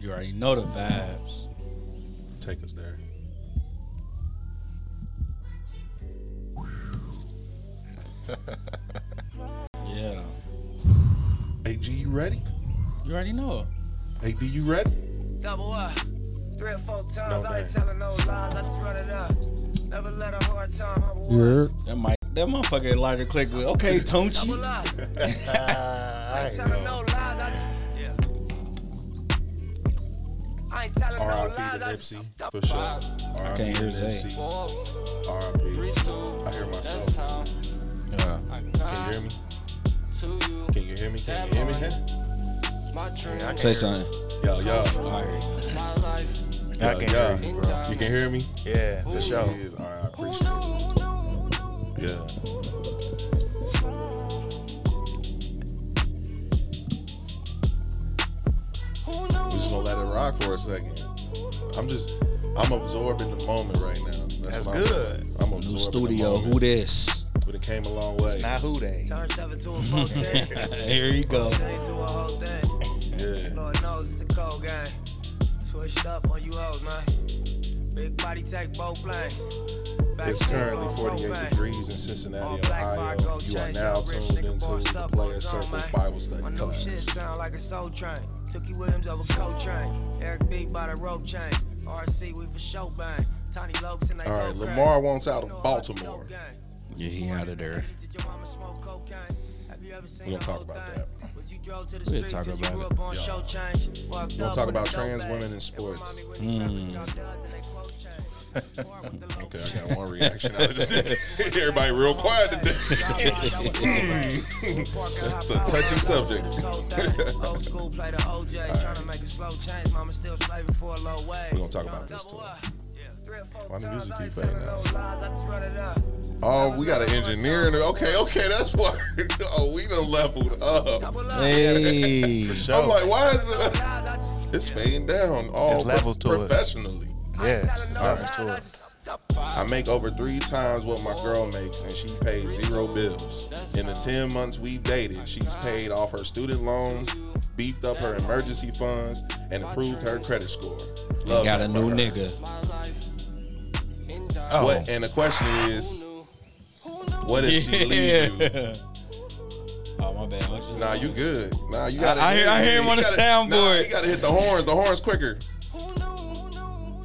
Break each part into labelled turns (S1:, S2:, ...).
S1: You already know the vibes.
S2: Take us there.
S1: Yeah.
S2: AG, you ready?
S1: You already know.
S2: AD, you ready?
S3: Double up. Three or four times.
S2: No
S3: I ain't
S2: doubt.
S3: telling no lies. I just run it up. Never let a hard time humble us.
S1: That mic that motherfucker lighter click with okay,
S3: Double
S1: Tonchi.
S3: up.
S2: I ain't
S3: telling no
S2: know.
S3: lies. I just. Yeah. I ain't telling no
S2: R.I.P.
S3: lies.
S2: to
S3: I
S2: Nipsey,
S3: just.
S2: for sure. I
S1: can't hear Zay.
S2: R.I.P. I hear myself.
S1: Yeah.
S2: Can you hear me? Can you hear me? Can you hear me?
S1: Say something.
S2: Yo, yo,
S1: All right.
S2: yo,
S4: I can
S2: yo.
S4: hear you, bro.
S2: You can hear me?
S4: Yeah, for sure.
S2: It is. All right, I appreciate it. Yeah. We just gonna let it rock for a second. I'm just, I'm absorbing the moment right now. That's,
S4: That's
S2: what I'm doing.
S4: good.
S2: I'm absorbing
S1: New
S2: the
S1: studio,
S2: moment.
S1: who this?
S2: But it came a long way.
S4: Now who they?
S3: Turn seven to a fourteen.
S1: Here you go.
S3: Change to a whole thing.
S2: Yeah.
S3: Lord knows it's a cold game. Switched up on you hoes, man. Big body take both lanes. Back
S2: It's
S3: to the
S2: currently
S3: floor,
S2: 48
S3: propane.
S2: degrees in
S3: On
S2: Cincinnati,
S3: Black Rock,
S2: Ohio.
S3: go
S2: You are
S3: change
S2: now
S3: your rich
S2: tuned
S3: nigga
S2: into
S3: bossed
S2: the
S3: up on
S2: Player
S3: his own,
S2: Circle
S3: man.
S2: Bible Study
S3: My new
S2: Class.
S3: shit sound like a soul train. Tookie Williams over Coltrane. Eric B by the rope chain. RC, we for show bang. Tiny Lokes and they
S2: All right,
S3: go crack.
S2: Lamar wants out
S3: You know
S2: of
S3: I like the
S2: Baltimore.
S3: dope game.
S1: Yeah, he out of there.
S3: Did your mama smoke cocaine? Have you ever seen
S2: We don't
S3: the
S2: talk
S3: whole
S2: about
S3: thing?
S2: that.
S3: But you drove to the
S1: We'll
S3: streets
S1: talk
S3: 'cause you
S1: about
S3: grew
S1: it.
S3: up on
S2: Yeah.
S3: show change. Fucked
S2: gonna
S3: up
S2: talk
S3: with
S2: about
S3: a dope
S2: trans
S3: bag.
S2: women in
S3: It
S2: sports.
S3: remind me when
S1: Hmm.
S3: these rappers drop does and they quote change. Bar with the low
S2: Okay,
S3: bag.
S2: I got one reaction out of this. Everybody real quiet today.
S3: It's
S2: a touchy subject.
S3: Old school play the OJ, trying to make a slow change. Mama still slaving for a low wage.
S2: We gonna talk about this, too. Why
S3: Why
S2: the music keep
S3: playing
S2: fading out?
S3: now?
S2: Oh, we got an engineer in there. Okay, okay, that's why. Oh, we done leveled up.
S1: Hey.
S2: I'm
S4: Show.
S2: like, why is it? It's fading down. All
S4: There's levels to it.
S2: professionally.
S4: Yeah.
S2: All right. I make over three times what my girl makes, and she pays zero bills. In the 10 months we've dated, she's paid off her student loans, beefed up her emergency funds, and improved her credit score. Love
S1: Got
S2: that
S1: a
S2: for
S1: new
S2: her.
S1: nigga.
S4: Oh,
S2: What, and the question is, what if she leave you?
S1: Oh my bad. What you-
S2: Nah, you good. Nah, you gotta.
S1: I- I hear- I hear him
S2: you
S1: on the
S2: gotta- Nah,
S1: soundboard.
S2: you gotta hit the horns. The horns quicker.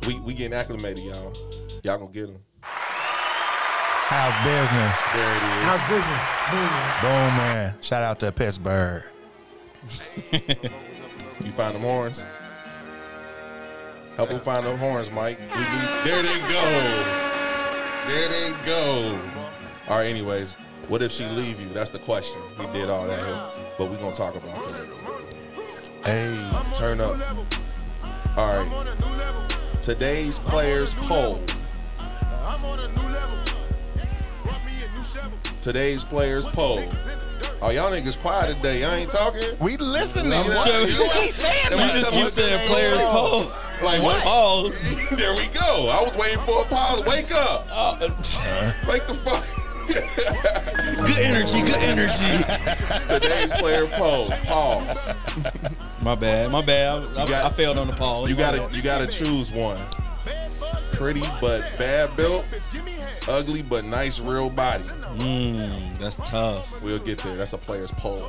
S2: We we getting acclimated, y'all. Y'all gonna get him.
S4: how's business?
S2: There it is.
S5: How's business? Boom.
S4: Boom, man. Shout out to Pittsburgh.
S2: You find them horns. Help them find them horns, Mike. We need- there they go. There they go. All right. Anyways, what if she leave you? That's the question. We did all that, but we gonna talk about that.
S4: Hey,
S2: Turn up. All right. Today's players poll. Today's players poll. Oh, y'all niggas quiet today. Y'all ain't talking.
S4: we listening.
S2: I'm
S4: What?
S2: sure-
S4: You ain't saying
S2: You
S1: You
S4: nothing.
S1: just keep saying players poll.
S2: Like what?
S1: Pause.
S2: there we go. I was waiting for a pause. Wake up.
S1: Oh,
S2: Wake the fuck.
S1: good energy. Good energy.
S2: Today's player pose. Pause.
S1: My bad. My bad. I, I,
S2: got-
S1: I failed on the pause.
S2: You gotta you gotta choose one. Pretty but bad built. Ugly but nice real body.
S1: Mm, that's tough.
S2: We'll get there. That's a player's poll.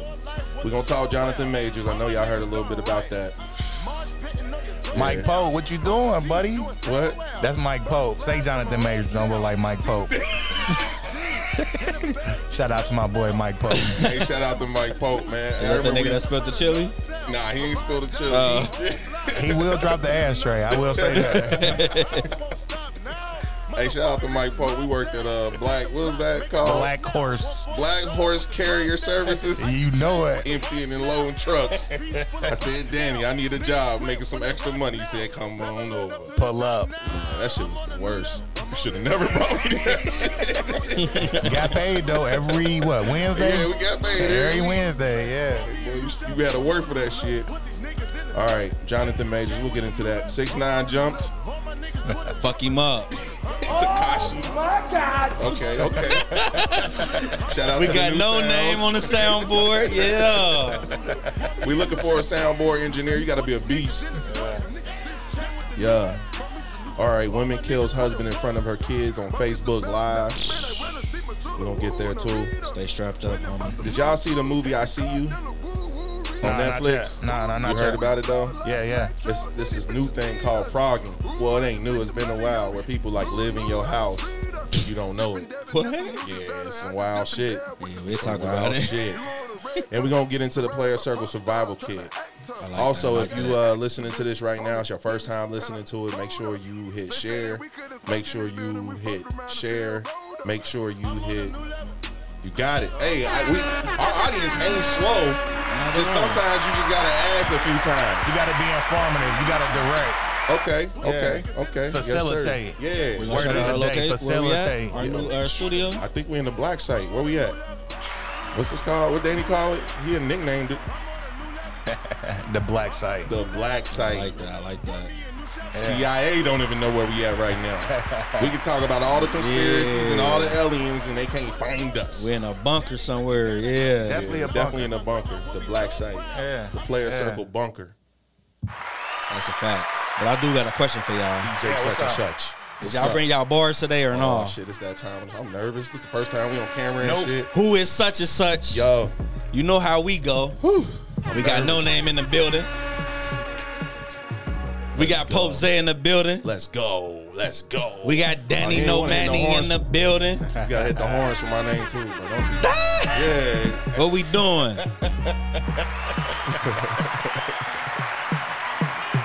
S2: We're gonna talk Jonathan Majors. I know y'all heard a little bit about that.
S4: Mike Pope, what you doing, buddy?
S2: What?
S4: That's Mike Pope. Say Jonathan Majors don't look like Mike Pope. Shout out to my boy Mike Pope.
S2: Hey, shout out to Mike Pope, man. I
S1: That's the
S2: remember
S1: nigga that spilled the chili.
S2: we- nah, he ain't spilled the chill.
S1: Uh,
S4: He will drop the ashtray. I will say that.
S2: hey, shout out to Mike Pope. We worked at uh Black. What was that called?
S4: Black horse.
S2: Black Horse Carrier Services.
S4: You know it.
S2: emptying and loading trucks. I said, Danny, I need a job making some extra money. He said, come on over.
S4: Pull up.
S2: Man, that shit was the worst. You should have never brought me that shit.
S4: Got paid though every what Wednesday?
S2: yeah, we got paid.
S4: every
S2: Every
S4: Wednesday, yeah.
S2: Boy, you, you had to work for that shit. All right, Jonathan Majors, we'll get into that. Six nine jumped.
S1: fuck him up.
S2: Takashi. Okay, okay. Shout out
S1: We
S2: to the
S1: got
S2: new
S1: no
S2: sounds.
S1: name on the soundboard. Yeah.
S2: We looking for a soundboard engineer. You got to be a beast. Yeah. All right, woman kills husband in front of her kids on Facebook Live. We're gonna get there too.
S1: Stay strapped up, homie.
S2: Did y'all see the movie I See You on
S4: Nah, not
S2: Netflix?
S4: yet. Nah, nah, not
S2: You heard
S4: yet.
S2: about it though?
S4: Yeah, yeah.
S2: It's, this is new thing called frogging. Well, it ain't new. It's been a while where people like live in your house. You don't know it.
S1: What? Yeah,
S2: Yeah, it's some wild shit.
S1: we
S2: Some
S1: talk
S2: wild
S1: about it.
S2: shit. And we're gonna get into the player circle survival kit.
S1: I like
S2: Also,
S1: that, I
S2: if
S1: like
S2: you
S1: that.
S2: uh, listening to this right now, it's your first time listening to it. Make sure you hit share. Make sure you hit share. Make sure you hit. You got it. Hey, I, we our audience ain't slow. Just sometimes you just gotta ask a few times.
S4: You gotta be informative. You gotta direct.
S2: Okay, okay, okay. Yes, sir.
S4: Facilitate.
S1: We
S2: yeah.
S1: gonna
S4: Word
S1: shout
S4: of
S1: out
S4: the day,
S1: locate where we at?
S4: facilitate.
S1: Our new uh, studio.
S2: I think we in the black site. Where we at? What's this called? What Danny call it? He had nicknamed it
S4: The black site.
S2: the black
S1: I
S2: site.
S1: like that. I like that.
S2: CIA don't even know where we at right now. we can talk about all the conspiracies and all the aliens, and they can't find us.
S1: We're in a bunker somewhere. Yeah.
S4: Definitely.
S2: Yeah,
S4: a
S2: definitely in the bunker, the black site,
S4: Yeah,
S2: the player
S4: yeah.
S2: circle bunker.
S1: That's a fact. But I do got a question for y'all.
S2: DJ
S4: Yeah,
S2: such
S4: what's
S2: and
S4: up?
S2: such.
S1: Did
S2: What's
S1: y'all
S2: up?
S1: bring y'all bars today or
S2: Oh
S1: no?
S2: shit! It's that time. I'm nervous. This is the first time we on camera and
S4: Nope.
S2: shit.
S1: Who is such and such?
S2: Yo,
S1: You know how we go. We got no name in the building. We got Pope Zay in the building.
S2: let's go. Let's go.
S1: We got
S2: Oh,
S1: Danny
S2: yeah,
S1: No
S2: one of the
S1: Manny
S2: horns.
S1: in the building.
S2: You gotta hit the horns for my name too, bro. Don't do that. yeah.
S1: What we doing?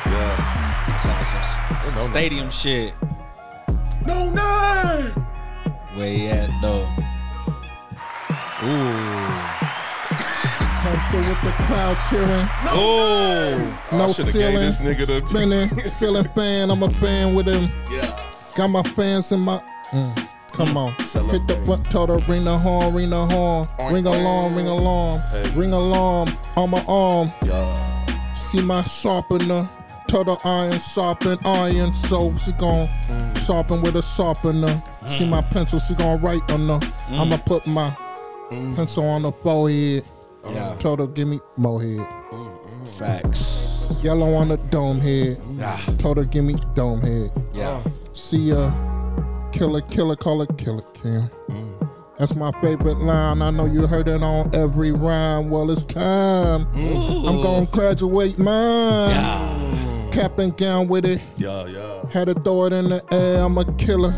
S2: Yeah.
S1: Sound like some, s- some
S2: no name,
S1: stadium shit.
S2: No name.
S1: Where he at though? Ooh.
S5: Come through with the crowd cheering,
S1: Oh.
S2: Oh,
S5: no
S2: I shoulda gave
S5: ceiling,
S2: this nigga the
S5: spinning, ceiling fan. I'm a fan with him.
S2: yeah.
S5: Got my fans in my. Mm, Come on,
S2: Celebrate.
S5: hit the front total, ring the horn, ring the horn,
S2: Oink,
S5: ring alarm, ring alarm,
S2: Hey.
S5: ring alarm on my arm.
S2: Yeah.
S5: See my sharpener, total iron, sharpen iron, so she gon'
S2: Mm.
S5: sharpen with a sharpener. See my pencil, she gon' write on her.
S2: Mm.
S5: I'ma put my pencil on the forehead.
S1: Yeah.
S5: Total, give me more head.
S1: Facts.
S5: Yellow on the dome head.
S2: Mm.
S1: Ah,
S5: Told her, give me dome head.
S1: yeah.
S5: See ya. Killer, killer, call her killer, Kim. That's my favorite line. I know you heard it on every rhyme. Well, it's time. I'm gonna graduate mine.
S1: Ah.
S5: Cap and gown with it.
S2: Yeah. Yeah.
S5: Had to throw it in the air. I'm a killer.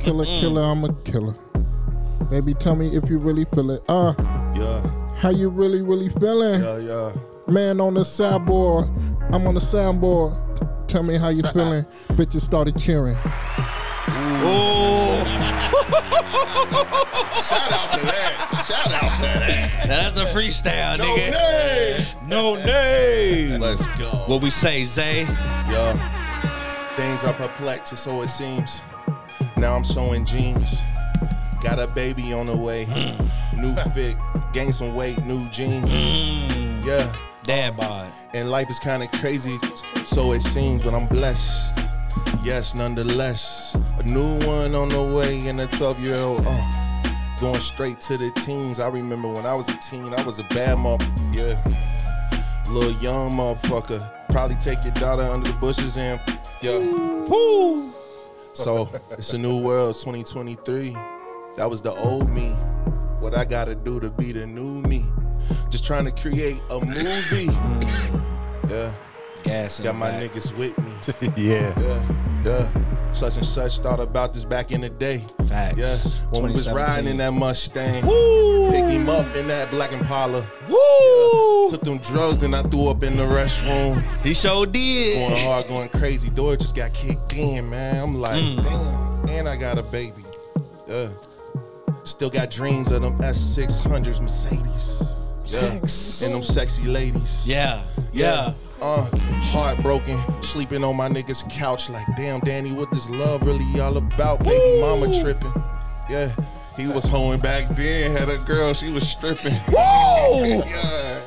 S5: Killer, killer, I'm a killer. Baby, tell me if you really feel it. Uh,
S2: Yeah.
S5: how you really, really feeling?
S2: Yeah. Yeah.
S5: Man on the sideboard, I'm on the soundboard. Tell me how you feeling. Bitches started cheering.
S1: Ooh.
S2: Shout out to that. Shout out to that.
S1: Now that's a freestyle,
S2: No
S1: nigga.
S2: name.
S1: No name.
S2: Let's go.
S1: What we say, Zay?
S2: Yeah. Things are perplexed, or so it seems. Now I'm sewing jeans. Got a baby on the way. New fit. Gain some weight, new jeans. Yeah.
S1: Dad bod.
S2: And life is kind of crazy, so it seems, but I'm blessed. Yes, nonetheless. A new one on the way, and a 12 year old. Uh, going straight to the teens. I remember when I was a teen, I was a bad mother. Yeah. Little young motherfucker. Probably take your daughter under the bushes and. Yeah.
S1: Woo.
S2: So it's a new world, it's 2023. That was the old me. What I gotta do to be the new me. Just trying to create a movie. Yeah.
S1: Gas in
S2: Got
S1: the
S2: my
S1: back.
S2: niggas with me.
S4: yeah.
S2: Yeah, yeah. Such and such thought about this back in the day.
S1: Facts.
S2: Yeah. When we was riding in that Mustang.
S1: Woo.
S2: Picked him up in that black Impala.
S1: Woo.
S2: Took them drugs, then I threw up in the restroom.
S1: He sure did.
S2: Going hard, going crazy. Door just got kicked in, man. I'm like,
S1: Mm.
S2: damn. And I got a baby. Yeah. Still got dreams of them S600s Mercedes. Yeah.
S1: Sex.
S2: And them sexy ladies.
S1: Yeah. Yeah.
S2: Uh, heartbroken, sleeping on my nigga's couch. Like, damn, Danny, what this love really all about? Baby mama tripping. Yeah, he was hoeing back then. Had a girl, she was stripping.
S1: Woo.
S2: yeah.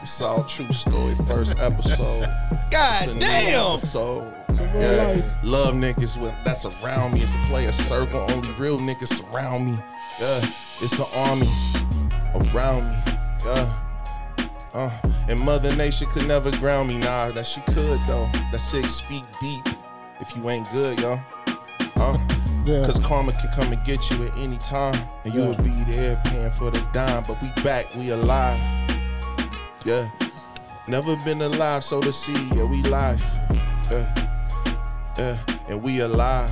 S2: it's all true story. First episode. It's a
S1: God
S2: new
S1: damn.
S2: Episode.
S5: real
S2: Yeah.
S5: life.
S2: Love niggas with that's around me. It's a player circle. Only real niggas surround me. Yeah. It's an army around me. Yeah. Uh, And Mother Nature could never ground me. Nah, that she could though. That's six feet deep. If you ain't good, yo. Uh, Huh?
S5: Yeah.
S2: Cause karma can come and get you at any time. And you will be there paying for the dime. But we back, we alive. Yeah. Never been alive, so to see, yeah, we live. Yeah. Yeah. And we alive.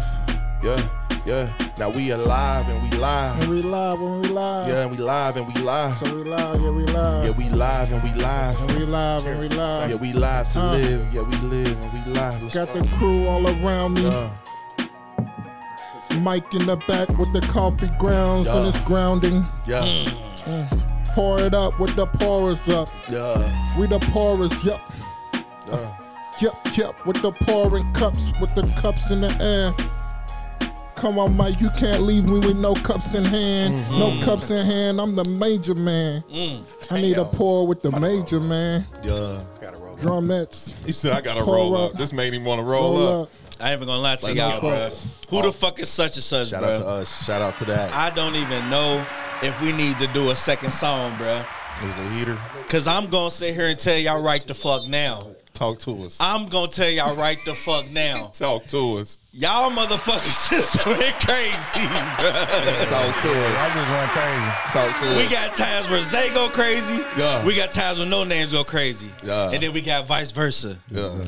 S2: Yeah. Yeah. Now we alive and we live.
S5: When we live, when we live.
S2: Yeah, and we live and we live.
S5: So we live, yeah, we live.
S2: Yeah, we live and we live.
S5: we live, and we live.
S2: Yeah, we live to
S5: Uh.
S2: live. Yeah, we live and we live. Uh, Let's
S5: Got the crew all around me.
S2: go.
S5: Mike in the back with the coffee grounds and
S2: Yeah.
S5: it's grounding.
S2: Yeah.
S5: Hmm. Pour it up with the pourers up.
S2: Yeah.
S5: We the pourers, yup,
S2: Yeah.
S5: yup, yup. With the pouring cups, with the cups in the air. Come on, Mike, you can't leave me with no cups in hand.
S2: Mm-hmm.
S5: No cups in hand. I'm the major man.
S2: Mm.
S5: I need a pour with the major man.
S2: Yeah.
S4: Gotta roll.
S5: Drumettes.
S2: He said, I gotta
S5: Pull
S2: roll
S5: up.
S2: up. This made him wanna roll,
S5: Roll
S2: up.
S5: up.
S1: I ain't even gonna lie to
S2: Let's
S1: y'all,
S2: go.
S1: bro. Who the fuck is such and such,
S2: Shout
S1: bro?
S2: out to us. Shout out to that.
S1: I don't even know if we need to do a second song, bro.
S2: it was a heater.
S1: Cause I'm gonna sit here and tell y'all right the fuck now.
S2: Talk to us.
S1: I'm gonna tell y'all right the fuck now.
S2: Talk to us.
S1: Y'all motherfucking system is crazy, bro.
S2: Talk to us.
S4: I just went crazy.
S2: Talk to us.
S1: We got times where Zay go crazy.
S2: Yeah.
S1: We got times when no names go crazy.
S2: Yeah.
S1: And then we got vice versa.
S2: yeah.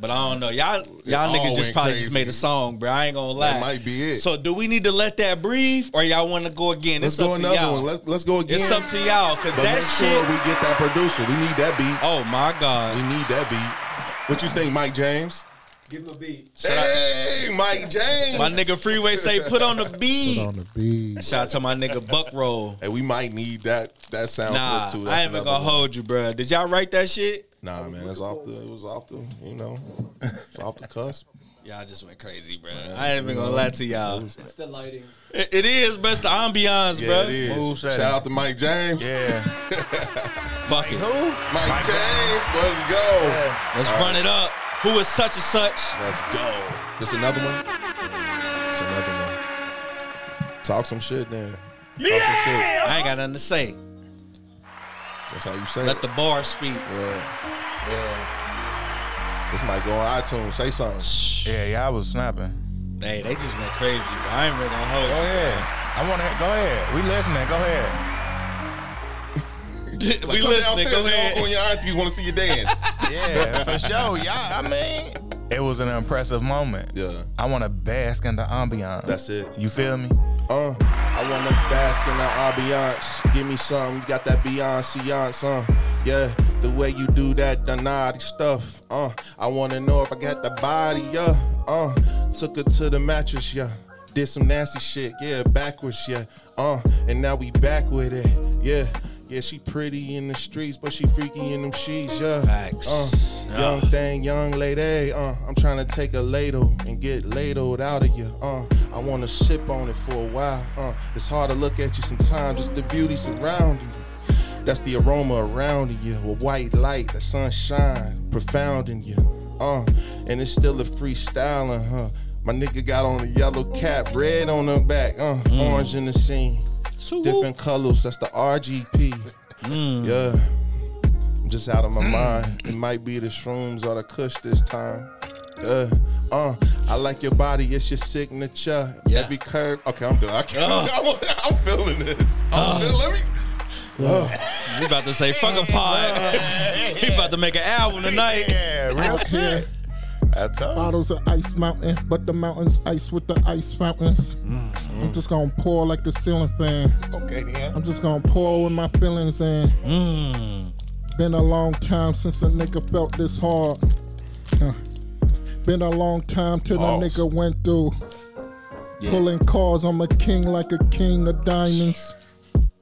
S1: But I don't know. Y'all y'all
S2: all
S1: niggas just
S2: went
S1: probably
S2: crazy.
S1: just made a song, bro. I ain't gonna lie.
S2: That might be it.
S1: So do we need to let that breathe or y'all wanna go again?
S2: Let's
S1: it's
S2: go
S1: up to
S2: another
S1: y'all.
S2: one. Let's let's go again.
S1: it's up to y'all, cause
S2: but
S1: that
S2: make
S1: shit.
S2: sure we get that producer. We need that beat.
S1: oh my God.
S2: We need that beat. What you think, Mike James? Give him a beat. Hey, Mike James.
S1: My nigga Freeway say, put on the
S5: Put
S1: beat.
S5: on the beat.
S1: Shout out to my nigga Buck Roll.
S2: Hey, we might need that that sound
S1: Nah,
S2: clip too. That's
S1: I ain't even
S2: another
S1: gonna
S2: one.
S1: hold you, bruh. Did y'all write that shit?
S2: Nah, man, it's off the. It was off the. You know, it's off the cusp.
S1: Y'all just went crazy, bruh. I ain't even gonna lie to y'all.
S6: It's the lighting.
S1: It, it is, but it's the ambiance,
S2: Yeah,
S1: bro.
S2: it
S4: Move
S2: is. Shout
S4: setting.
S2: out to Mike James.
S4: Yeah.
S1: Fuck it.
S4: Who?
S2: Mike, James, let's go.
S1: Let's run it up. Who is such and such?
S2: Let's go. This another one. This another one. Talk some shit then. Talk some shit.
S1: I ain't got nothing to say.
S2: That's how you say
S1: Let
S2: it.
S1: the bar speak.
S2: yeah. This might go on iTunes. Say something.
S4: Yeah, yeah, I was snapping.
S1: Hey, they just went crazy, bro. I ain't even gonna
S4: Go
S1: hold
S4: ahead. I want to go ahead. We listening. Go ahead.
S1: you. we
S2: Come
S1: listening.
S2: downstairs,
S1: Go
S2: y'all Go in
S1: ahead.
S2: your aunties want to see you dance.
S4: Yeah, for sure. Yeah, I mean, it was an impressive moment.
S2: yeah.
S4: I want to bask in the ambiance.
S2: That's it.
S4: You feel me?
S2: Uh, I wanna bask in the ambiance. Give me something. You got that Beyonce, uh. Yeah, the way you do that, the naughty stuff. Uh, I wanna know if I got the body, yeah. Uh, took her to the mattress, yeah. Did some nasty shit, yeah, backwards, yeah. Uh, and now we back with it, yeah. Yeah, she pretty in the streets, but she freaky in them sheets, yeah.
S1: Facts.
S2: Uh, young thing, young lady. Uh, I'm trying to take a ladle and get ladled out of you. Uh, I want to sip on it for a while. Uh, it's hard to look at you sometimes, just the beauty surrounding you. That's the aroma around you, a white light, the sunshine profound in you. Uh, and it's still a freestyling, huh? My nigga got on a yellow cap, red on her back, uh, orange in the scene. Different colors, that's the RGP.
S1: Mm.
S2: Yeah. I'm just out of my mind. It might be the shrooms or the kush this time. Uh, uh, I like your body. It's your signature.
S1: Yeah. Oh.
S2: Every curve. Okay, I'm done. I can't. I'm, feeling this. I'm feeling- let me. Oh,
S1: We about to say fuck a pod. we about to make an album tonight.
S4: Yeah, real
S5: Out here.
S4: shit. I told
S5: Bottles of ice mountain, but the mountains ice with the ice fountains. I'm just gonna pour like a ceiling fan.
S4: you. Okay, then.
S5: I'm just gonna pour with my feelings in. Been a long time since a nigga felt this hard. Uh, Been a long time till a
S2: Pause.
S5: nigga went through. Pulling cars, I'm a king like a king of diamonds.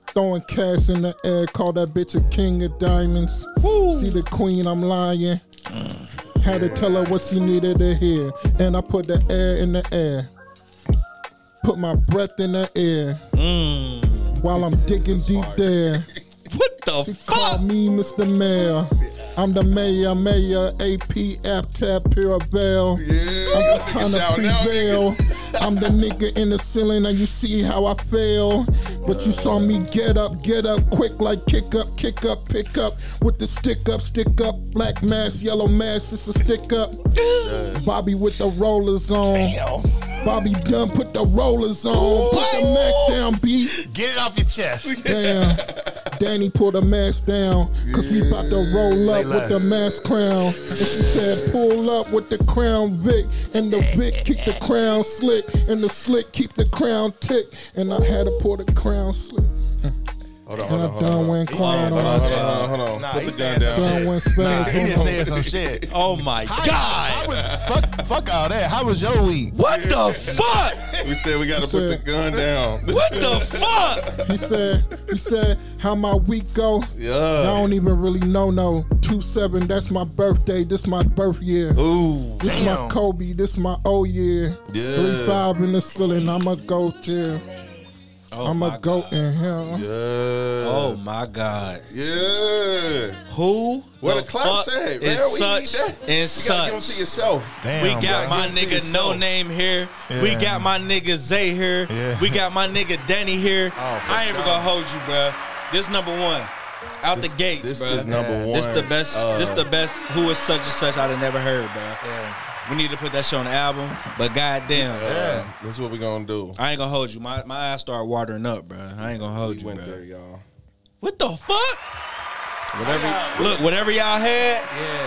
S5: Throwing cash in the air, call that bitch a king of diamonds. See the queen, I'm lying.
S2: Mm.
S5: Had to tell her what she needed to hear. And I put the air in the air. Put my breath in the air.
S2: Mm.
S5: While I'm digging deep there.
S1: What the
S5: She
S1: fuck?
S5: called me Mr. Mayor. I'm the mayor, mayor, AP, app, tap, Purabelle.
S2: Yeah.
S5: I'm just
S2: Nigga
S5: trying to
S2: shout now,
S5: prevail. I'm the nigga in the ceiling, and you see how I fell. But you saw me get up, get up quick, like kick up, kick up, pick up with the stick up, stick up. Black mask, yellow mask, it's a stick up. Bobby with the rollers on. Bobby done put the rollers on. Put the max down, beat.
S4: Get it off your chest.
S5: Damn. Danny pulled the mask down, cause we about to roll up with
S4: less.
S5: the mask crown. And she said, pull up with the crown Vic. And the Vic keep the crown slick. And the slick keep the crown tick. And I had to pull the crown slick.
S2: Hold on,
S5: And
S2: hold on,
S5: I
S2: hold
S5: done
S2: on.
S5: went quiet
S2: Hold on,
S5: on
S2: hold on, hold on, hold on.
S4: Nah,
S2: Put
S4: he
S2: the gun
S4: said some
S2: down.
S5: Done went spaz
S4: Nah, he
S5: on
S4: just
S5: her.
S4: said some shit.
S1: Oh my
S4: How
S1: god!
S4: was, fuck, fuck all that. How was your week?
S1: What the fuck?
S2: We said we got to put the
S5: said-
S2: gun down.
S1: What the fuck?
S5: He said, he said, how my week go? I
S2: Yeah.
S5: don't even really know no. 2-7, that's my birthday, this my birth year.
S2: Ooh.
S5: This my
S4: Damn.
S5: Kobe, this my oh year.
S2: Yeah.
S5: Three five in the ceiling, I'm a goat here.
S1: Oh
S5: I'm
S1: my
S5: a goat
S1: God.
S5: in hell.
S2: Yeah.
S1: Oh my god!
S2: Yeah.
S1: Who?
S2: What
S1: the
S2: the clap
S1: fuck
S2: said, man.
S1: is
S2: we
S1: such
S2: need that. you
S1: and
S2: gotta give them
S1: such?
S2: to yourself.
S4: Damn,
S1: We
S4: bro.
S1: got my
S2: give it to
S1: nigga No
S2: yourself.
S1: Name here. We
S4: Yeah.
S1: got my nigga Zay here.
S4: Yeah.
S1: We got my nigga Danny here.
S2: Oh,
S4: for
S1: I ain't even gonna hold you, bro. This number one out the gates,
S2: This
S1: bro.
S2: is number one. uh,
S1: This the best.
S4: Uh,
S1: this the best. Who is such and such? I done never heard, bro. We need to put that shit on the album, but goddamn,
S2: Uh,
S1: bro,
S2: This is what we gonna do.
S1: I ain't gonna hold you. My my eyes start watering up, bro. I ain't gonna hold
S2: We
S1: you,
S2: went
S1: bro.
S2: there, y'all.
S1: What the fuck? Whatever. Look, whatever y'all had.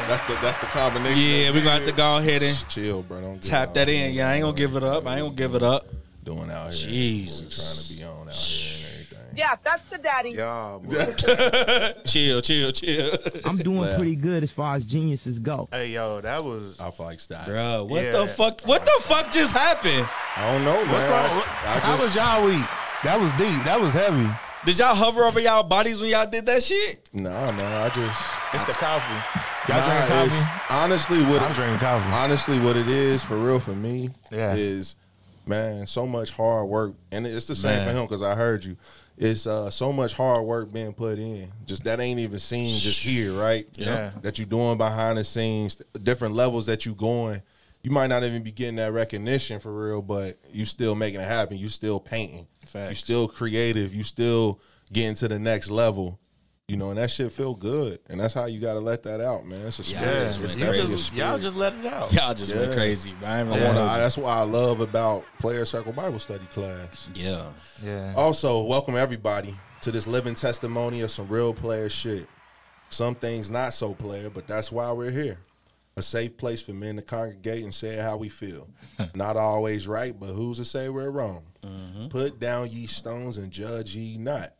S2: That's the that's the combination.
S1: Yeah, we gonna have to go ahead and
S2: Just Chill, bro. Don't get
S1: tap
S2: out
S1: that
S2: here.
S1: in. Yeah, I ain't gonna give it up. I ain't gonna give it up.
S2: Doing out here.
S1: Jesus.
S2: What we trying to be on out here and everything.
S6: Yeah, that's the daddy.
S4: Y'all, boy.
S1: Chill, chill, chill.
S7: I'm doing
S2: Well.
S7: pretty good as far as geniuses go.
S4: Hey, yo, that was.
S2: I feel like style.
S1: Bro, what
S4: Yeah.
S1: the fuck? What the fuck just happened?
S2: I don't know, man.
S4: What's wrong?
S2: I- I
S4: How
S2: just-
S4: was y'all week? That was deep. That was heavy.
S1: Did y'all hover over y'all bodies when y'all did that shit?
S2: Nah, man. I just.
S4: It's the coffee. Y'all
S2: nah,
S4: drinking
S2: it's-
S4: coffee?
S2: Honestly, what
S4: I'm drinking coffee.
S2: honestly what it is for real for me
S4: Yeah.
S2: is man so much hard work and it's the same
S1: Man.
S2: for him because i heard you it's uh, so much hard work being put in just that ain't even seen just here right
S4: Yeah.
S2: that you doing behind the scenes different levels that you going you might not even be getting that recognition for real but you still making it happen you still painting you
S1: Facts.
S2: still creative you still getting to the next level you know, and that shit feel good, and that's how you got to let that out, man. It's a spirit.
S1: Yeah,
S2: it's
S1: man.
S2: definitely a
S1: Y'all
S4: Y'all,
S2: spirit.
S4: just let it out.
S1: Y'all just went
S2: Yeah.
S1: crazy, bro. I ain't
S2: I
S1: even
S2: wanna-
S1: wanna-
S2: I- that's what I love about Player Circle Bible Study class.
S1: Yeah.
S4: Yeah.
S2: Also, welcome everybody to this living testimony of some real player shit. Some things not so player, but that's why we're here. A safe place for men to congregate and say how we feel. not always right, but who's to say we're wrong?
S1: Mm-hmm.
S2: Put down ye stones and judge ye not.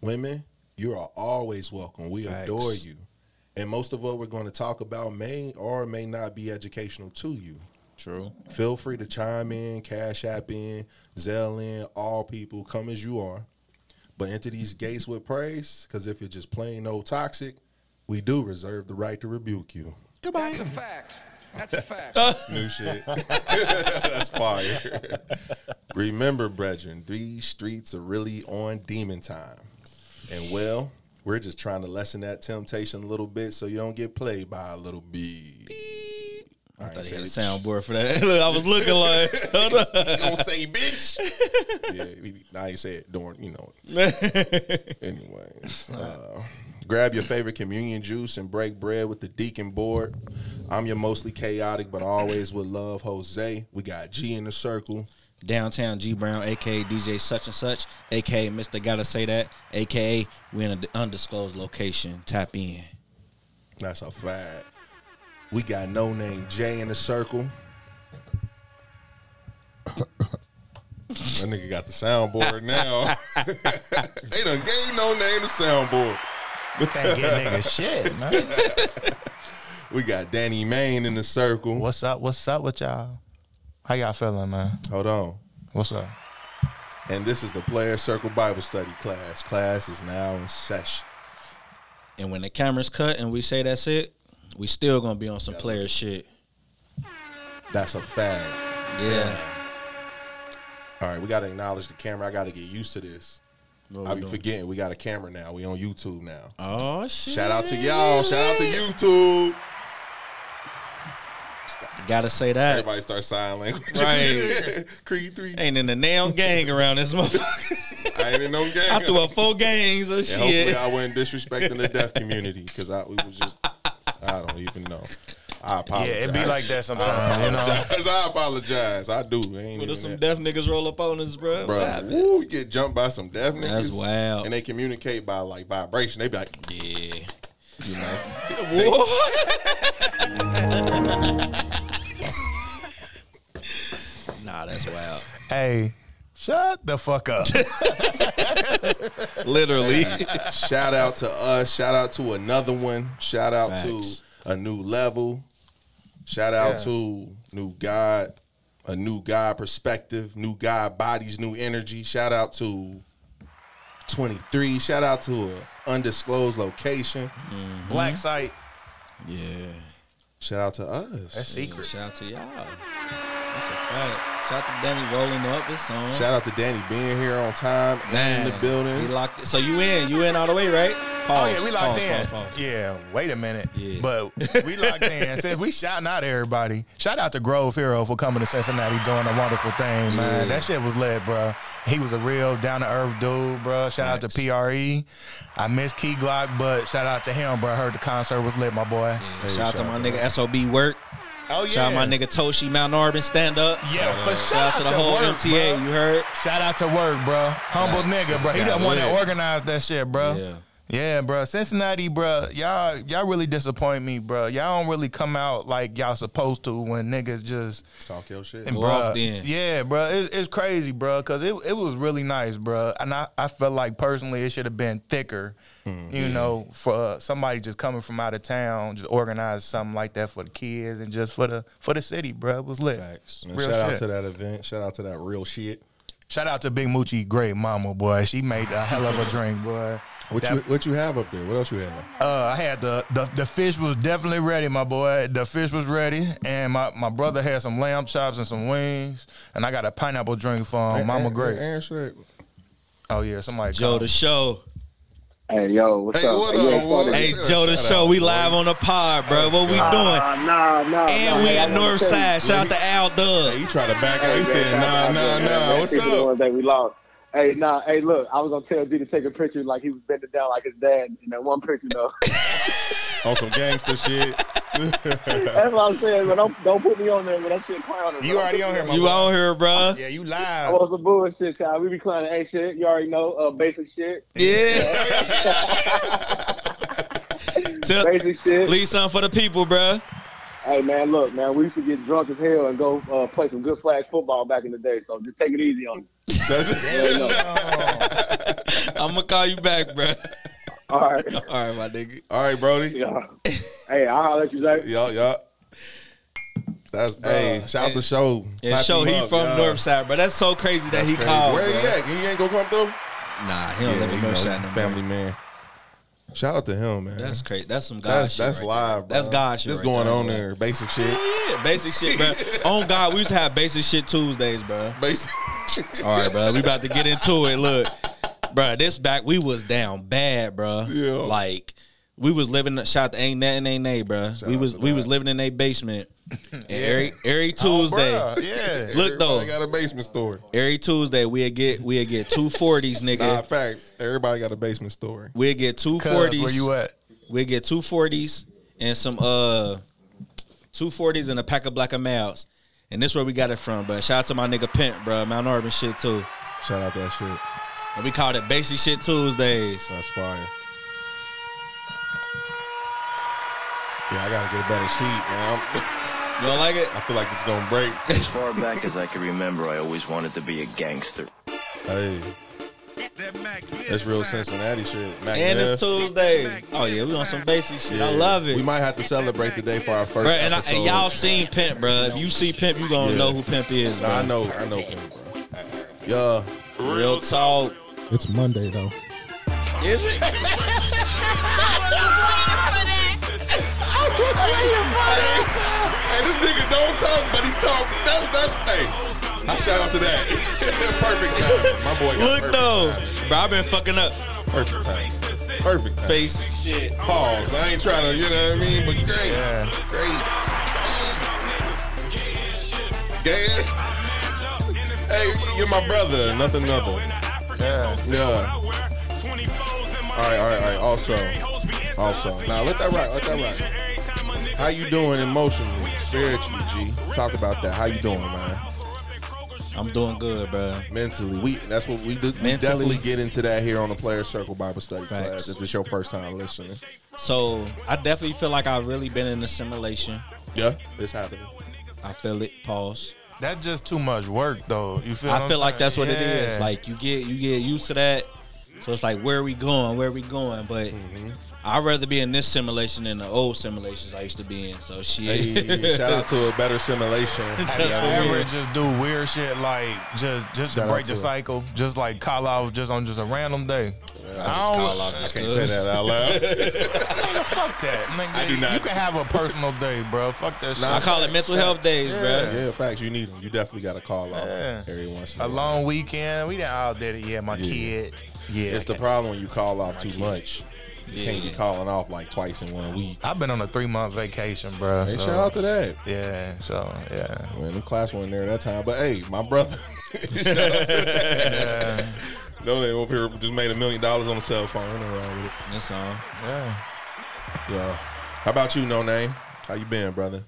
S2: Women, you are always welcome. We
S1: Facts.
S2: adore you. And most of what we're going to talk about may or may not be educational to you
S1: True.
S2: feel free to chime in, cash app in, Zelle in, all people, come as you are. But enter these gates with praise, because if you're just plain old toxic, we do reserve the right to rebuke you.
S1: Goodbye.
S8: That's a fact. That's a fact.
S2: New shit. That's fire. Remember, brethren, these streets are really on demon time. And well, we're just trying to lessen that temptation a little bit so you don't get played by a little bee. I,
S1: I thought
S2: ain't
S1: he had a
S2: said it.
S1: soundboard for that. Look, I was looking like, hold
S2: You gonna say bitch? yeah, we, I ain't say it during, you know.
S1: on.
S2: Anyways, uh, grab your favorite communion juice and break bread with the deacon board. I'm your mostly chaotic, but always with love, Jose. We got G in the circle.
S1: Downtown G Brown, aka DJ Such and Such, aka Mr. Gotta Say That, aka we in an undisclosed location. Tap in.
S2: That's a fact. We got no name J in the circle. that nigga got the soundboard now. they done gave no name the soundboard.
S4: Can't get nigga shit, man.
S2: We got Danny Main in the circle.
S4: What's up? What's up with y'all? How y'all feeling, man?
S2: Hold on.
S4: What's up?
S2: And this is the Player Circle Bible Study class. Class is now in session.
S1: And when the camera's cut and we say that's it, we still gonna be on some player shit.
S2: That's a fad.
S1: Yeah.
S2: All right, we got to acknowledge the camera. I got to get used to this.
S1: What
S2: I
S1: we
S2: be
S1: doing?
S2: forgetting we got a camera now. We on YouTube now.
S1: Oh shit.
S2: Shout out to y'all. Shout out to YouTube.
S1: Gotta say that.
S2: Everybody starts sign language.
S1: Right.
S2: Creed three.
S1: Ain't in the damn gang around this motherfucker.
S2: I ain't in no gang.
S1: I threw up four gangs of
S2: And hopefully
S1: shit.
S2: I wasn't disrespecting the deaf community because I we was just I don't even know. I
S4: Yeah,
S2: apologize.
S4: it be like that sometimes, you know.
S2: I apologize. I do. It Ain't
S1: When
S2: even
S1: there's some
S2: that.
S1: deaf niggas roll up on us, bro.
S2: Bro, woo, you get jumped by some deaf niggas.
S1: That's wild.
S2: And they communicate by like vibration. They be like,
S1: Yeah.
S2: you know,
S1: Nah, that's wild.
S4: Hey, shut the fuck up.
S1: Literally.
S2: shout out to us. Shout out to another one. Shout out
S1: Facts.
S2: to a new level. Shout out to new God, a new God perspective, new God bodies, new energy. Shout out to 23. Shout out to a undisclosed location.
S4: Black site.
S1: yeah.
S2: Shout out to us.
S1: Yeah, Shout out to y'all. That's a fact. Shout out to Danny rolling up his song.
S2: Shout out to Danny being here on time and in the
S1: Damn. He
S2: building.
S1: locked it. So you in. You in all the way, right?
S4: Oh
S1: Pause.
S4: yeah, we locked
S1: Pause,
S4: in.
S1: pause, pause.
S4: Yeah, wait a minute.
S1: Yeah.
S4: But we locked in. Since we shouting out everybody, shout out to Grove Hero for coming to Cincinnati doing a wonderful thing,
S1: Yeah.
S4: man. That shit was lit, bro. He was a real down to earth dude, bro. Shout out
S1: Facts.
S4: to PRE. I miss Key Glock, but shout out to him, bro. Heard the concert was lit, my boy.
S1: Yeah,
S2: Hey,
S1: shout out to
S2: shout
S1: my
S2: out.
S1: nigga SOB Work.
S4: Oh yeah,
S1: Shout out my nigga Toshi Mount Arbin stand up.
S4: Yeah,
S2: Uh,
S4: for shout,
S1: Shout out to the whole
S4: work,
S1: MTA.
S4: bruh.
S1: You heard?
S4: Shout out to work, bro. Humble nigga, bro. He the
S2: got
S4: one that
S2: lit.
S4: organized that shit, bro.
S1: Yeah.
S4: Yeah. bro. Cincinnati, bro. Y'all, y'all really disappoint me, bro. Y'all don't really come out like y'all supposed to when niggas just
S2: Talk your shit.
S4: and
S1: Go
S4: bruh,
S1: off then.
S4: Yeah, bro, it, it's crazy, bro, because it, it was really nice, bro, and I, I felt like personally it should have been thicker,
S2: Mm,
S4: you know, for uh, somebody just coming from out of town, just organize something like that for the kids and just for the for the city, bro. It was lit.
S1: Facts.
S2: And
S4: Real
S2: shout out
S4: shit.
S2: to that event. Shout out to that real shit.
S4: Shout out to Big Moochie, great mama, boy. She made a hell of a drink, boy.
S2: What
S4: That-
S2: you what you have up there? What else you have?
S4: uh, I had the, the the fish was definitely ready, my boy. The fish was ready, and my, my brother had some lamb chops and some wings, and I got a pineapple drink for
S1: Oh,
S4: him. Mama great.
S2: Answer that.
S4: Oh yeah, somebody.
S1: Joe
S4: called.
S1: the show.
S6: Hey, yo, what's
S2: Hey,
S6: up?
S2: what
S6: Hey,
S2: up,
S6: yeah,
S2: what
S6: started-
S2: up?
S1: Hey,
S2: Yeah,
S1: Joe the
S2: shout
S1: show.
S2: out,
S1: We
S2: boy.
S1: live on the pod, bro. What we doing?
S6: Nah, nah, nah.
S1: And
S6: nah,
S1: we
S6: hey, I
S1: in
S6: wanna
S1: North
S6: tell you-
S1: Side. Shout out to Al
S2: Hey,
S1: Doug.
S2: he tried to back out. He said, nah,
S6: Yeah,
S2: nah, nah. What's
S6: These are The
S2: up?
S6: ones that we lost. Hey, nah, hey, look, I was gonna tell G to take a picture like he was bending down like his dad in that one picture though.
S2: On some gangster shit.
S6: That's what I'm saying. But don't don't put me on there with that shit clowning.
S4: You
S6: bro.
S4: already on here, my
S1: You
S4: boy.
S1: on here, bro?
S4: Yeah, you
S6: I
S4: live.
S6: was some bullshit, child. We be clowning, hey, shit. You already know, uh, basic shit,
S1: Yeah. Tell,
S6: basic shit.
S1: leave something for the people, bro.
S6: Hey, man, look, man, we used to get drunk as hell and go uh, play some good flag football back in the day. So just take it easy on me. You already know.
S1: I'm gonna call you back, bro.
S6: All right,
S1: All right, my nigga.
S2: All right, Brody.
S6: yeah. Hey, I'll holler at you later.
S2: Y'all, y'all. That's, hey, shout out to Show.
S1: Yeah,
S2: Clap
S1: show
S2: him
S1: he
S2: up,
S1: from
S2: y'all.
S1: Northside, bro. That's so crazy that
S2: That's
S1: he
S2: crazy.
S1: called.
S2: Where
S1: bro.
S2: he at? He ain't gonna come through?
S1: Nah, he don't live in
S2: you know,
S1: Northside no more.
S2: family man. Shout out to him, man.
S1: That's crazy. That's some God
S2: that's,
S1: shit.
S2: that's
S1: right
S2: live,
S1: there. That's
S2: bro.
S1: God shit.
S2: This
S1: right
S2: going
S1: there,
S2: on
S1: bro.
S2: there. Basic shit.
S1: Hell yeah, basic shit, bro. on God, we used to have basic shit Tuesdays, bro.
S2: Basic.
S1: All right, bro. We about to get into it. Look, bro, this back we was down bad, bro.
S2: Yeah.
S1: Like we was living. Shout out to ain't nothing, ain't nay, bro. we
S2: out
S1: was
S2: to
S1: we
S2: that.
S1: was living in a basement. And every every Tuesday,
S4: Oh, bruh, yeah.
S1: look though,
S2: Everybody got a basement story.
S1: every Tuesday we'll get we'll get two forties,
S2: Nah,
S1: nigga.
S2: fact, everybody got a basement story.
S1: We'll get two
S4: Cuz, where
S1: forties.
S4: you at?
S1: We'll get two forties and some uh two forties and a pack of black and males. And this where we got it from, but shout out to my nigga Pimp, bro, Mount Urban shit too.
S2: Shout out that shit.
S1: And we called it Basic Shit Tuesdays.
S2: That's fire. Yeah, I gotta get a better seat, man. I'm-
S1: You don't like it?
S2: I feel like it's gonna break.
S9: As far back as I can remember, I always wanted to be a gangster.
S2: hey, that's real Cincinnati shit. Mac
S1: And
S2: Neff.
S1: it's Tuesday. Oh yeah, we on some basic shit. I
S2: Yeah.
S1: love it.
S2: We might have to celebrate the day for our first
S1: Bruh, and, I,
S2: episode.
S1: and y'all seen Pimp, bruh. If you see Pimp, you gonna
S2: Yeah.
S1: know who Pimp is,
S2: Nah, I
S1: bro.
S2: know, I know. Yeah,
S1: Real talk.
S5: It's Monday though.
S1: Is it?
S2: Hey, this nigga don't talk, but he talk. That's that's hey. I shout out to that. perfect time. My boy got
S1: Look
S2: perfect
S1: though.
S2: timing.
S1: Bro, I've been fucking up
S2: Perfect time. Perfect time.
S1: face shit.
S2: Pause. I ain't trying to, you know what I mean? But great. Great. Gay- hey, you're my brother. Nothing other. Yeah. All right, all right, all right. Also, also. Now let that rock. Let that rock. How you doing emotionally, spiritually, G? Talk about that. How you doing, man?
S1: I'm doing good, bro.
S2: Mentally, we that's what we do. We
S1: Mentally.
S2: definitely get into that here on the Player Circle Bible Study
S1: Facts.
S2: class. If it's your first time listening,
S1: So I definitely feel like I've really been in assimilation.
S2: yeah, it's happening.
S1: I feel it. Pause.
S4: That's just too much work, though. You feel? what
S1: I
S4: I'm
S1: feel like
S4: saying?
S1: that's what it
S4: Yeah.
S1: is. Like you get you get used to that. So it's like where we going? Where we going? But I'd rather be in this simulation than the old simulations I used to be in. So shit.
S2: Hey, shout out to a better simulation.
S4: Have you
S1: That's
S4: ever
S1: weird.
S4: just do weird shit like just just
S2: Shout out
S4: to break
S2: to
S4: the
S2: her.
S4: cycle, just like call out just on just a random day?
S2: I,
S4: don't-
S2: just call out just I can't say that out loud.
S4: Nigga, fuck that. Nigga,
S2: I do not.
S4: You can have a personal day, bro. Fuck that shit.
S2: Nah,
S1: I call it mental health days, bruh.
S2: yeah, facts. You need them. You definitely got to call out
S4: Yeah.
S2: every once in a
S4: a
S2: while.
S4: long weekend. We done all did it. Yeah, my
S2: Yeah.
S4: kid. Yeah.
S2: It's the problem when you call off too much. You can't be
S1: Yeah.
S2: calling off like twice in one week.
S4: I've been on a three month vacation, bro.
S2: Hey,
S4: so-
S2: shout out to that.
S4: Yeah. So yeah.
S2: Man, the class wasn't there that time. But hey, my brother. shout out to that. No, they over here just made a million dollars on the cell phone. Ain't nothing wrong with it.
S1: That's all.
S4: Yeah.
S2: Yeah. How about you, No Name? How you been, brother?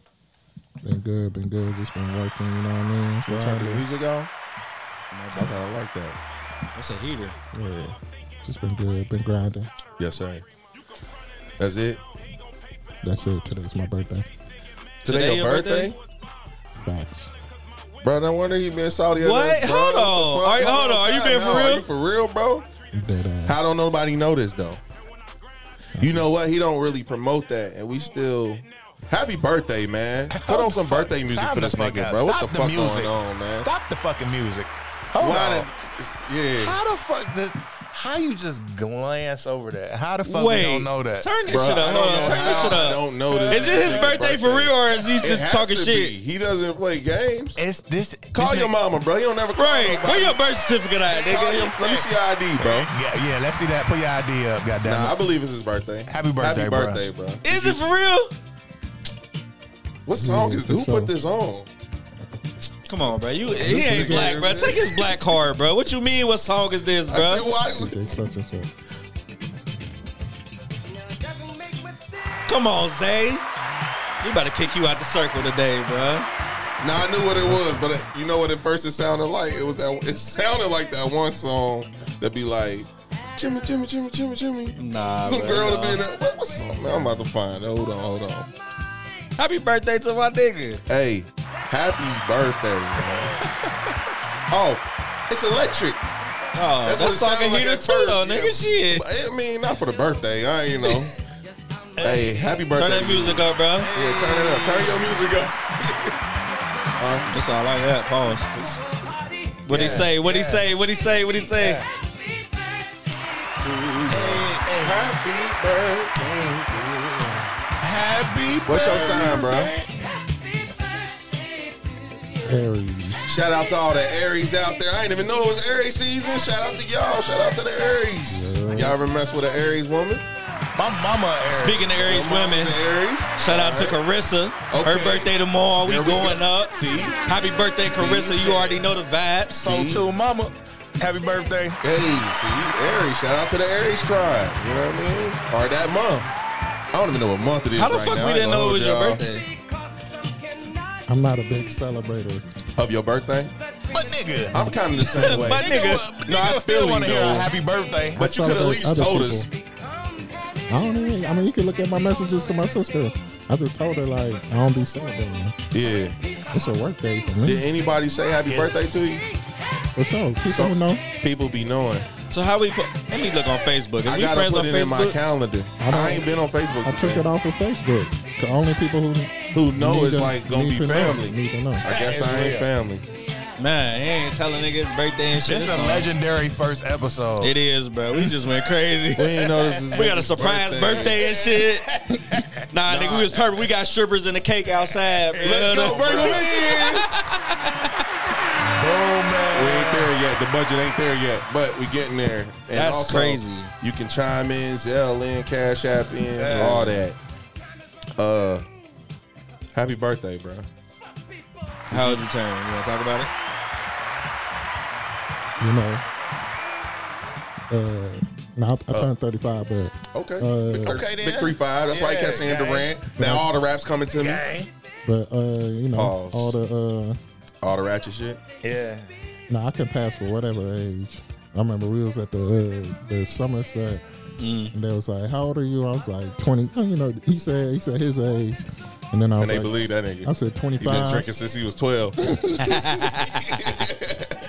S5: Been good, been good. Just been working, you know what I mean?
S2: Turn the
S5: Grinding.
S2: music on. I kind of like that.
S1: That's a heater.
S2: Yeah.
S5: Just been good, been grinding.
S2: Yes, sir. That's it.
S5: That's it. Today's my birthday.
S2: Today,
S1: Today
S2: your
S1: your
S2: birthday?
S5: Facts.
S2: Bro, no wonder you been salty. at
S1: What?
S2: us, bro.
S1: Hold
S2: What the
S1: on.
S2: fuck?
S1: Are you- hold on. Are you being
S2: now.
S1: for
S2: Are
S1: real?
S2: you for real, bro?
S5: Dead ass.
S2: How don't nobody know this though? You know what? He don't really promote that, and we still. Happy birthday, man! Put on some birthday music
S4: Time
S2: for this
S4: to fuck
S2: nigga,
S4: out.
S2: bro. What the
S4: Stop
S2: fuck
S4: music.
S2: going on, man?
S4: Stop the fucking music. Hold
S2: Why
S4: on.
S2: did, yeah,
S4: How the fuck does how you just glance over that? How the fuck we
S1: Wait.
S4: don't know that?
S1: Turn this
S2: Bruh,
S1: shit
S2: I
S1: up. Hold
S2: don't
S1: on.
S2: know
S1: Turn this
S2: how
S1: shit
S2: I
S1: up.
S2: don't know this.
S1: Is it his
S2: nigga's
S1: birthday for real or is he
S2: It
S1: just
S2: has
S1: talking
S2: to
S1: shit?
S2: be. He doesn't play games.
S4: It's this.
S2: Call
S4: this
S2: your
S4: nigga-
S2: mama, bro. He don't never call
S1: Right.
S2: nobody.
S1: Where your birth certificate at,
S2: Call your-
S1: nigga?
S2: Let me see your ID, bro.
S4: Yeah, yeah. Let's see that. Put your ID up. Goddamn.
S2: Nah, I
S4: it.
S2: believe it's his birthday.
S4: Happy birthday,
S2: Happy
S4: bro.
S2: birthday, bro.
S1: Is it for real?
S2: What song
S5: Yeah,
S2: is this? Who
S5: for
S2: put
S5: sure.
S2: this on?
S1: Come on, bro. You he ain't
S2: nigga-
S1: black, bro. Take his black card, bro. What you mean? What song is this,
S2: I said,
S1: bro?
S2: why?
S5: DJ such and such.
S1: Come on, Zay. We about to kick you out the circle today, bro.
S2: Now I knew what it was, but it, you know what? At first, it sounded like it was that. It sounded like that one song that be like, Jimmy, Jimmy, Jimmy, Jimmy, Jimmy.
S1: Nah,
S2: Some
S1: bro,
S2: girl
S1: no.
S2: to be in that. What, what's up, man? I'm about to find. it. Hold on, hold on.
S1: Happy birthday to my nigga.
S2: Hey, happy birthday, man. oh, it's electric.
S1: Oh,
S2: That's
S1: that's, that's
S2: what it
S1: song
S2: sounded
S1: of
S2: like
S1: heater
S2: at
S1: too,
S2: first,
S1: though,
S2: yeah.
S1: nigga. Shit.
S2: But, I mean, not for the birthday. I ain't know. hey, happy birthday.
S1: Turn that music up, bro.
S2: Yeah, turn it up. Turn your music up.
S1: That's all I got. Pause. What he
S2: Yeah,
S1: say? What he say? What he say? What he say?
S2: Happy birthday to you. Happy What's your sign, bro?
S5: Aries.
S2: Shout out to all the Aries out there. I ain't even know it was Aries season. Shout out to y'all. Shout out to the Aries. Y'all ever mess with an Aries woman?
S4: my mama. Eric.
S1: Speaking of Aries women,
S2: Mama's an Aries.
S1: shout out to Carissa.
S2: Okay.
S1: Her birthday tomorrow. We
S2: There we go.
S1: going up.
S2: See?
S1: Happy birthday, Carissa. You already know the vibes.
S4: So too, mama. Happy birthday.
S2: Hey, see, Aries. Shout out to the Aries tribe. You know what I mean? Or that month. I don't even know what month it is.
S1: How the
S2: right
S1: fuck
S2: now.
S1: we
S2: I ain't
S1: didn't
S2: gonna
S1: know it was
S2: hold
S1: your
S2: y'all.
S1: birthday?
S5: I'm not a big celebrator.
S2: Of your birthday?
S4: But nigga,
S2: I'm kind of the same way.
S1: But nigga,
S2: no, I
S4: nigga
S2: feel
S4: still want
S2: you,
S4: to hear
S2: though.
S4: a happy birthday.
S2: But you could at
S5: celebrate
S2: least
S5: other
S2: told
S5: people.
S2: us.
S5: I don't even, I mean, you can look at my messages to my sister. I just told her, like, I don't be celebrating.
S2: Yeah.
S5: It's a work day for me.
S2: Did anybody say happy birthday to you?
S5: For sure. She said, no,
S2: People be knowing.
S1: So how we put? Let me look on Facebook. Is
S2: I
S1: we
S2: gotta
S1: friends
S2: put
S1: on
S2: it in my
S1: Facebook?
S2: calendar.
S5: I don't-
S2: I, ain't been on Facebook.
S5: I took it off of Facebook. The only people who
S2: Who know
S5: need
S2: is
S5: to-
S2: like gonna
S5: need
S2: be
S5: to know,
S2: family.
S5: need to know.
S2: I guess I ain't family.
S1: Man, he ain't telling niggas his birthday and shit.
S4: This is a
S1: It's-
S4: legendary first episode.
S1: It is, bro. We just went crazy.
S2: We ain't know this is
S1: We got a surprise birthday, and shit. Nah, nigga, we was perfect. We got strippers and the cake outside. Bro.
S2: Let's go, bring 'em in.
S4: Boom, man.
S2: We ain't there yet. The budget ain't there yet, but we getting there. And
S1: That's
S2: also,
S1: crazy.
S2: You can chime in, Zelle in, Cash App in, all that. Uh, happy birthday, bro.
S1: How old you turn? You want to talk about it?
S5: you know. Uh, no, I, I turned 35, but
S2: Okay.
S5: Uh,
S2: Big,
S4: Okay, then.
S2: Big three five. That's why I kept saying
S4: Yeah,
S2: Durant. Now all the raps coming to me.
S4: Gang.
S5: but uh, you know,
S2: Pause.
S5: all the uh,
S2: All the ratchet shit.
S4: Yeah.
S5: no, I can pass for whatever age. I remember we was at the uh, the Somerset,
S2: Mm.
S5: and they was like, "How old are you?" I was like, "20." Oh, You know, he said he said his age, and then I was
S2: And they
S5: like,
S2: believe that
S5: "I
S2: nigga.
S5: said
S2: He been
S5: 25."
S2: drinking since he was twelve.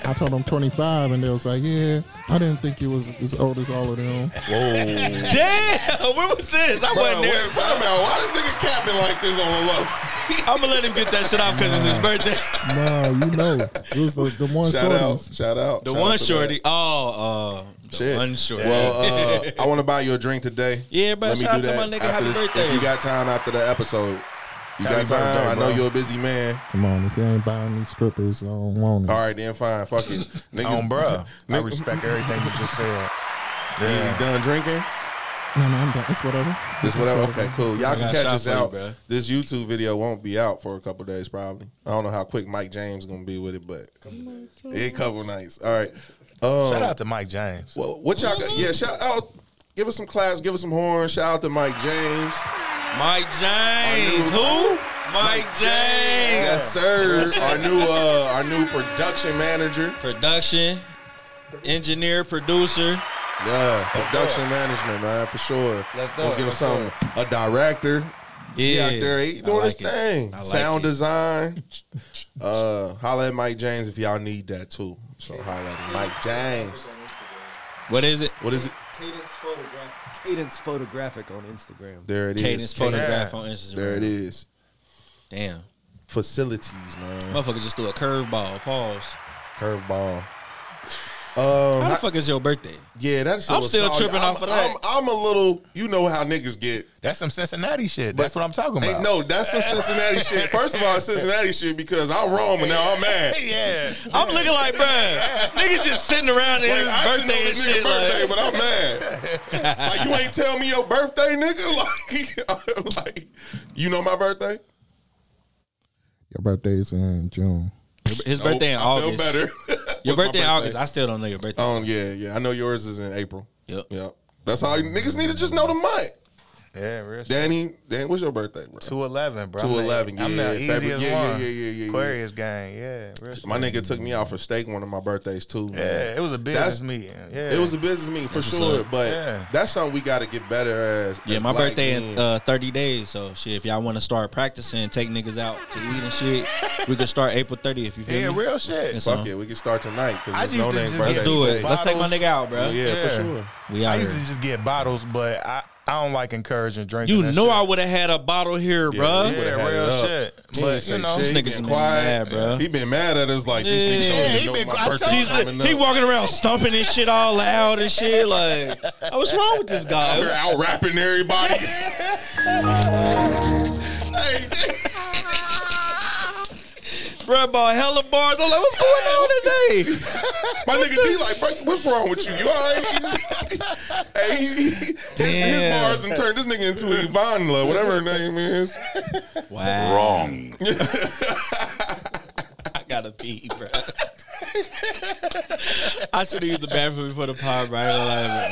S5: I told them 25, and they was like, "Yeah, I didn't think you was as old as all of them."
S2: Whoa.
S1: Damn, where was this? I
S2: Bro,
S1: wasn't
S2: wait,
S1: there.
S2: time out. Why this nigga capping like this on the low?
S1: I'm gonna let him get that shit off because it's his birthday.
S5: no, you know, it was the, the one
S2: Shout out,
S5: shorties.
S2: shout out.
S1: The
S2: Shout out
S1: one
S2: to
S1: shorty.
S2: that.
S1: Oh, uh, the
S2: Shit.
S1: one shorty.
S2: Well, uh, I want to buy you a drink today.
S1: Yeah, bro,
S2: Let me
S1: shout
S2: do
S1: out to
S2: that
S1: my nigga.
S2: after
S1: Happy
S2: this- If
S1: birthday.
S2: you got time after the episode, you got
S4: Happy
S2: time.
S4: birthday,
S2: I know
S4: bro.
S2: you're a busy man.
S5: Come on, if you ain't buying me strippers, I don't want it.
S2: All right, then fine. Fuck it, niggas.
S4: On bruh. I
S2: Niggas-
S4: respect everything you just said.
S2: Yeah,
S4: Yeah.
S2: you done drinking?
S5: No, no, I'm done. It's whatever.
S2: This whatever. Okay, cool. Y'all
S1: I
S2: can
S1: got
S2: catch
S1: shot
S2: us
S1: for you,
S2: out.
S1: bruh.
S2: This YouTube video won't be out for a couple days probably. I don't know how quick Mike James gonna be with it, but a couple nights. All right. Um,
S4: Shout out to Mike James.
S2: Well, what y'all got? Yeah, shout out. Give us some claps. Give us some horns. Shout out to Mike James.
S1: Mike James. Who? Mike James.
S2: Yes, sir. Our new uh, our new production manager.
S1: Production, engineer, producer.
S2: Yeah, production management, man, for sure.
S4: Let's do
S2: We'll
S4: it,
S2: give him
S4: let's do
S2: something. A director. He
S1: Yeah,
S2: out there. He doing
S1: I
S2: his
S1: like it.
S2: thing.
S1: I like
S2: Sound
S1: it.
S2: design. Uh, holla at Mike James if y'all need that too. So holla at Mike James.
S1: What is it?
S2: What is it?
S10: Cadence photographic. Cadence photographic on Instagram.
S2: There it is.
S1: Cadence photograph
S4: Yeah.
S1: on Instagram.
S2: There it is.
S1: Damn.
S2: Facilities, man.
S1: Motherfucker just threw a curveball. Pause.
S2: Curveball. Um,
S1: How the
S2: I-
S1: fuck is your birthday?
S2: yeah, that's.
S1: I'm still tripping
S2: I'm,
S1: off of that.
S2: I'm, I'm a little. You know how niggas get.
S4: That's some Cincinnati shit. That's
S2: But-
S4: what I'm talking
S2: Hey,
S4: about.
S2: no, that's some Cincinnati shit. First of all, it's Cincinnati shit because I'm wrong, but now I'm mad.
S4: Yeah.
S1: I'm looking like, bruh, niggas just sitting around in
S2: Like,
S1: his
S2: I should know
S1: birthday and
S2: this nigga
S1: shit.
S2: birthday,
S1: like,
S2: but I'm mad. like you ain't tell me your birthday, nigga. Like, like you know my birthday.
S5: Your birthday's in June.
S1: his birthday in
S2: I
S1: August.
S2: Feel better.
S1: Your
S2: What's my
S1: birthday in August. I still don't know your birthday.
S2: Um, yeah, yeah. I know yours is in April.
S1: Yep.
S2: Yep. That's all you niggas need to just know the month.
S4: Yeah, real shit.
S2: Danny, Dan, what's your birthday, bro?
S4: 211, bro.
S2: 211,
S4: I'm
S2: yeah,
S4: the
S2: yeah, February-
S4: easiest
S2: yeah, yeah,
S4: one.
S2: yeah, yeah, yeah, yeah.
S4: Aquarius gang, yeah. Real shit.
S2: My nigga took me out for steak one of my birthdays too. Man.
S4: Yeah, it was a business
S2: That's-
S4: meeting. Yeah.
S2: It was a business meeting for sure, but
S4: Yeah.
S2: that's something we got to get better as.
S1: Yeah,
S2: as
S1: my
S2: Oh, black
S1: birthday
S2: men.
S1: in uh, 30 days. So, shit, if y'all want to start practicing, take niggas out to eat and shit, we can start April 30th. If you feel
S4: yeah,
S1: me?
S4: real shit.
S1: It's
S2: Fuck
S1: on.
S2: it, we can start tonight because
S4: I
S2: it's
S4: used
S2: no
S4: to
S2: name
S4: just
S2: birthday.
S4: get-
S1: Do it. Let's take my
S4: Bottles.
S1: nigga out, bro.
S2: Yeah,
S4: Yeah.
S2: for sure.
S1: We out
S4: I used to
S1: here.
S4: just get bottles, but I, I don't like encouraging drinking.
S1: You
S4: and
S1: know
S4: shit.
S1: I would have had a bottle here, bruh.
S2: we would've
S4: Yeah,
S2: had it
S4: real
S2: up.
S4: shit.
S2: He
S4: But,
S2: ain't
S4: you
S2: say
S4: know,
S2: shit.
S4: this
S2: He
S1: nigga's
S2: been
S1: been
S2: quiet,
S1: mad, bro.
S2: He been mad at us like these
S1: Yeah.
S2: niggas don't
S1: Yeah,
S2: even
S4: he
S2: know
S4: been-
S2: my
S4: I
S2: birthday
S4: told
S1: He's
S4: He's
S1: like,
S2: coming up.
S1: he walking around stomping and shit all loud and shit. Like, oh, what's wrong with this
S2: Out here
S1: guy?
S2: out rapping everybody. hey,
S1: Bruh bought hella bars. I'm like, what's going on today?
S2: my nigga D like, bro, what's wrong with you? You all right? hey, he, he, his- his
S1: Damn.
S2: bars and turned this nigga into Ivanla, whatever her name is.
S1: Wow.
S9: Wrong.
S1: I gotta pee, bro. I should have used the bathroom before the pod, right? Like,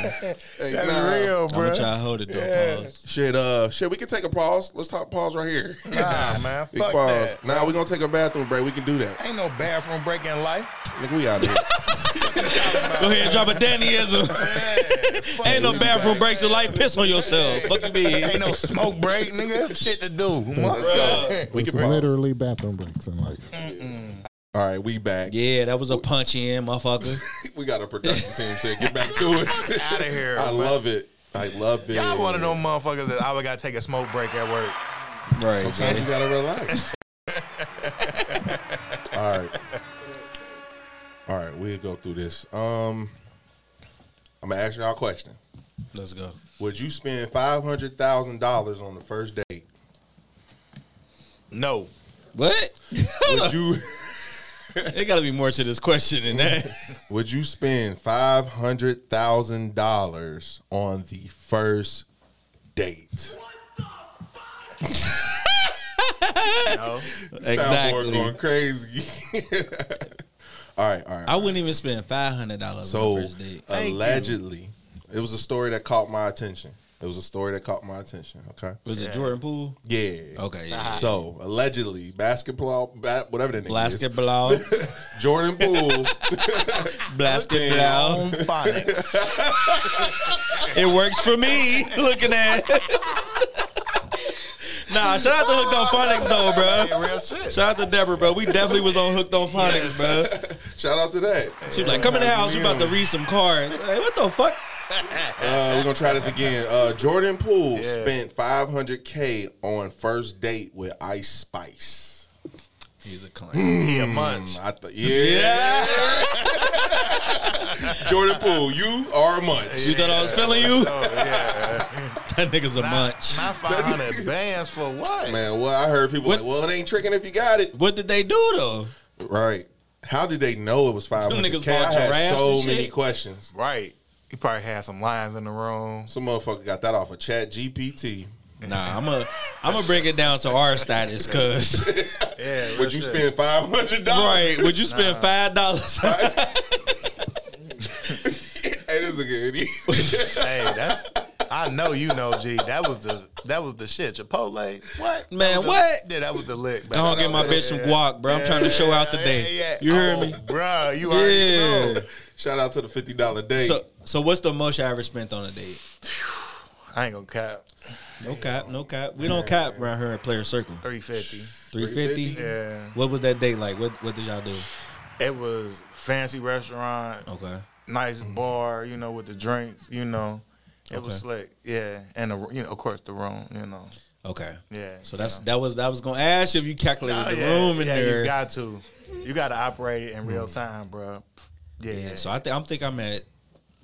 S2: Hey,
S4: That's
S2: nah.
S4: real,
S1: I'm gonna
S4: bro.
S1: try to hold it though. Pause.
S2: Shit, uh, shit, we can take a pause. Let's talk pause right here.
S4: Nah, man.
S2: Big
S4: Fuck
S2: pause.
S4: that.
S2: Now nah, we're gonna take a bathroom break. We can do that.
S4: Ain't no bathroom break in life.
S2: Nigga, we out of here.
S1: Go ahead, and drop a Dannyism. Ain't no bathroom breaks in life. Piss on yourself. Fuck you,
S4: Ain't
S1: bitch.
S4: no smoke break, nigga. That's shit to do.
S2: we
S5: It's
S2: can pause.
S5: literally bathroom breaks in life.
S2: All right, we back.
S1: Yeah, that was a punch in, motherfucker.
S2: We got a production team said get back to it.
S4: Out of here.
S2: I love it. I love it.
S4: Y'all one of them motherfuckers that always gotta take a smoke break at work.
S1: Right.
S2: Sometimes you gotta relax. All right. All right, we'll go through this. Um I'm gonna ask y'all a question.
S1: Let's go.
S2: Would you spend five hundred thousand dollars on the first date?
S4: No.
S1: What?
S2: Would you
S1: There gotta be more to this question than that.
S2: would you spend five hundred thousand dollars on the first date?
S4: know.
S2: Soundboard
S1: exactly.
S2: going crazy. all right, all right.
S1: I wouldn't even spend five hundred dollars on
S2: So
S1: the first date.
S2: allegedly, it was a story that caught my attention. It was a story that caught my attention. Okay.
S1: Was it Jordan Poole?
S2: Yeah.
S1: Okay, yeah.
S2: So allegedly, basketball, ba- whatever the name is,
S1: Basketball,
S2: Jordan Poole.
S1: basketball.
S4: Own phonics.
S1: It works for me. Looking at. nah, shout out to Hooked on Phonics though, bro.
S4: Real shit.
S1: Shout out to Deborah, bro. We definitely was on Hooked on Phonics, bro.
S2: Shout out to that.
S1: She was like, "Come in the house. We about to read some cards." Hey, what the fuck?
S2: Uh, we're gonna try this again. Uh, Jordan Poole spent 500k on first date with Ice Spice.
S1: He's a clown.
S4: Yeah,
S2: Mm.
S4: months.
S2: I th- yeah. Jordan Poole, you are a munch.
S1: You thought I was feeling you?
S4: Oh yeah.
S1: That nigga's a munch.
S4: Not five hundred bands for what?
S2: Man, well, I heard people
S1: What-
S2: like, well, it ain't tricking if you got it.
S1: What did they do though?
S2: Right. How did they know it was 500k?
S1: niggas
S2: I
S1: bought
S2: had
S1: giraffes
S2: so
S1: and
S2: many
S1: shit?
S2: questions.
S4: Right. You probably had some lines in the room.
S2: Some motherfucker got that off of Chat GPT.
S1: Nah, I'm a I'm gonna bring it down to our status, cause
S4: Yeah. real
S2: Would you
S4: shit.
S2: spend five hundred dollars?
S1: right? Would you spend five dollars?
S2: hey, this is a good idiot.
S4: Hey, that's. I know you know, G. That was the that was the shit. Chipotle. What That
S1: Man,
S4: was the-
S1: what?
S4: yeah, that was the lick.
S1: I don't get my bitch some guac, bro. I'm trying to show out today.
S2: Oh,
S1: You hear me?
S4: Oh, bro? You already know.
S1: Yeah.
S2: Shout out to the fifty dollar date.
S1: So, so what's the most I ever spent on a date?
S4: I ain't gonna cap.
S1: No cap, no cap. We don't cap around here at Player Circle.
S4: Three fifty.
S1: Three fifty.
S4: Yeah.
S1: What was that date like? What What did y'all do?
S4: It was fancy restaurant,
S1: Okay.
S4: nice bar. You know, with the drinks. You know, it was
S1: Mm-hmm. Okay.
S4: slick. Yeah, and the, you know, of course, the room. You know,
S1: Okay.
S4: yeah.
S1: So that's
S4: you know.
S1: that was that was gonna ask you if you calculated
S4: Oh,
S1: the
S4: yeah,
S1: room in
S4: yeah,
S1: there. Mm.
S4: You got to, you got to operate it in real time, bro. Yeah.
S1: yeah. So I think I'm think I'm at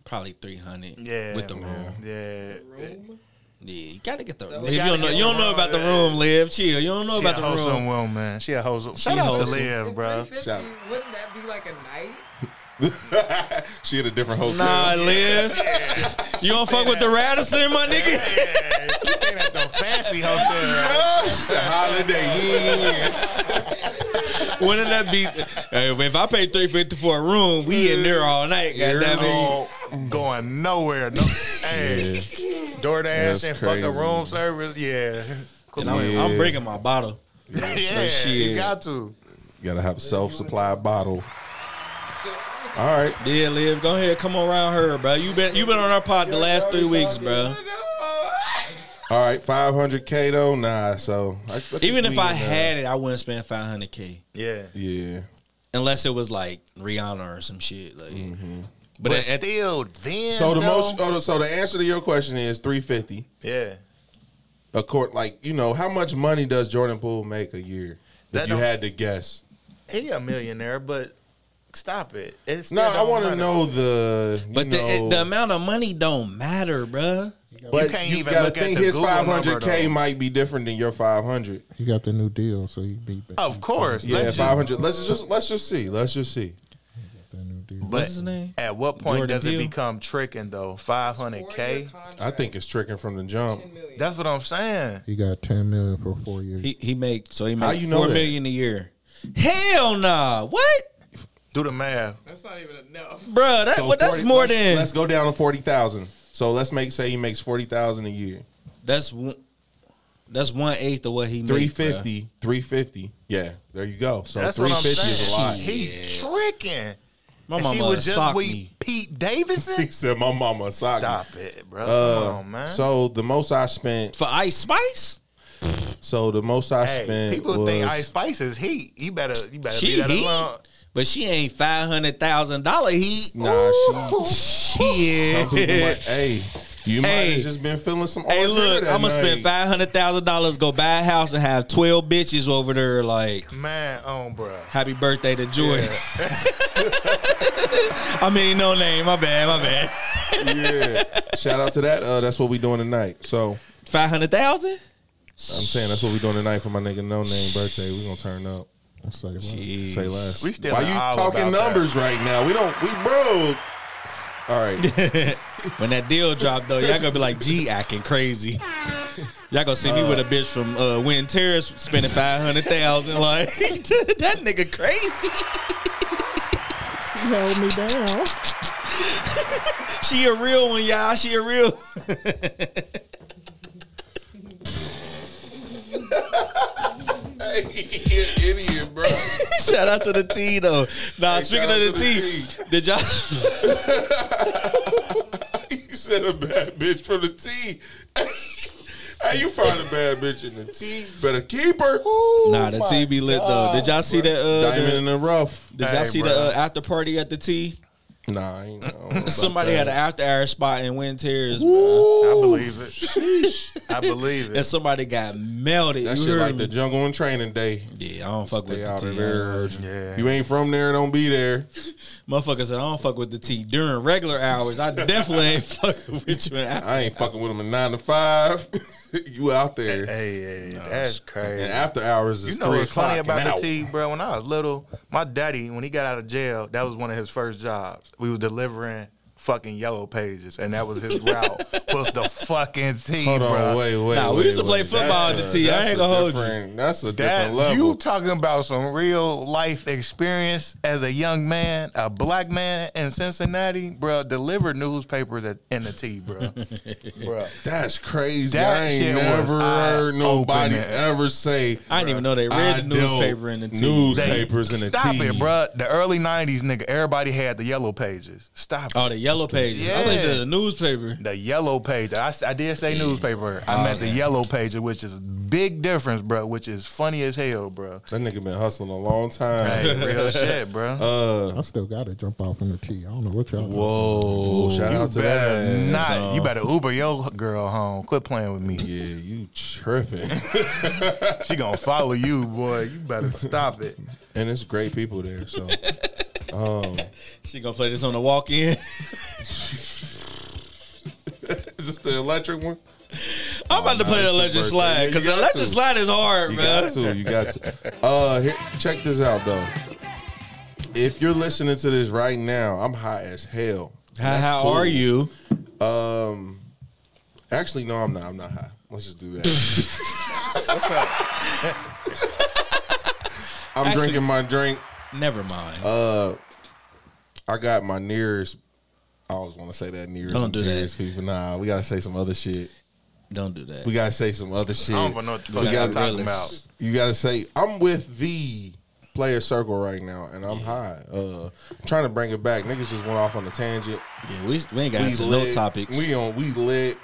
S1: probably three hundred.
S4: Yeah,
S1: With the room.
S4: man. Yeah.
S1: Yeah, you gotta get the room.
S4: You
S1: You,
S4: gotta
S1: don't know,
S4: get
S1: you don't
S4: the
S1: know
S4: room,
S1: about the
S4: yeah.
S1: room, Liv. Chill. You don't know
S4: She
S1: about
S4: a
S1: the
S4: wholesome
S1: room.
S4: woman. man. She a wholesome. Shout
S1: She
S4: out
S1: wholesome.
S4: to Liv, bro.
S2: Shout-
S11: Wouldn't that be like a night?
S2: she had a different hotel.
S1: Nah, Liv. You don't fuck with the Radisson, my nigga.
S4: Yeah, she been at the fancy hotel.
S2: she said holiday. Yeah.
S1: Wouldn't that be? Hey, if I pay three fifty for a room, we in there all night. Goddamn it.
S4: Oh, going nowhere. No, hey, DoorDash
S2: That's
S4: and
S2: crazy.
S4: fucking room service. Yeah, Cool.
S1: And I'm, I'm bringing my bottle.
S4: yeah,
S1: shit.
S4: you got
S2: You
S4: to.
S2: gotta have a self supply bottle. All right.
S1: Yeah, Liv, go ahead, come around her, bro. You been you been on our pod the last three weeks, bro.
S2: All right, five hundred K though, nah. So I- I think
S1: Even if
S2: we
S1: I
S2: in, uh,
S1: had it, I wouldn't spend five hundred k
S4: Yeah,
S2: yeah,
S1: unless it was like Rihanna or some shit. Like, but,
S4: Mm-hmm. but,
S1: at- at-
S4: still, then
S2: so the
S4: though-
S2: most, oh, so the answer to your question is three fifty.
S4: Yeah,
S2: Accord, like you know, how much money does Jordan Poole make a year? If
S4: That
S2: you
S4: don't-
S2: had to guess,
S4: he a millionaire, but stop it. It's
S2: no,
S4: still
S2: I
S4: don't
S2: want to
S4: matter.
S2: know the. You
S1: but
S2: know,
S1: the, the amount of money don't matter, bro.
S2: but you,
S4: You can't even
S2: gotta
S4: look at
S2: think
S4: the
S2: his
S4: Google
S2: five
S4: number,
S2: hundred K
S4: though.
S2: might be different than your five hundred.
S5: He got the new deal, so he be back.
S4: Of course,
S2: Yeah,
S4: let's
S2: five
S4: just,
S2: hundred. Let's just let's just see. Let's just see.
S5: The new deal.
S4: but
S1: his name?
S4: at what point
S1: Jordan
S4: does it
S1: Peele?
S4: become tricking though? Five hundred k.
S2: I think it's tricking from the jump.
S4: That's what I'm saying.
S5: He got ten million for four years.
S1: He he make so he
S2: How
S1: make
S2: you
S1: four million
S2: know that?
S1: a year. Hell nah, what,
S4: Do the math.
S11: That's not even enough.
S1: bro? That
S2: So
S1: well, that's
S2: 40
S1: more
S2: let's-
S1: than
S2: Let's go down to forty thousand. So let's make say he makes forty thousand a year.
S1: that's one. That's one eighth of what he made, bruh.
S2: 350, 350. Yeah, there you go. So
S4: That's what I'm
S2: 350 is a
S4: saying.
S2: lot.
S4: He tricking.
S1: My
S4: and
S1: mama
S4: she was just
S1: socked
S4: with
S1: me.
S4: Pete
S2: He
S4: Davidson.
S2: said, "My mama socked me."
S4: Stop it, bro.
S2: Uh,
S4: Come on, man.
S2: So the most I spent.
S1: for Ice Spice.
S2: So the most I
S4: hey,
S2: spent.
S4: people
S2: was,
S4: think Ice Spice is heat. You better, you better
S1: She
S4: leave that
S1: heat,
S4: alone.
S1: but she ain't five hundred thousand dollar heat.
S2: Nah, she. Some people like,
S1: Shit.
S2: hey, you might
S1: Hey.
S2: have just been feeling some.
S1: Hey,
S2: orange liquor
S1: look,
S2: that
S1: I'm gonna
S2: night.
S1: spend five hundred thousand dollars, go buy a house, and have twelve bitches over there. Like,
S4: Man, on, bro.
S1: happy birthday to Joy. I mean, no name. My bad. My bad.
S2: Yeah. Shout out to that. Uh, that's what we doing tonight. So
S1: Five hundred thousand.
S2: I'm saying that's what we doing tonight for my nigga No Name birthday. We gonna turn up.
S5: I'm sorry,
S2: Say less.
S4: We still
S2: Why
S4: an
S2: you
S4: hour
S2: talking
S4: about that.
S2: numbers right now? We don't. We broke. All right.
S1: When that deal dropped, though, y'all gonna be like, "G, acting crazy." Y'all gonna see me with a bitch from uh, Wynn Terrace spending five hundred thousand. Like that nigga crazy.
S5: She held me down.
S1: she a real one, y'all. She a real.
S2: you an idiot, bro.
S1: Shout out to the T though. Nah,
S2: Hey,
S1: speaking
S2: shout
S1: of
S2: out
S1: the,
S2: to the Oh
S1: T, did y'all?
S2: you said a bad bitch from the T. hey, you find a bad bitch in the T, better keep her.
S4: Oh
S1: nah, the T be lit though. Did y'all see that? Uh,
S2: Diamond
S1: the-
S2: in the rough.
S1: did y'all see the uh, after party at the T?
S2: Nah, I ain't know about
S1: Somebody
S2: that.
S1: had an after hour spot in Wynn Terrace,
S4: I believe it. I believe
S1: and
S4: it.
S1: somebody got melted.
S2: That
S1: you
S2: shit
S1: heard
S2: like
S1: me?
S2: the jungle and training day.
S1: yeah, I don't fuck with
S2: Stay
S1: the
S2: out
S1: T.
S2: of there.
S4: Yeah.
S2: You ain't from there, don't be there.
S1: Motherfucker said I don't fuck with the T during regular hours. I definitely ain't fucking with you. in-
S2: I ain't fucking with them in nine to five. you out there.
S1: Eh,
S4: Hey, hey, that's crazy.
S2: And after hours is
S4: You know
S2: three
S4: what's funny
S2: o'clock and
S4: about the
S2: out.
S4: T, bro? When I was little, my daddy, when he got out of jail, that was one of his first jobs. We was delivering fucking yellow pages, and that was his route. was the fucking T,
S2: Hold
S4: bro?
S2: on, wait, wait.
S1: Nah, we
S2: wait,
S1: used to
S2: wait.
S1: play football
S2: That's
S1: at the T.
S2: a-
S1: I
S2: that's
S1: ain't
S2: a
S1: gonna hold you.
S2: different- That's a different
S4: That
S2: level.
S4: you talking about some real life experience as a young man, a black man in Cincinnati, bro? Delivered newspapers at, in the T, bro. bro,
S2: That's crazy.
S4: That
S2: I ain't
S4: shit was
S2: never heard
S4: eye-opening.
S2: nobody ever say.
S1: I didn't even know they
S2: I
S1: read the
S2: don't-
S1: newspaper in the T.
S2: Newspapers in the
S4: stop
S2: T.
S4: it, bro. The early '90s, nigga, everybody had the yellow pages. Stop it.
S1: Oh, the yellow pages. I thought you said the newspaper.
S4: The yellow page. I, s- I did say newspaper. I meant the yellow page, which is big difference, bro. Which is funny as hell, bro.
S2: That nigga been hustling a long time.
S4: Hey, real shit, bro.
S5: I still gotta jump off in the T. I don't know what y'all. Whoa.
S2: Whoa!
S1: Oh,
S2: shout
S4: you
S2: out to
S4: better
S2: that.
S4: not. You better Uber your girl home. Quit playing with me.
S2: Yeah, you tripping.
S4: She gonna follow you, boy. You better stop it.
S2: and it's great people there. So
S1: She gonna play this on the walk in.
S2: is this the electric one?
S1: I'm about to play the
S2: Oh, it's the
S1: electric
S2: birthday.
S1: slide
S2: Yeah,
S1: because
S2: you
S1: the
S2: got
S1: electric
S2: to.
S1: slide is hard,
S2: You
S1: man.
S2: got to. You got to. Uh, here, check this out though. If you're listening to this right now, I'm high as hell.
S1: How,
S2: That's
S1: how
S2: cool.
S1: are you?
S2: Um, actually, no, I'm not. I'm not high. Let's just do that.
S4: What's up?
S2: I'm
S1: Actually-
S2: drinking my drink.
S1: Never mind.
S2: Uh, I got my nearest. I always want to say that nearest.
S1: Don't do that.
S2: nearest people. Nah, we gotta say some other shit.
S1: Don't do that.
S2: We gotta say some other shit.
S4: I don't know what the
S2: We
S4: fuck
S2: got
S4: y'all talking
S1: realists.
S4: about.
S2: You gotta say I'm with the player circle right now, and I'm high. Uh, I'm trying to bring it back. Niggas just went off on a tangent.
S1: yeah, we, we ain't got into no
S2: lit.
S1: topics.
S2: We on. We lit.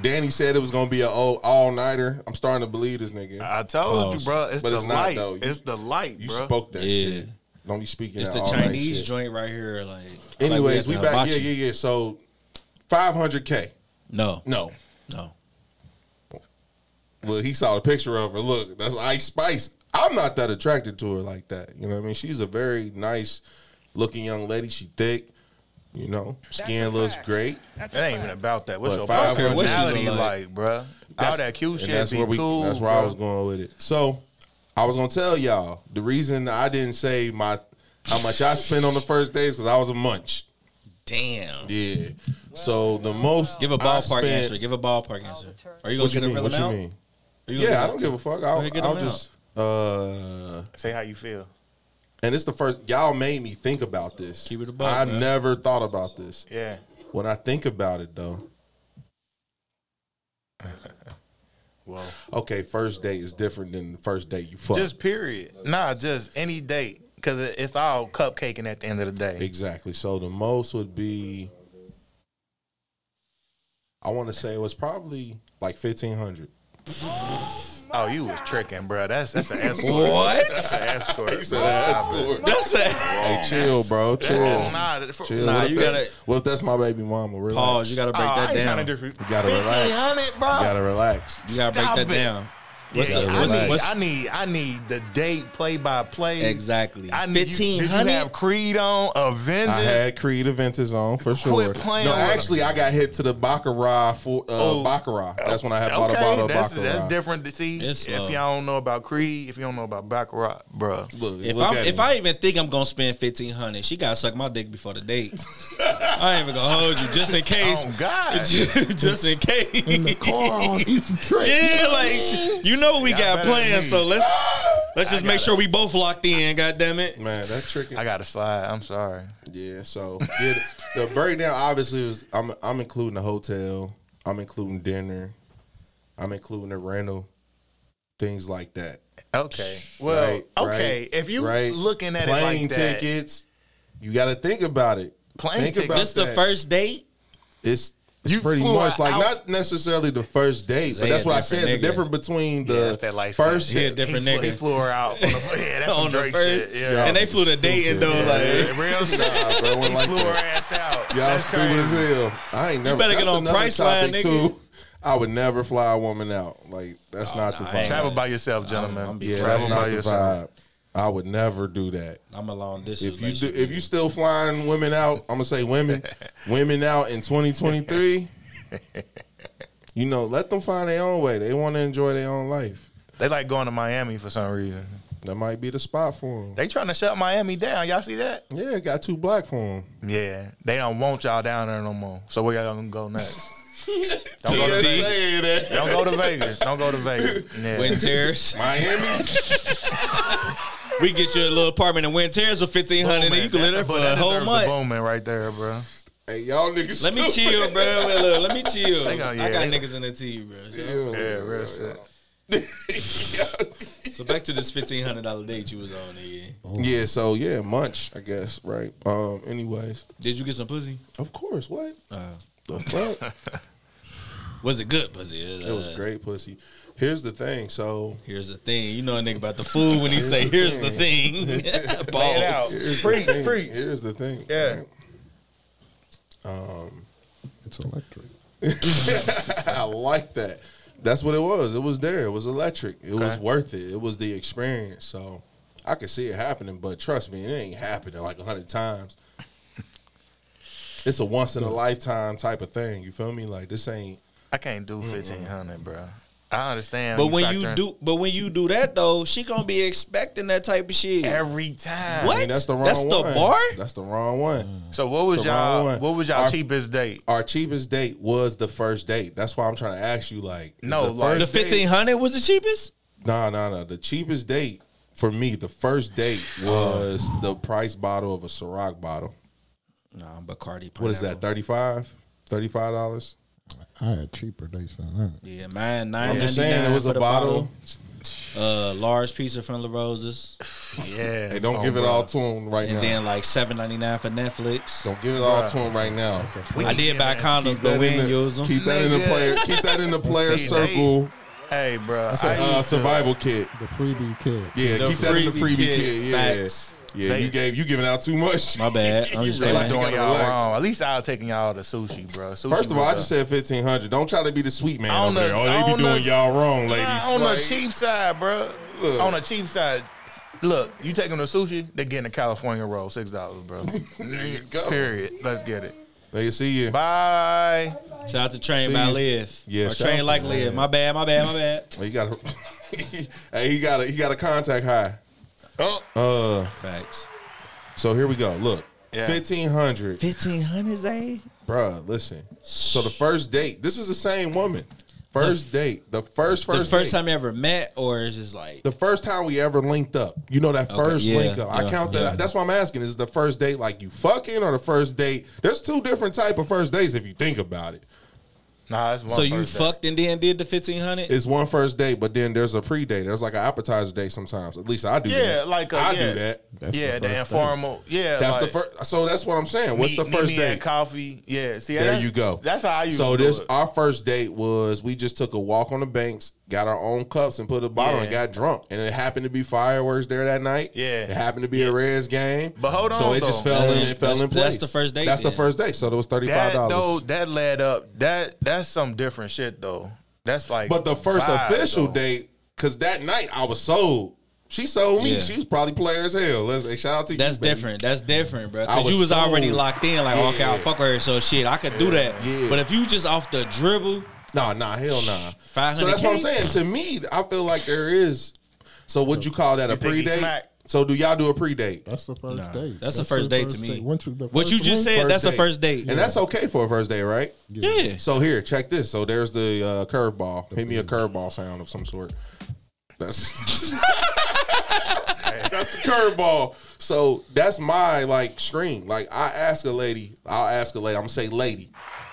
S2: Danny said it was gonna be an all nighter. I'm starting to believe this nigga.
S4: I told
S1: Oh,
S4: you, bro. It's
S2: but
S4: the
S2: it's not,
S4: light.
S2: though. You-
S4: it's the light,
S2: you
S4: bro.
S2: spoke that
S1: Yeah.
S2: shit. Don't be speaking.
S1: it's
S2: that
S1: the
S2: all-night
S1: Chinese
S2: shit.
S1: joint right here. Like, like
S2: Anyways, we
S1: at
S2: back.
S1: the
S2: Yeah,
S1: hibachi.
S2: yeah, yeah. So, five hundred k.
S1: No,
S2: No.
S1: no.
S2: Well, he saw the picture of her. Look, that's Ice Spice. I'm not that attracted to her like that. You know what I mean? She's a very nice looking young lady. She thick. You know,
S11: a
S2: skin looks
S11: fact.
S2: great.
S11: That's
S4: It
S11: a
S4: ain't even
S11: fact.
S4: about that. What's
S2: But
S4: your
S2: five hundred
S4: personality
S1: look like-
S4: like, bro? All that cute
S2: and
S4: shit
S2: That's
S4: be
S2: where we.
S4: cool.
S2: that's where I
S4: bro.
S2: was going with it. So, I was gonna tell y'all the reason I didn't say my how much I spent on the first days because I was a munch.
S1: Damn.
S2: Yeah. So the most
S1: Give a
S2: I
S1: ballpark
S2: spent-
S1: answer. Give a ballpark answer. Are you gonna
S2: What you
S1: get a
S2: mean?
S1: real
S2: What you
S1: amount?
S2: mean?
S1: Are you gonna
S2: Yeah, I
S1: get
S2: don't
S1: a-
S2: give a fuck.
S1: ahead,
S2: I'll,
S1: get
S2: I'll
S1: them
S2: just uh
S4: Say how you feel.
S2: and it's the first y'all made me think about this.
S1: Keep it a buck,
S2: I
S1: man.
S2: never thought about this.
S4: Yeah.
S2: When I think about it though,
S4: Well,
S2: okay, first date is different than the first date you fuck.
S4: just period. Nah, just any date because it's all cupcaking at the end of the day.
S2: exactly. So the most would be I want to say it was probably like fifteen hundred.
S4: Oh, you was tricking, bro. That's that's an escort.
S1: What?
S4: That's an escort.
S2: He said that's cool.
S1: That's it.
S2: Hey, chill, bro. Chill.
S4: Nah, that- for,
S2: Chill.
S1: Nah,
S2: what if
S1: you
S2: that's-
S1: gotta-
S2: What if that's my baby mama? Relax.
S1: Pause. You gotta break
S4: Oh, I
S1: that
S4: ain't
S1: down.
S4: trying to differ-
S2: You gotta relax.
S4: 1500, bro.
S2: You gotta relax.
S1: You gotta break
S4: Stop
S1: that
S4: it.
S1: down. What's
S4: yeah,
S1: up?
S4: I,
S1: What's-
S4: need,
S1: what's-
S4: I need I need the date play by play.
S1: Exactly.
S4: I need you, did you
S1: 1500?
S4: have Creed on Avengers?
S2: I had Creed Aventus on for sure.
S4: playing
S2: No,
S4: with
S2: actually, I got hit to the Baccarat for uh,
S4: Oh.
S2: Baccarat. That's when I had bought a
S4: Okay,
S2: bottle of
S4: that's,
S2: Baccarat.
S4: That's different to see.
S1: It's uh,
S4: if
S1: slow.
S4: y'all don't know about Creed, if you don't know about Baccarat, bruh.
S2: Look,
S1: If,
S2: look
S1: I'm,
S2: at
S1: if
S2: me.
S1: I even think I'm gonna spend fifteen hundred, she gotta suck my dick before the date. I ain't even gonna hold you just in case.
S4: Oh God.
S1: just in case.
S5: in the car on Easter trip.
S1: Yeah, like sh- you know what we
S4: Y'all
S1: got
S4: better than
S1: planned,
S4: me.
S1: so let's let's just make sure we both locked in. God damn it!
S2: man, that tricky.
S4: I gotta slide. I'm sorry.
S2: Yeah, so yeah, the the breakdown obviously was I'm I'm including the hotel, I'm including dinner, I'm including the rental, things like that.
S4: Okay. Well,
S2: Right,
S4: okay.
S2: right,
S4: if you
S2: right.
S4: looking
S2: plane
S4: at it like that,
S2: tickets, you got to think about it.
S4: Plane
S2: think
S4: tickets.
S2: about
S1: This the
S2: that.
S1: first date.
S2: It's, it's
S4: You
S2: pretty
S4: flew
S2: much like
S4: out-
S2: not necessarily the first date, but
S1: They
S2: that's
S1: a
S2: what I said.
S1: different nigga.
S2: It's the difference between
S4: yeah,
S2: the
S4: that's that light
S2: first
S1: He a
S2: date.
S1: different
S4: he
S1: nigga.
S4: Flew, he flew her out. On the, yeah, that's some
S1: On the
S4: Drake
S1: first-
S4: shit. Yeah.
S1: And they flew to date and though,
S2: Stupid.
S1: like
S4: Yeah, real shit.
S2: Nah, bro, it wasn't like
S4: flew
S2: that.
S4: her ass out.
S2: Y'all
S4: That's
S2: stupid
S4: crazy.
S2: as hell. I ain't never.
S1: better
S2: that's
S1: get on
S2: another
S1: Priceline,
S2: topic,
S1: nigga.
S2: I would never fly a woman out. Like that's not the
S1: Oh, nah, I ain't
S2: vibe.
S4: Travel by yourself, gentlemen.
S2: Yeah,
S4: Travel
S2: that's
S4: by
S2: not the vibe.
S4: yourself.
S2: I would never do that.
S1: I'm alone. This
S2: If you do, if you still flying women out, I'm gonna say women, women out in 2023. You know, let them find their own way. They want to enjoy their own life.
S4: They like going to Miami for some reason.
S2: That might be the spot for them.
S4: They trying to shut Miami down. Y'all see that?
S2: Yeah, got too black for them.
S4: Yeah, they don't want y'all down there no more. So where y'all gonna go next? don't, go to
S1: TNT.
S4: Vegas. don't go to Vegas. Don't go to Vegas. Yeah.
S1: Win Terrace,
S2: Miami,
S1: we get you a little apartment in Win Terrace for fifteen hundred, and you can live there
S4: Oh, That's
S1: for
S4: bu-
S1: a
S4: that
S1: whole
S4: deserves
S1: month.
S4: Booming right there, bro.
S2: hey y'all niggas.
S1: Let me
S2: stupid.
S1: chill, bro. Wait, look, let me chill.
S4: They gonna-
S1: I
S4: yeah,
S1: got
S4: they-
S1: niggas in the T, bro. So,
S2: Ew.
S4: Yeah, real shit.
S1: so back to this fifteen hundred dollar date you was on. Yeah.
S2: Yeah, so yeah, munch, I guess, right? Um, anyways,
S1: Did you get some pussy?
S2: of course, what
S1: Uh,
S2: the fuck?
S1: was it good pussy?
S2: it was
S1: uh,
S2: great pussy. Here's the thing, so
S1: Here's the thing. You know a nigga about the food when he say, "Here's the thing."
S4: Lay it out.
S1: Balls.
S2: here's
S4: Freak,
S2: the thing.
S4: freak.
S2: Here's the thing.
S4: Yeah.
S2: right?
S5: It's electric.
S2: I like that. That's what it was. It was there. It was electric. It was
S4: Okay.
S2: worth it. It was the experience. So I could see it happening, but trust me, it ain't happening like a hundred times. It's a once
S4: Mm.
S2: in a lifetime type of thing. You feel me? Like this ain't
S4: I can't do fifteen hundred, bro. I understand.
S1: But when you
S4: factor in-
S1: do, but when you do that though, she gonna be expecting that type of shit.
S4: every time,
S1: What?
S2: I mean, that's the wrong
S1: That's the
S2: one.
S1: bar?
S2: That's the wrong one.
S4: So what was
S2: It's the wrong
S4: y'all?
S2: one.
S4: What was y'all
S2: Our-
S4: cheapest date?
S2: Our cheapest date was the first date. That's why I'm trying to ask you, like, is
S4: No,
S2: the
S4: like-
S1: the
S2: first
S1: fifteen hundred was the cheapest.
S2: No, no, no. The cheapest date for me, the first date was the price bottle of a Ciroc bottle.
S1: Nah, Bacardi.
S2: What is that? 35 35 dollars.
S5: I had cheaper dates than that.
S1: Yeah, man. Nine.
S2: I'm just saying it was a bottle.
S1: Uh, large piece of Friendly Roses,
S4: Yeah,
S2: Hey, don't
S4: Oh,
S2: give it
S4: bro.
S2: all to him right
S1: and
S2: now.
S1: then like seven ninety nine for Netflix.
S2: don't give it all to him right now.
S4: We
S1: I
S4: can
S1: did
S4: get
S1: buy
S4: it.
S1: condoms, but we
S2: in
S1: ain't
S2: the,
S1: use them.
S2: Keep that in the
S4: Nigga.
S2: player. Keep that in the player
S4: See, they-
S2: circle.
S4: Hey, bro,
S2: It's
S4: I
S2: a uh,
S4: used to-
S2: survival kit.
S5: The freebie kid.
S2: Yeah,
S1: The
S2: keep that in the
S1: freebie
S2: freebie
S1: kit.
S2: kit. Yeah,
S1: Facts.
S2: yeah.
S4: They-
S2: you gave you giving out too much.
S1: My bad. I'm just
S2: You really
S1: saying.
S2: don't-
S4: doing
S2: gotta
S4: y'all
S2: relax.
S4: wrong. At least I was taking y'all to sushi, bro. Sushi
S2: First of all, I
S4: was
S2: just
S4: the-
S2: said fifteen hundred. Don't try to be the sweet man
S4: On
S2: over
S4: the-
S2: there. Oh, they
S4: on
S2: be doing
S4: the-
S2: y'all wrong, ladies.
S4: Nah, on
S2: Like,
S4: the cheap side, bro.
S2: Look.
S4: On the cheap side, look, you take them to sushi, they're getting a California roll, six dollars, bro.
S2: there you go.
S4: Period. Let's get it.
S2: They see you.
S4: Bye.
S1: Shout out to Train
S2: See
S1: by
S2: you.
S1: Live.
S2: Yeah,
S1: or
S2: shout out
S1: Train
S2: to
S1: like
S2: Liv.
S1: Live. My bad. My bad. My bad.
S2: He got a, hey, he got a he got a contact high.
S4: Oh,
S2: Uh,
S1: Facts.
S2: so here we go. Look,
S4: Yeah.
S2: fifteen hundred,
S1: Fifteen hundred, Zay.
S2: bruh. Listen. So the first date. This is the same woman. First date. The first first.
S1: The first
S2: date.
S1: time you ever met, or is just like
S2: The first time we ever linked up. You know that
S1: Okay,
S2: first
S1: yeah,
S2: link up. I
S1: yeah,
S2: count that.
S1: yeah.
S2: That's why I'm asking. Is the first date like you fucking or the first date? There's two different type of first dates if you think about it.
S4: nah, it's one
S1: so you
S4: first day.
S1: fucked and then did the fifteen hundred.
S2: It's one first date, but then there's a pre date. There's like an appetizer date sometimes. At least I do.
S4: Yeah,
S2: that.
S4: like a-
S2: I
S4: yeah.
S2: do that.
S5: That's
S4: yeah, the,
S5: first
S4: informal. Yeah,
S2: That's
S4: like,
S2: the first. So that's what I'm saying. What's
S4: meet-
S2: the
S4: meet
S2: first
S4: me
S2: date?
S4: at Coffee. Yeah. See,
S2: There
S4: that's-
S2: you go.
S4: That's how I used
S2: So
S4: to do
S2: this
S4: it.
S2: our first date was we just took a walk on the banks, got our own cups, and put a bottle and
S4: Yeah.
S2: got drunk. And it happened to be fireworks there that night.
S4: Yeah.
S2: it happened to be a Reds game.
S4: But hold
S2: so
S4: on,
S2: it just
S4: though.
S2: fell in.
S1: That's-
S2: It fell in
S1: that's
S2: place.
S1: the first date
S2: That's the
S1: then.
S2: first date. So it was thirty five
S4: that though
S2: dollars.
S4: that led up that that's some different shit though. That's like
S2: But the first
S4: vibe,
S2: official
S4: though.
S2: date Cause that night I was sold. She sold me.
S1: Yeah.
S2: She was probably player as hell. Let's say shout out to
S1: That's
S2: you. baby.
S1: different. That's different, bro.
S2: I
S1: Because
S2: was
S1: you was already
S2: sold.
S1: locked in, like okay,
S2: Yeah.
S1: I'll fuck with her. So shit, I could do that.
S2: Yeah.
S1: But if you just off the dribble,
S2: Nah, nah, hell nah.
S1: Five
S2: So
S1: hundred.
S2: that's what I'm saying. To me, I feel like there is. So would you call that a
S4: think he
S2: pre date?
S4: smacked?
S2: So do y'all do a pre date?
S5: That's the first
S1: Nah,
S5: date.
S1: that's the first date to me.
S5: Once you- the
S1: What you
S5: first
S1: just
S5: one-
S1: said, that's a first date.
S2: and that's okay for a first date, right?
S1: yeah.
S2: So here, check this. So there's the uh, curveball. Hit me a curveball sound of some sort. That's that's a curveball. So that's my like screen. Like I ask a lady, I'll ask a lady. I'm gonna say lady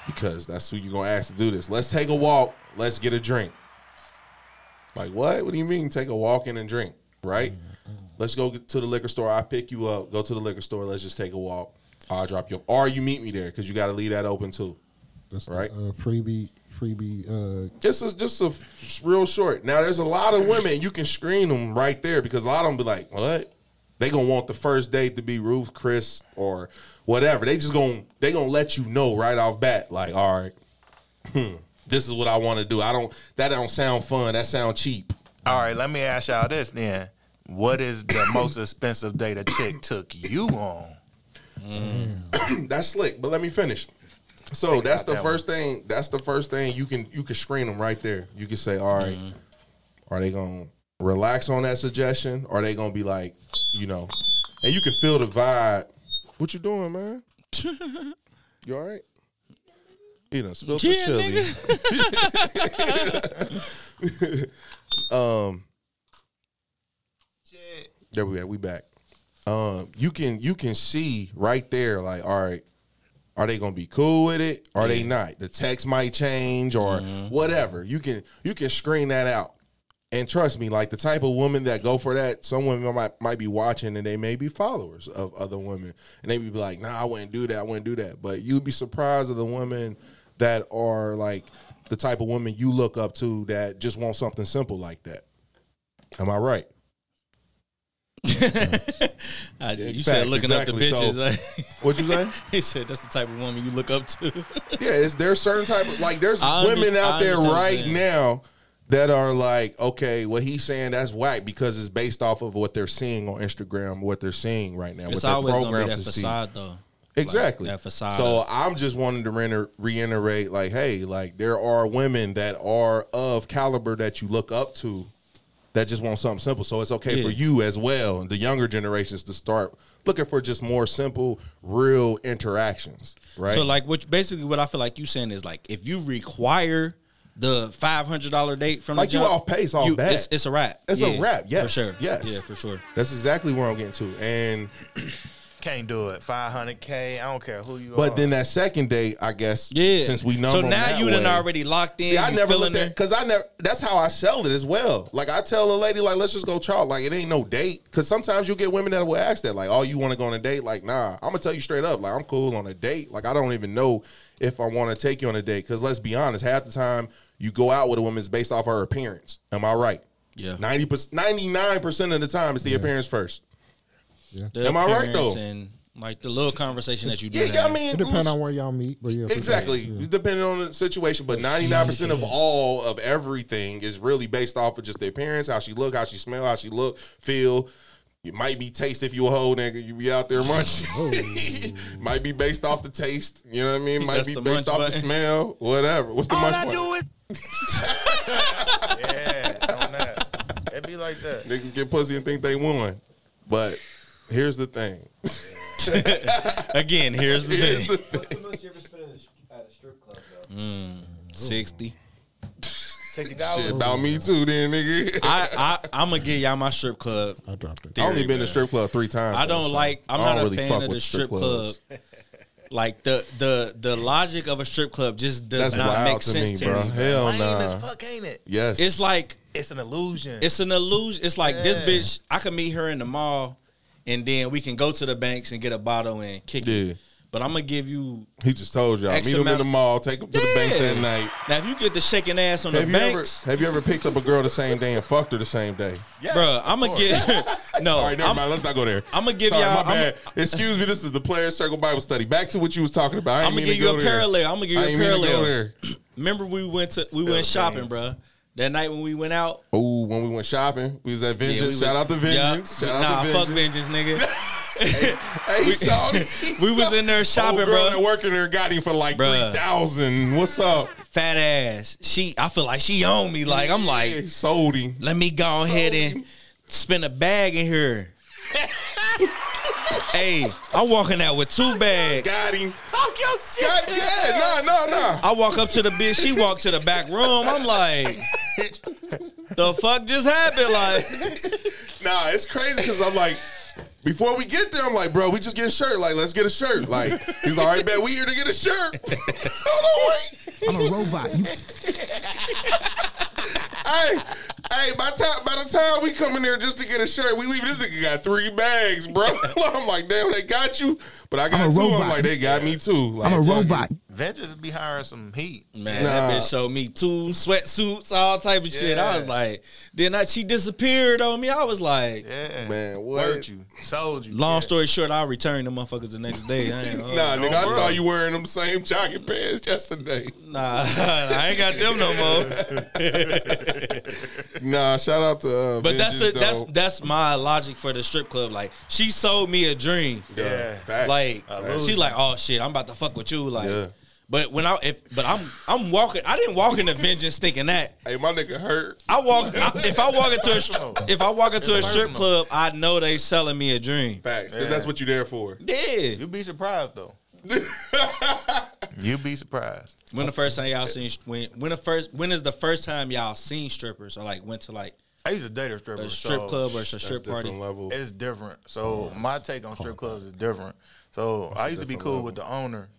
S2: because that's who you gonna ask to do this. Let's take a walk. Let's get a drink. Like what? What do you mean take a walk in and drink? Right? Let's go get to the liquor store. I pick you up. Go to the liquor store. Let's just take a walk. I'll drop you. Up. Or you meet me there because you got to leave that open too.
S5: That's
S2: right?
S5: The, uh, freebie, freebie. Uh,
S2: This is just a f- real short. Now there's a lot of women you can screen them right there because a lot of them be like, what? They gonna want the first date to be Ruth, Chris, or whatever. They just gonna they gonna let you know right off bat, like, all right, hmm, this is what I want to do. I don't that don't sound fun. That sound cheap.
S4: All right, let me ask y'all this then. What is the most expensive date a chick took you on?
S2: that's slick. But let me finish. So that's
S4: about
S2: the
S4: that
S2: first thing. That's the first thing you can you can screen them right there. You can say, all right,
S4: Mm-hmm.
S2: are they gonna relax on that suggestion? Or are they gonna be like, you know, and you can feel the vibe. What you doing, man? you all right? You know, spilled the
S1: Yeah,
S2: chili. um, there we at. We back. Um, you can you can see right there, like, all right, are they gonna be cool with it? Are they not? The text might change or whatever. You can you can screen that out. And trust me, like the type of woman that go for that, some women might might be watching and they may be followers of other women. And they be like, nah, I wouldn't do that, I wouldn't do that. But you'd be surprised of the women that are like the type of woman you look up to that just want something simple like that. Am I right?
S1: I, you
S2: Facts,
S1: said looking
S2: exactly.
S1: up to
S2: So-
S1: bitches. like-
S2: What you say?
S1: he said that's the type of woman you look up to.
S2: Yeah, it's, there's certain type of like there's
S1: I under-
S2: women
S1: I
S2: out there
S1: understand what
S2: right
S1: you're saying.
S2: now that are like, okay, what he's saying that's whack because it's based off of what they're seeing on Instagram, what they're seeing right now,
S1: it's
S2: what
S1: always
S2: their
S1: gonna be
S2: program
S1: that
S2: to
S1: facade, though.
S2: see. Exactly.
S1: that facade.
S2: So I'm just wanting to reiter- reiterate, like, hey, like there are women that are of caliber that you look up to that just want something simple. So it's okay
S1: Yeah.
S2: for you as well, and the younger generations to start looking for just more simple, real interactions. Right.
S1: So like, which basically what I feel like you saying is like, if you require the five hundred dollar date from
S2: Like,
S1: the
S2: you
S1: jump,
S2: off pace, off bat.
S1: it's, it's a wrap.
S2: It's a
S1: Yeah,
S2: wrap. Yes.
S1: for sure.
S2: Yes.
S1: yeah, for sure.
S2: That's exactly where I'm getting to. And
S4: Can't do it. 500K. I don't care who you are.
S2: but then that second date, I guess.
S1: Oh. Yeah.
S2: Since we know.
S1: so
S2: them
S1: now
S2: that
S1: you done
S2: way-
S1: already locked in.
S2: See, I
S1: you
S2: never
S1: feeling
S2: looked at
S1: it.
S2: because I never. That's how I sell it as well. Like I tell a lady, like let's just go child. Like it ain't no date. Because sometimes you get women that will ask that, like, oh, you want to go on a date? Like, nah. I'm gonna tell you straight up, like I'm cool on a date. Like I don't even know if I want to take you on a date. Because let's be honest, half the time you go out with a woman is based off her appearance. Am I right?
S1: Yeah.
S2: Ninety percent, ninety nine percent of the time, it's the appearance first.
S1: The
S2: Am I right,
S1: appearance
S2: though?
S1: And like the little conversation that you do.
S2: Yeah, yeah,
S1: have.
S2: I mean,
S5: it depends on where y'all meet, but yeah,
S2: exactly. Depending on the situation, but ninety nine percent of all of everything is really based off of just the appearance, how she look, how she smell, how she look, feel. It might be taste if you a hoe nigga, you be out there
S5: Oh,
S2: munching. might be based off the taste, you know what I mean? Might
S1: That's
S2: be
S1: the
S2: based
S1: munch
S2: off the
S1: button.
S2: smell, whatever. What's the
S11: All
S2: munch
S11: I
S2: button?
S11: do is
S4: Yeah, on that. It'd be like that.
S2: Niggas get pussy and think they won, but here's the thing.
S1: Again, here's the
S2: Here's
S1: thing.
S2: the thing.
S10: What's the most you ever spent at a, stri- at a strip club, though?
S1: Sixty.
S2: Shit
S4: $60.
S2: about me too, then nigga. I,
S1: I, I I'm gonna give y'all my strip club.
S5: I dropped it.
S1: theory,
S2: only been
S1: bruh.
S2: to strip club three times.
S1: I don't
S2: though, so
S1: like. I'm
S2: I
S1: not
S2: don't
S1: a
S2: really fuck
S1: fan of
S2: with
S1: the strip club. like the the the logic of a strip club just does
S2: That's
S1: not
S2: wild
S1: make
S2: to
S1: sense
S2: me,
S1: to
S2: bro.
S1: me.
S2: Hell
S4: Lame
S2: nah.
S4: as fuck, ain't it?
S2: Yes,
S1: It's like
S4: It's an illusion.
S1: it's an illusion. It's like this
S4: Yeah.
S1: bitch. I can meet her in the mall, and then we can go to the banks and get a bottle and kick
S2: Yeah.
S1: it. But I'm gonna give you
S2: he just told y'all.
S1: X
S2: Meet him in
S1: amount-
S2: the mall. Take him to the banks that
S1: Yeah.
S2: night.
S1: now. If you get the shaking ass on
S2: Have
S1: the
S2: you
S1: banks,
S2: ever have you ever picked up a girl the same day and fucked her the same day?
S4: Yes,
S1: bruh,
S4: of
S1: I'm gonna
S4: course.
S1: get no.
S2: All right, never
S1: I'm,
S2: mind. Let's not go there.
S1: I'ma give
S2: Sorry,
S1: y'all-
S2: My bad. Excuse me. This is the Player Circle Bible Study. Back to what you was talking about. I ain't
S1: I'm gonna
S2: mean
S1: give
S2: to
S1: you
S2: go
S1: a
S2: there.
S1: parallel. I'm gonna give
S2: I
S1: you a
S2: ain't mean to go
S1: parallel.
S2: there.
S1: Remember we went to we went
S4: the
S1: shopping,
S4: beans.
S1: bruh. That night when we went out,
S2: Oh, when we went shopping, we was at Vengeance.
S1: Yeah, we
S2: Shout
S1: was-
S2: out to Vengeance.
S1: Yup.
S2: Shout out
S1: nah,
S2: to
S1: fuck
S2: Vengeance.
S1: vengeance, nigga.
S2: Hey, Saudi.
S1: we was in there shopping,
S2: Old girl
S1: bro.
S2: that working there got him for like
S1: Bruh.
S2: three thousand. What's up?
S1: Fat ass. She, I feel like she on me. Like I'm like,
S2: Yeah, sold him.
S1: let me go ahead and spin a bag in here. hey, I'm walking out with two bags.
S2: Got him.
S11: Talk your shit.
S2: Got, yeah, no, no, no.
S1: I walk up to the bitch. She walked to the back room. I'm like, the fuck just happened? Like,
S2: Nah, it's crazy because I'm like, before we get there, I'm like, bro, we just get a shirt. Like, let's get a shirt. Like, he's like, all right, bet we here to get a shirt. Hold on, wait.
S7: I'm a robot. You
S2: Hey, hey, by time by the time we come in there just to get a shirt, we leave this nigga got three bags, bro. I'm like, damn, they got you. But I
S7: I'm
S2: got
S7: a
S2: two. I'm
S7: robot.
S2: like, they got me too. Like,
S7: I'm a
S2: fuck it.
S7: robot.
S4: Vengeance be hiring some heat.
S1: Man,
S2: Nah.
S1: that bitch showed me two sweatsuits, all type of shit. I was like, then I, she disappeared on me. I was like,
S4: Yeah.
S2: Man, what?
S4: Worked you. Sold you.
S1: long
S4: Yeah.
S1: story short, I returned the motherfuckers the next day. I ain't, uh,
S2: Nah, nigga, I
S4: bro.
S2: saw you wearing them same jogging pants yesterday.
S1: nah, I ain't got them no more.
S2: Nah, shout out to. Uh,
S1: But that's a,
S2: Vengeance,
S1: that's
S2: though.
S1: that's my logic for the strip club. Like she sold me a dream.
S2: Yeah, facts.
S1: Like
S2: Facts.
S1: she like, oh shit, I'm about to fuck with you. Like,
S2: Yeah.
S1: but when I if but I'm I'm walking. I didn't walk into vengeance thinking that.
S2: Hey, my nigga hurt.
S1: I walk I, if I walk into a str- if I walk into a strip
S4: Personal.
S1: club, I know they selling me a dream.
S2: Facts, because that's what you there for.
S1: Yeah.
S4: You be surprised though. you be surprised.
S1: When the first time y'all seen when when the first when is the first time y'all seen strippers or like went to like
S4: I used to date a stripper.
S1: a strip
S4: so
S1: club or a strip party?
S2: Different level.
S4: It's different. So my take on strip clubs is different. So I used to be
S2: different
S4: cool
S2: level.
S4: with the owner.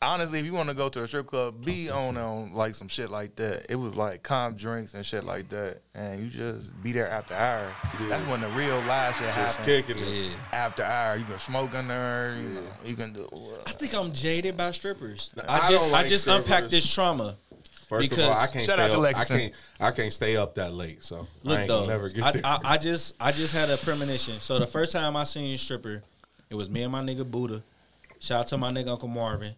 S4: Honestly, if you want to go to a strip club, be on on like some shit like that. It was like comp drinks and shit like that, and you just be there after hours. That's when the real live shit
S2: Just
S4: happens.
S2: kicking it.
S1: Yeah.
S4: After hours, you can smoke in there. You, know, you can do.
S1: I think I'm jaded by strippers.
S2: I
S1: I
S2: don't
S1: just I,
S2: like
S1: just
S2: strippers.
S1: unpacked this trauma.
S2: First
S1: Because-
S2: of all, I can't
S4: Shout
S2: stay
S4: out to
S2: up. I
S4: Lexington.
S2: can't. I can't stay up that late, so I
S1: Look
S2: ain't
S1: though,
S2: gonna never get
S1: I,
S2: there.
S1: I, I just I just had a premonition. So the first time I seen a stripper, it was me and my nigga Buddha. Shout out to my nigga Uncle Marvin.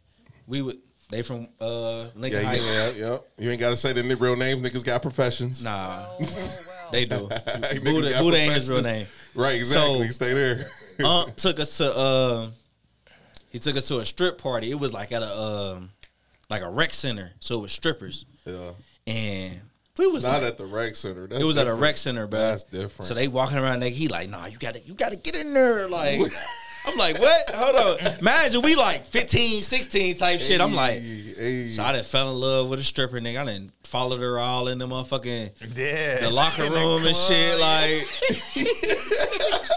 S1: We would they from uh Lincoln
S2: yeah,
S1: Heights.
S2: yeah, yeah. You ain't gotta say the ni- real names. Niggas got professions.
S1: Nah, they do.
S2: Niggas
S1: Buddha,
S2: got
S1: Buddha ain't his
S2: professions.
S1: real name.
S2: Right, exactly.
S1: So-
S2: stay there.
S1: Unc took us to um he took us to a strip party. It was like at a um like a rec center, so it was strippers.
S2: yeah.
S1: And we was like-
S2: Not at the rec center. That's
S1: it was at a
S2: different.
S1: rec center, bro.
S2: That's different.
S1: So they walking around like he like, nah, you gotta you gotta get in there. Like I'm like, what? Hold on. Imagine we like 15, 16 type shit. I'm like,
S2: Hey, hey.
S1: so I done fell in love with a stripper nigga. I done followed her all in the motherfucking
S4: Yeah,
S1: the locker
S4: In
S1: room and
S4: club,
S1: shit. Like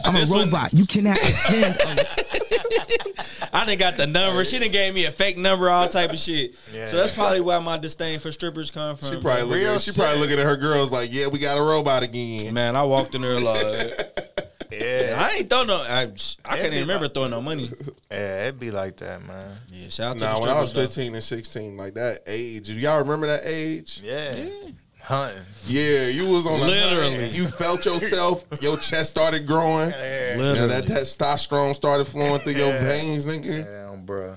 S7: I'm a
S1: This one-
S7: robot. You cannot attend a
S1: I done got the number. She done gave me a fake number, all type of shit.
S4: Yeah.
S1: So that's probably why my disdain for strippers come from.
S2: she probably looking.
S4: Real
S2: She probably
S4: shit.
S2: looking at her girls like, yeah, we got a robot again.
S1: Man, I walked in there like
S4: Yeah,
S1: I ain't throw no. I, I
S4: It'd
S1: can't
S4: be
S1: even remember throwing no money.
S4: yeah, it be like that, man.
S1: Yeah, shout out to
S2: Nah,
S1: the
S2: when I was
S1: strippers, though.
S2: 15 and 16, like that age. Do y'all remember that age?
S4: Yeah, hunting.
S2: Yeah, you was on a
S1: Literally.
S2: hunt. You felt yourself. Your chest started growing.
S4: Yeah,
S2: Now
S1: Literally.
S2: that testosterone started flowing through your veins, nigga.
S4: Damn, bruh.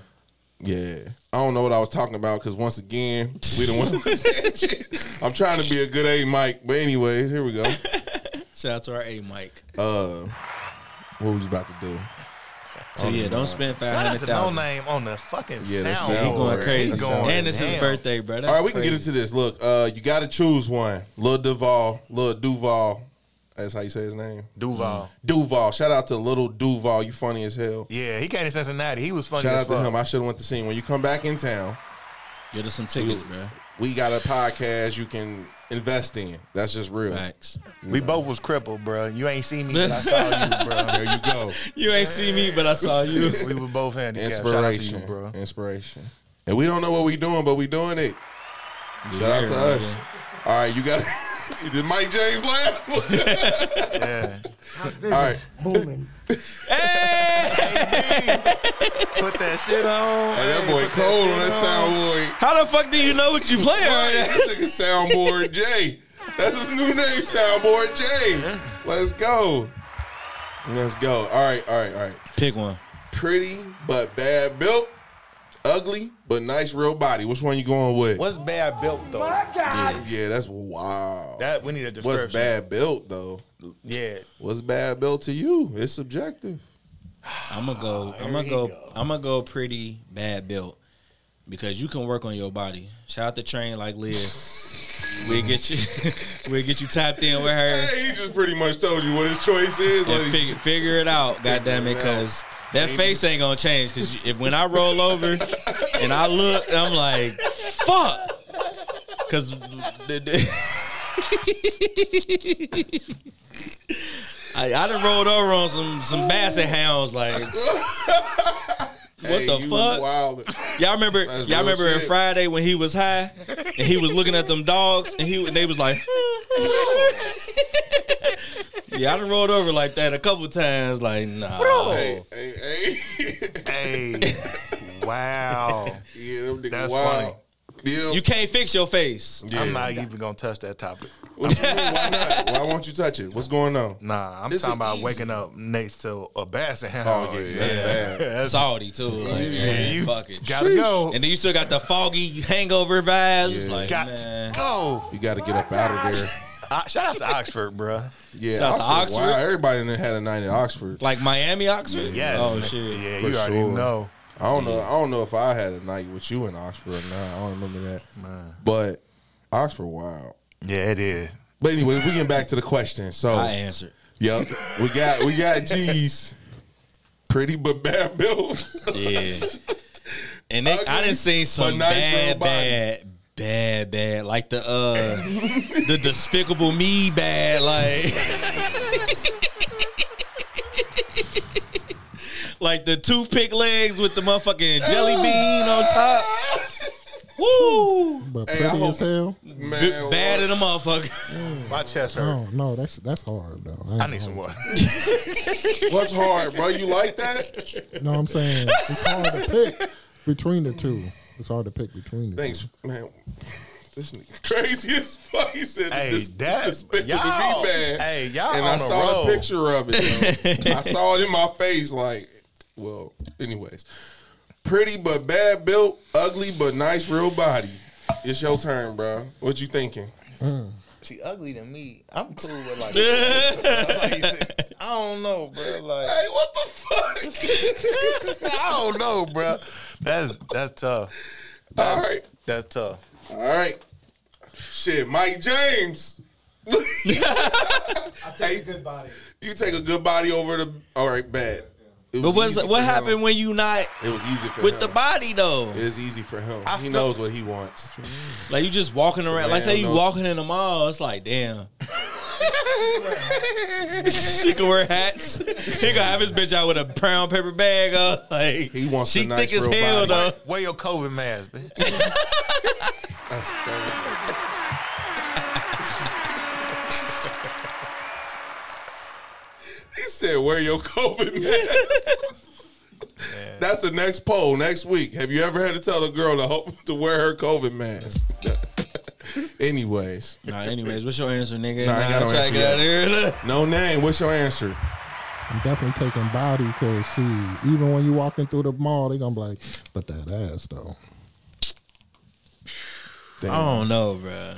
S2: Yeah. I don't know what I was talking about because once again, we don't want I'm trying to be a good A Mike. But anyways, here we go.
S1: Shout out to our A Mike.
S2: Uh what was you about to do? Oh,
S1: So yeah, don't spend five
S4: Shout out
S1: hundred
S4: to No
S1: thousand.
S4: Name on the fucking
S2: Yeah, the
S4: sound.
S2: sound
S4: board.
S1: Going
S2: Lord,
S1: crazy,
S4: He's going
S1: and it's his
S4: ham.
S1: birthday, bro. That's
S2: All right, we
S1: crazy.
S2: can get into this. Look, uh, you gotta choose one. Lil Duval, Lil Duval. That's how you say his name.
S4: Duval.
S2: Duval. Shout out to Little Duval. You funny as hell.
S4: Yeah, he came to Cincinnati. He was funny.
S2: Shout
S4: as
S2: out to
S4: fuck.
S2: him. I should have went to see him. When you come back in town,
S1: Get us some tickets, bro.
S2: we got a podcast you can invest in. That's just real.
S1: Facts.
S4: We both was crippled, bro. You ain't seen me, but I saw you, bro.
S2: There you go.
S1: You ain't see me, but I saw you.
S4: We were both handicapped. Shout out to
S2: Inspiration,
S4: you, bro.
S2: Inspiration. And we don't know what we doing, but we doing it. Shout out
S1: Yeah,
S2: to
S1: right,
S2: us. All right, you got. Did Mike James laugh? All
S4: Yeah.
S2: right.
S7: booming.
S4: Put that shit on.
S2: Hey, that boy
S4: put
S2: cold
S4: shit
S2: on that soundboard.
S1: How the fuck do you know what you play?
S2: Right,
S1: Right?
S2: this nigga soundboard Jay. That's his new name, soundboard Jay. Let's go. Let's go. All right, all right, all right.
S1: Pick one.
S2: Pretty but bad built. Ugly but nice real body. Which one you going with?
S4: What's bad built though?
S2: yeah, yeah, that's wow.
S4: That we need a description.
S2: What's bad built though?
S4: Yeah.
S2: What's bad built to you? It's subjective.
S1: I'm gonna
S4: Oh,
S1: go. I'm
S2: There
S1: gonna
S2: you
S1: go,
S2: go.
S1: I'm gonna go pretty bad built because you can work on your body. Shout out to train like Liz. we get you. we get you tapped in with her.
S2: Hey, he just pretty much told you what his choice is.
S1: and
S2: Like,
S1: figure, figure it out, goddamn it, because that face ain't gonna change. Because if when I roll over and I look, I'm like, fuck, because I, I done rolled over on some some basset hounds. Like, what
S2: Hey,
S1: the
S2: you
S1: fuck? Oh.
S2: wildin'.
S1: Y'all remember?
S2: That's
S1: y'all
S2: real
S1: remember in
S2: shit.
S1: Friday when he was high and he was looking at them dogs and he and they was like. Yeah, I done rolled over like that a couple times. Like, nah,
S2: Bro. Hey, hey, hey.
S4: Hey, wow.
S2: yeah, them niggas
S4: That's
S2: wild. Yeah.
S1: you can't fix your face.
S4: I'm not even gonna touch that topic.
S2: What you mean? Why not? Why won't you touch it? What's going on?
S4: Nah, I'm
S2: This
S4: talking
S2: is
S4: about
S2: easy.
S4: waking up next to a basset hound.
S2: Oh, yeah, that's bad.
S1: Salty too. Like,
S4: Yeah,
S1: man,
S4: you
S1: fuck it.
S4: gotta go.
S1: And then you still got the foggy hangover vibes. It's
S2: Yeah.
S1: like,
S4: Got
S1: man.
S4: to go.
S2: You got to get up out of there.
S4: Uh, shout out to Oxford, bruh.
S2: Yeah,
S1: Shout out to
S2: Oxford. Wow,
S1: Oxford.
S2: everybody done had a night at Oxford.
S1: Like Miami, Oxford.
S4: Yes.
S1: Oh shit.
S4: Yeah,
S2: For
S4: you already
S2: sure.
S4: know.
S2: I don't know. I don't know if I had a night with you in Oxford or not. I don't remember that. But Oxford, wow.
S4: Yeah, it is.
S2: But anyway, we getting back to the question. So,
S1: I answered.
S2: yep, we got we got G's, pretty but bad built.
S1: Yeah. And they, I
S2: Ugly,
S1: done seen some
S2: but nice
S1: bad,
S2: little body.
S1: bad, bad, bad. Like the uh the despicable me bad, like Like the toothpick legs with the motherfucking jelly bean on top. Woo!
S5: But
S2: Hey, I
S5: uh, pretty
S2: hope-
S5: as hell.
S2: Man,
S1: bad
S2: what?
S1: in a motherfucker.
S4: My chest hurt.
S5: No, no, that's that's hard though. ain't
S4: I need some
S5: gonna-
S4: water.
S2: what's hard, bro? You like that?
S5: No, I'm saying it's hard to pick between the two. It's hard to pick between the
S2: Thanks, man. This nigga crazy as fuck. He said
S4: Hey,
S2: this,
S4: that-
S2: despicable
S4: y'all-
S2: me bad.
S4: hey, y'all
S2: And
S4: on
S2: I
S4: a
S2: saw
S4: roll.
S2: the picture of it. yo. I saw it in my face. Like, well, anyways, pretty but bad built, ugly but nice real body. It's your turn, bro. What you thinking?
S5: Mm.
S4: She ugly than me. I'm cool with like. I don't know, bro. Like,
S2: Hey, what the fuck?
S4: I don't know, bro. Oh, That's that's tough.
S2: all right,
S4: That's tough.
S2: all right. Shit, Mike James.
S10: I take a good body.
S2: You take a good body over the all right bad. It
S1: But
S2: was
S1: what's,
S2: easy
S1: what
S2: for him.
S1: happened when you not
S2: It was easy for
S1: with
S2: him.
S1: the body though?
S2: It is easy for him. he
S4: feel-
S2: knows what he wants.
S1: Like you just walking around. Like
S2: man
S1: say you
S2: knows.
S1: walking in the mall, it's like damn. she can wear hats. He gonna have his bitch out with a brown paper bag. On. Like
S2: He wants
S1: She
S2: a nice
S1: thick as
S2: real
S1: hell
S2: body.
S1: though.
S4: Wear your COVID mask, bitch.
S2: That's crazy. he said, "Wear your COVID mask." That's the next poll next week. Have you ever had to tell a girl to hope to wear her COVID mask? Anyways,
S1: Nah. Anyways, what's your answer, nigga?
S2: Nah, I ain't got no
S1: try to
S2: answer
S1: get out of here.
S2: no name. What's your answer?
S5: two. I'm definitely taking body because see, even when you walking through the mall, they gonna be like, but that ass though.
S2: Damn.
S1: I don't know, bro.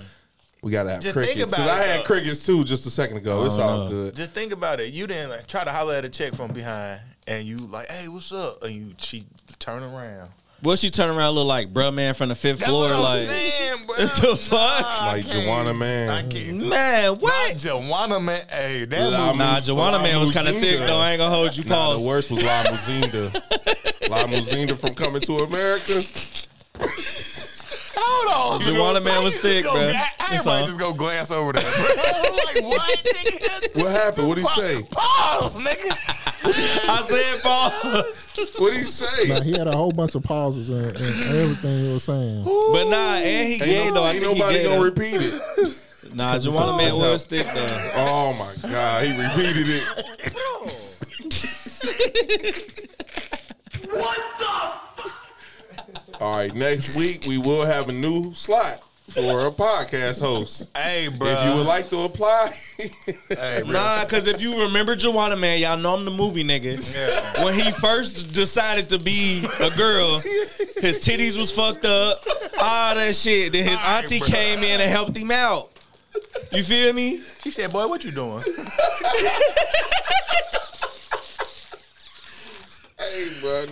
S2: we gotta have
S4: Just think
S2: crickets because
S4: about
S2: I
S4: it,
S2: had
S4: though.
S2: crickets too just a second ago. It's all
S1: know.
S2: good.
S4: Just think about it. You didn't like, try to holler at a chick from behind, and you like, "Hey, what's up?" And you she turn around.
S1: What she turn around look like, bruh, man, from the fifth
S4: That's
S1: floor?
S4: what I'm
S1: Like
S4: saying, bro.
S1: what the fuck?
S2: Like Joanna man.
S4: I can't.
S1: Man, what?
S4: Joanna man, hey, that
S2: Nah,
S4: movie-
S1: Nah, Joanna man was kind of thick
S2: Muzinga.
S1: though. I ain't gonna hold you.
S2: Nah,
S1: Pause.
S2: the worst was La Muzinda. La Muzinda from Coming to America.
S4: Hold on,
S1: Joanna man was thick,
S4: bro.
S1: bruh.
S4: Everybody
S1: That's all.
S4: just gonna glance over that. Bro. like what? Nigga?
S2: What happened? What'd he say?
S4: Pause, nigga.
S1: I said pause.
S2: What'd he say?
S5: Now he had a whole bunch of pauses and, and everything he was saying.
S1: But nah, and he gay
S2: ain't
S1: though. I
S2: ain't
S1: think he
S2: nobody
S1: gay.
S2: gonna
S1: though.
S2: repeat it.
S1: Nah, Joanna man
S2: What's up?
S1: was thick though.
S2: Oh my God, he repeated it. All right, next week we will have a new slot for a podcast host.
S4: Hey, bro.
S2: If you would like to apply,
S1: nah, because if you remember Joanna, man, y'all know I'm the movie nigga. When he first decided to be a girl, his titties was fucked up, all that shit. Then his auntie came in and helped him out. You feel me?
S4: She said, "Boy, what you doing?"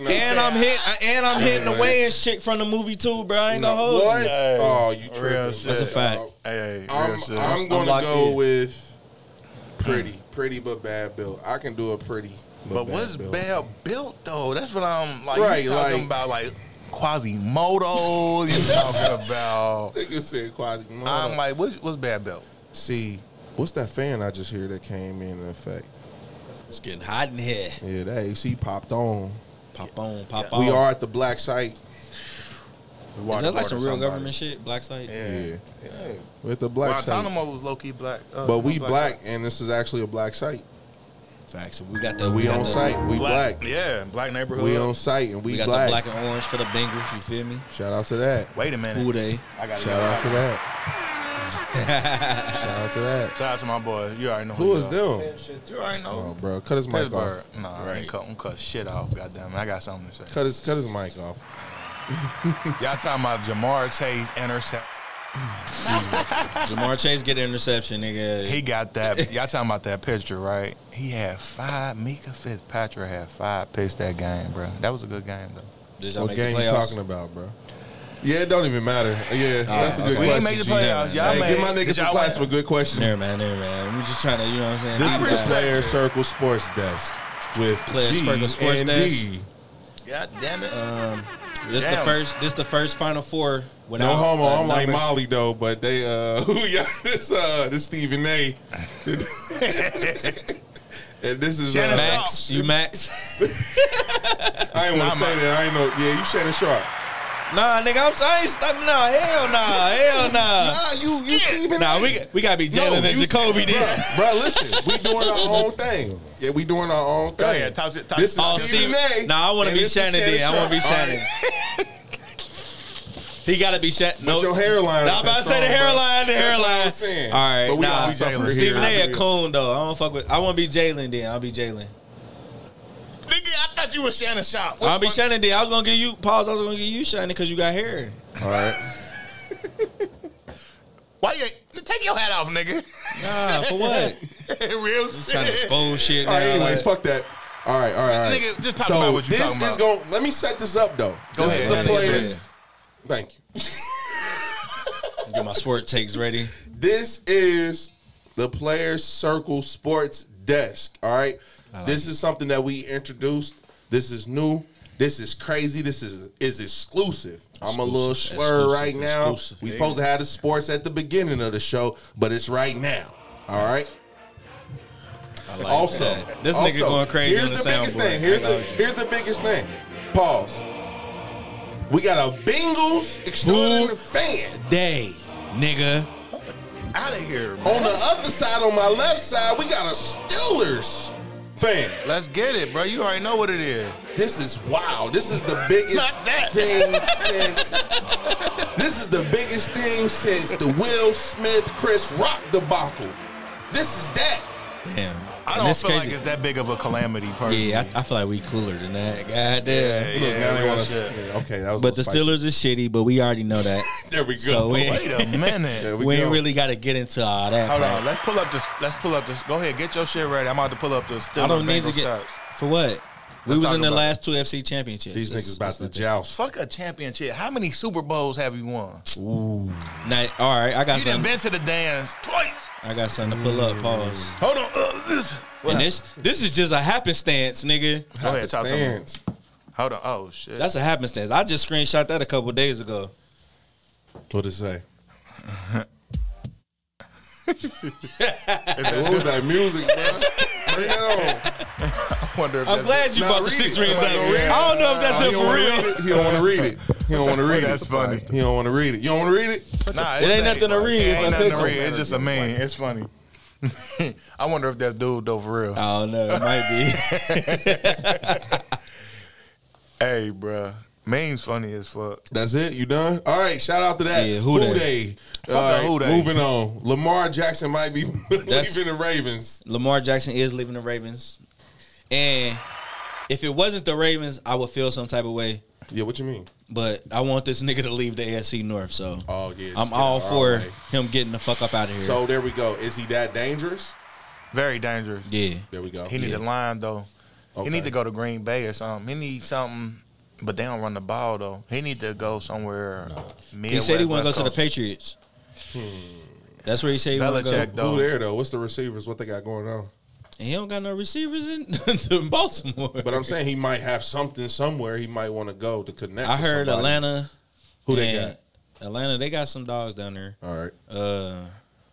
S1: and I'm hit, and I'm hitting the Wayans chick from the movie too, bro. I ain't gonna hold
S2: What?
S1: you.
S2: Oh, you tripping?
S1: That's a fact.
S2: I'm, I'm gonna go with pretty, pretty but bad built. I can do a pretty, but,
S4: But
S2: bad
S4: what's
S2: built.
S4: bad built though? That's what I'm like.
S2: Right,
S4: you talking
S2: like-
S4: about like Quasimodo. You talking about?
S2: you said Quasimodo.
S4: I'm like, what's, what's bad built?
S2: See, what's that fan I just hear that came in effect?
S1: It's getting hot in here.
S2: Yeah, that AC popped on.
S1: Pop on, pop on.
S2: We are at the black site.
S1: Oh. Is that like some real government shit? Black site.
S2: Yeah. With the black site.
S4: Guantanamo was low key black, uh,
S2: But we
S4: black.
S2: black, and this is actually a black site.
S1: Facts. We got the
S2: We
S1: got
S2: on
S1: the-
S2: site. We black.
S4: Yeah, black neighborhood.
S2: We on site and
S1: We,
S2: we,
S1: got
S2: black.
S1: the black and orange for the Bengals. You feel me?
S2: Shout out to that.
S4: Wait a minute.
S1: Who they?
S4: I got
S2: Shout out to that. Shout out to that.
S4: Shout out to my boy. You already know
S2: Who
S4: who
S2: is them?
S4: You already know.
S2: Oh, bro, cut his mic off.
S4: Pittsburgh. Nah, I ain't cut, I'm cut shit off. Goddamn, it. I got something to say.
S2: Cut his cut his mic off.
S4: Y'all talking about Jamar Chase intercept?
S1: Jamar Chase get an interception, nigga.
S4: He got that. Y'all talking about that picture, right? He had five. Mika Fitzpatrick had five picks that game, bro. That was a good game though.
S1: Did y'all
S2: What
S1: make
S2: game
S1: the
S2: you
S1: playoffs?
S2: talking about, bro? Yeah, it don't even matter. Yeah, that's a good
S1: okay.
S4: We
S2: question.
S4: ain't make the
S1: G, yeah,
S4: playoffs.
S1: man.
S4: Y'all
S2: Hey,
S4: made.
S2: give my niggas
S4: did
S2: some
S4: y'all
S2: class
S4: win?
S2: for good question.
S1: There, man, there, man. We just trying to, you know what I'm saying?
S2: This
S1: I
S2: is the
S1: respect-
S2: Player Circle Sports Desk with
S1: Player
S2: G
S1: Circle Sports
S2: and
S1: Desk.
S2: D.
S4: God damn it.
S1: Uh, This the
S4: Damn.
S1: first. This the first Final Four.
S2: No
S1: Without,
S2: homo.
S1: uh,
S2: I'm like
S1: numbers.
S2: Molly though, but they uh, who y'all? This uh, this Stephen A. and this is
S4: Shannon
S2: uh,
S1: Max. You Max.
S2: I ain't want
S4: Nah,
S2: to say
S4: my-
S2: that. I ain't know. Yeah, you Shannon Sharp.
S1: Nah, nigga, I'm I ain't stop. Nah, hell nah, hell nah.
S2: you you Stephen
S1: Nah, we got- we gotta be Jalen and Jacoby then.
S2: Bruh, bruh, listen, we doing our own thing. Yeah, we doing our own thing.
S4: ahead, toss it- toss
S2: this is
S4: it.
S1: Oh,
S2: Stephen
S1: Steve.
S2: A.
S1: Nah, I want to
S2: and
S1: be
S2: this is
S1: Shannon then. I want to be
S2: Sharp.
S1: Shannon.
S2: All right.
S1: He gotta be Shannon. No,
S2: your hairline
S1: Nah,
S2: up
S1: I'm about to
S2: that
S1: say the
S2: strong, bro.
S1: hairline. The
S2: That's what I'm
S1: hairline.
S2: saying.
S1: All
S2: But
S1: right,
S2: we
S1: nah.
S2: all suffering here.
S1: Stephen A.
S2: I
S1: a
S2: feel you.
S1: coon though. I don't fuck with. I want to be Jalen then. I'll be Jalen.
S4: Nigga, I thought you was Shannon Sharp.
S1: I'll be Shannon then. I was gonna give you pause. I was gonna give you Shannon because you got hair.
S2: All right.
S4: Why you take your hat off, nigga?
S1: Nah, for what?
S4: Real
S1: Just trying to expose shit.
S2: All right,
S1: now,
S2: anyways,
S1: like-
S2: fuck that. All right, all right, all right.
S4: Nigga, just talk about what you
S2: this
S4: talking
S2: is
S4: about.
S2: Gonna, let me set this up, though.
S4: Go
S2: this
S4: ahead.
S2: is
S4: Yeah,
S2: the
S4: nigga,
S2: player.
S1: Yeah.
S2: Thank you.
S1: Get my sport takes ready.
S2: This is the Players Circle Sports Desk, all right? this is something that we introduced. This is new. This is crazy. This is is exclusive. I'm a little
S1: Exclusive,
S2: slur
S1: exclusive,
S2: right now.
S1: exclusive.
S2: We supposed to have the sports at the beginning of the show, but it's right now. All right.
S1: I like
S2: also,
S1: that. this
S2: also,
S1: nigga going crazy
S2: Here's
S1: on the,
S2: the, biggest
S1: soundboard.
S2: thing. Here's
S1: I
S2: the
S1: like it.
S2: here's the biggest thing. Pause. We got a Bengals extraordinary fan.
S1: day, nigga.
S4: Out of here, man.
S2: On the other side, on my left side, we got a Steelers fan.
S4: Let's get it, bro. You already know what it is.
S2: This is wow. This is the biggest
S4: Not that.
S2: thing since. This is the biggest thing since the Will Smith Chris Rock debacle. This is that.
S1: Damn.
S4: I
S1: And
S4: don't
S1: this
S4: feel
S1: crazy-
S4: like it's that big of a calamity, personally.
S1: Yeah, I, I feel like we cooler than that. God damn.
S2: Look, now they
S4: real
S2: wanna-
S4: shit.
S2: yeah, Okay, that was. a
S1: But the
S2: little
S1: Steelers is shitty, but we already know that.
S2: spicy. There we go.
S1: So we ain't,
S4: Wait a minute.
S2: There
S1: Oh, we
S2: we go.
S1: ain't really got to get into all that.
S4: Hold
S1: part.
S4: on. Let's pull up this. Let's pull up this. Go ahead. Get your shit ready. I'm about to pull up this.
S1: I don't need to get for what. We
S4: Let's
S1: was
S4: talk
S1: in the
S4: about
S1: last two FC championships.
S2: These
S1: It's-
S2: niggas about to joust.
S4: Fuck a championship. How many Super Bowls have you won?
S1: Now, all right, I got
S4: You done
S1: something.
S4: been to the dance twice.
S1: I got something to pull up. Pause.
S4: Hold on. Uh, this.
S1: And this this is just a happenstance, nigga.
S4: Go ahead. Talk to me.
S2: Stands.
S4: Hold on. Oh shit.
S1: That's a happenstance. I just screenshot that a couple days ago.
S2: What it say? what was that music, bro? Bring it on.
S4: I wonder if
S1: I'm
S4: that's
S1: glad you
S2: Nah,
S1: bought the
S2: read
S1: six
S2: it.
S1: rings up.
S2: Somebody gonna read it.
S1: I don't know if that's
S2: He
S1: it
S2: don't wanna
S1: for
S2: read
S1: real.
S2: it. He don't want to read it. He don't want to read it.
S4: That's funny.
S2: He don't want to read it. You don't want to read it.
S4: it. Nah,
S1: ain't nothing to read. It's a
S4: It ain't nothing to
S1: picture.
S4: read. It's just a meme. It's funny. I wonder if that's dude though for real.
S1: I don't know. It might be.
S4: Hey, bruh. Memes funny as fuck.
S2: That's it. You done? All right. Shout out to that.
S4: Yeah,
S2: who
S4: who
S2: they?
S4: dat?
S1: Fuck
S2: All
S1: that
S2: right,
S1: who dat.
S2: Moving on. Lamar Jackson might be
S1: That's-
S2: leaving the Ravens.
S1: Lamar Jackson is leaving the Ravens, and if it wasn't the Ravens, I would feel some type of way.
S2: Yeah, what you mean?
S1: But I want this nigga to leave the AFC North, so
S2: oh yeah, just
S1: I'm
S2: get
S1: all
S2: it out
S1: for
S2: the way.
S1: him getting the fuck up out of here.
S2: So there we go. Is he that dangerous?
S4: Very dangerous.
S1: yeah,
S2: There we go.
S4: He need
S2: Yeah.
S4: a line though.
S2: Okay.
S4: He need to go to Green Bay or something. He need something, but they don't run the ball though. He need to go somewhere. Midwest,
S1: he said he want to go
S4: West
S1: to the
S4: Coast.
S1: Patriots.
S2: Hmm.
S1: That's where he said he want to go.
S4: Belichick, though.
S2: Who there though? What's the receivers? What they got going on?
S1: And he don't got no receivers in, in Baltimore.
S2: But I'm saying he might have something somewhere. He might want to go to connect.
S1: I
S2: with
S1: heard
S2: somebody.
S1: Atlanta.
S2: Who they
S1: and Atlanta, they got some dogs down there.
S2: All right.
S1: Uh,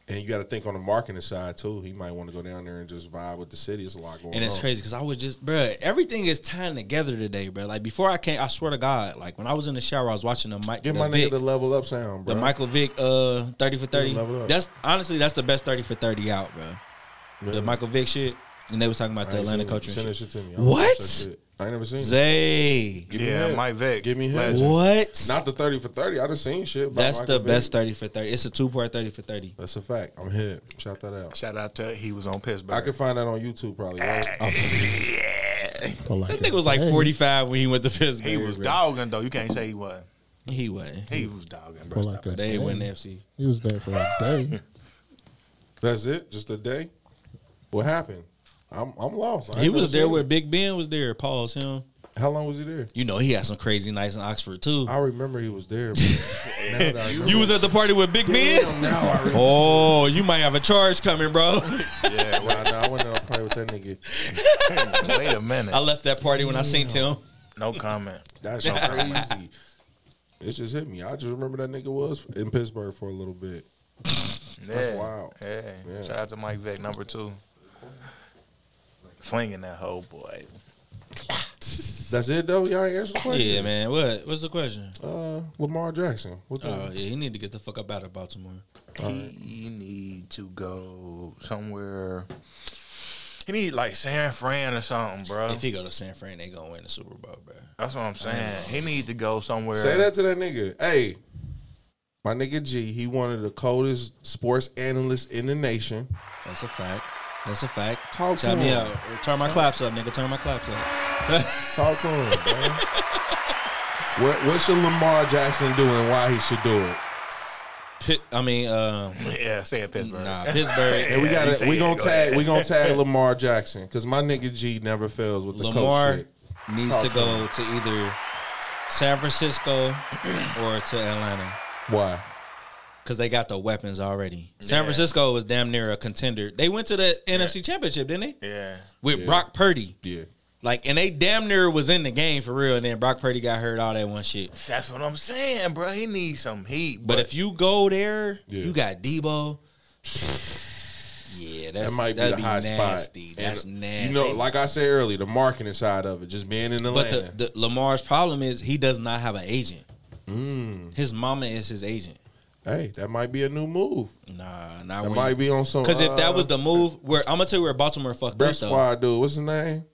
S2: and you got to think on the marketing side too. He might want to go down there and just vibe with the city. It's a lot going on.
S1: And it's crazy because I was just, bruh, everything is tying together today, bruh. Like before I came, I swear to God, like when I was in the shower, I was watching the Mike,
S2: Get
S1: the,
S2: my nigga
S1: Vic,
S2: to level up sound, bro.
S1: the Michael Vick, uh, thirty for thirty.
S2: Yeah, level up.
S1: That's honestly, that's the best thirty for thirty out, bruh.
S2: Yeah.
S1: The Michael Vick shit, and they was talking about
S2: I
S1: the
S2: ain't
S1: Atlanta
S2: seen it.
S1: culture. and
S2: Send that
S1: shit.
S2: shit to me. I don't watch that
S1: What?
S2: shit. I ain't never seen it.
S1: Zay.
S2: Give me
S4: Yeah,
S2: head.
S4: Mike Vick.
S2: Give me head.
S4: Legend.
S1: What?
S2: Not the thirty for thirty. I done seen shit. by
S1: That's
S2: Michael
S1: the
S2: Vick.
S1: best thirty for thirty. It's a two part thirty for thirty.
S2: That's a fact. I'm hit. Shout that out.
S4: Shout out to he was on Pittsburgh.
S2: I can find that on YouTube probably. Right?
S1: That nigga was like forty five when he went to Pittsburgh.
S4: He was
S1: bruh.
S4: dogging though. You can't say he wasn't.
S1: He wasn't.
S4: He
S2: Mm.
S4: was dogging, bro.
S5: For like a
S1: They
S5: day.
S1: ain't win the FC.
S5: He was there for a day.
S2: That's it. Just a day. What happened? I'm I'm lost. I
S1: He
S2: ain't
S1: was
S2: never
S1: there
S2: seen
S1: where
S2: it.
S1: Big Ben was there. Pause him.
S2: How long was he there?
S1: You know he had some crazy nights in Oxford too.
S2: I remember he was there. But now that I remember-
S1: You was at the party with Big Ben.
S2: Damn, now I remember.
S1: Oh, you might have a charge coming, bro.
S2: Yeah, nah, nah, I went on a party with that nigga.
S4: Wait a minute.
S1: I left that party when I seen him.
S4: No comment.
S2: That's crazy. It just hit me. I just remember that nigga was in Pittsburgh for a little bit. That's
S4: Yeah.
S2: wild.
S4: Yeah.
S2: Yeah.
S4: Shout out to Mike Vick, number two. Flinging that whole boy.
S2: That's it though. Y'all ain't answer the question.
S1: Yeah, man. What? What's the question?
S2: Uh, Lamar Jackson. What the?
S1: Oh, yeah. He need to get the fuck up out of Baltimore.
S4: He need to go somewhere. He need like San Fran or something,
S2: Uh.
S4: bro.
S1: If he go to San Fran, they gonna win the Super Bowl, bro.
S4: That's what I'm saying. He need to go somewhere.
S2: Say that to that nigga. Hey, my nigga G. He one of the coldest sports analysts in the nation.
S1: That's a fact. That's a fact.
S2: Talk to
S1: Shout me
S2: him.
S1: out. Turn my claps up, nigga. Turn my claps up.
S2: Talk to him, man. what, what should Lamar Jackson do and why he should do it?
S1: Pitt, I mean, um,
S4: Yeah, say it Pittsburgh.
S1: nah, Pittsburgh.
S2: And we
S4: Yeah,
S2: got
S4: you say
S2: to we
S4: it,
S2: gonna
S4: go
S2: tag
S4: ahead.
S2: we gonna tag Lamar Jackson because my nigga G never fails with the coach
S1: Lamar
S2: shit.
S1: needs
S2: Talk
S1: to
S2: to
S1: go to either San Francisco or to Atlanta.
S2: Why?
S1: because they got the weapons already. San Francisco was damn near a contender. They went to the NFC Championship, didn't they?
S4: Yeah.
S1: With
S2: Yeah.
S1: Brock Purdy.
S2: Yeah.
S1: Like, and they damn near was in the game for real. And then Brock Purdy got hurt, all that one shit.
S4: That's what I'm saying, bro. He needs some heat.
S1: But,
S4: But,
S1: if you go there,
S2: Yeah.
S1: you got Debo. Yeah, that's
S2: That might be
S1: that'd
S2: the high
S1: nasty.
S2: spot.
S1: That's
S2: And,
S1: nasty.
S2: You know, like I said earlier, the marketing side of it, just being in
S1: but
S2: Atlanta.
S1: the, the Lamar's problem is he does not have an agent. His mama is his agent.
S2: Hmm. hey, that might be a new move.
S1: Nah, not
S2: That might be on some.
S1: because if that
S2: uh,
S1: was the move, where I'm gonna tell you where Baltimore fucked up
S2: Breath
S1: though.
S2: Squad dude, what's his name?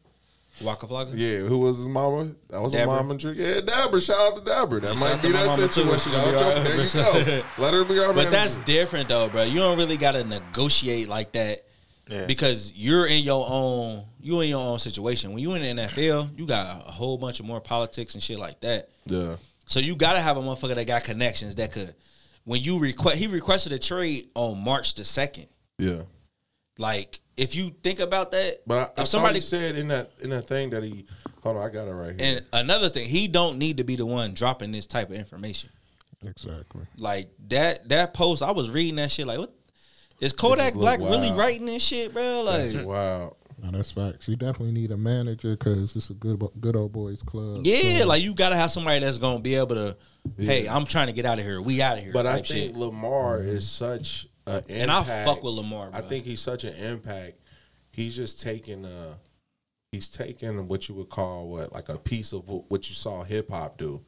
S1: Waka Flocka.
S2: Yeah, who was his mama? That was his
S1: Deborah.
S2: mama. Drew. Yeah, Deborah. Shout out to Deborah. That
S1: Yeah, shout
S2: might
S1: out to
S2: be
S1: my
S2: that
S1: mama, too.
S2: situation.
S1: She
S2: Shout
S1: gonna
S2: out your,
S1: be
S2: there you
S1: all right.
S2: go. Let her be our
S1: But that's
S2: manager.
S1: different though, bro. You don't really gotta negotiate like that
S4: Yeah.
S1: because you're in your own you in your own situation. When you in the NFL, you got a whole bunch of more politics and shit like that.
S2: yeah.
S1: So you gotta have a motherfucker that got connections that could. When you request, he requested a trade on March the second.
S2: Yeah.
S1: Like if you think about that,
S2: But I, I
S1: if somebody
S2: somebody said in that in that thing that he hold on, I got it right here.
S1: and another thing, he don't need to be the one dropping this type of information.
S5: Exactly.
S1: Like that that post, I was reading that shit. Like what is Kodak
S2: look
S1: Black really
S2: wild.
S1: writing this shit, bro? Like
S2: That's wild.
S5: No, that's facts. You definitely need a manager because it's a good bo- good old boys club.
S1: Yeah,
S2: Hmm.
S5: so-
S1: like you gotta have somebody that's gonna be able to. Hey, I'm trying to get out of here. We out of here.
S2: But I
S1: type
S2: think
S1: shit.
S2: Lamar is such an impact.
S1: and I fuck with Lamar.
S2: I
S1: bruh.
S2: think he's such an impact. He's just taking uh he's taking what you would call what like a piece of wh- what you saw hip hop do.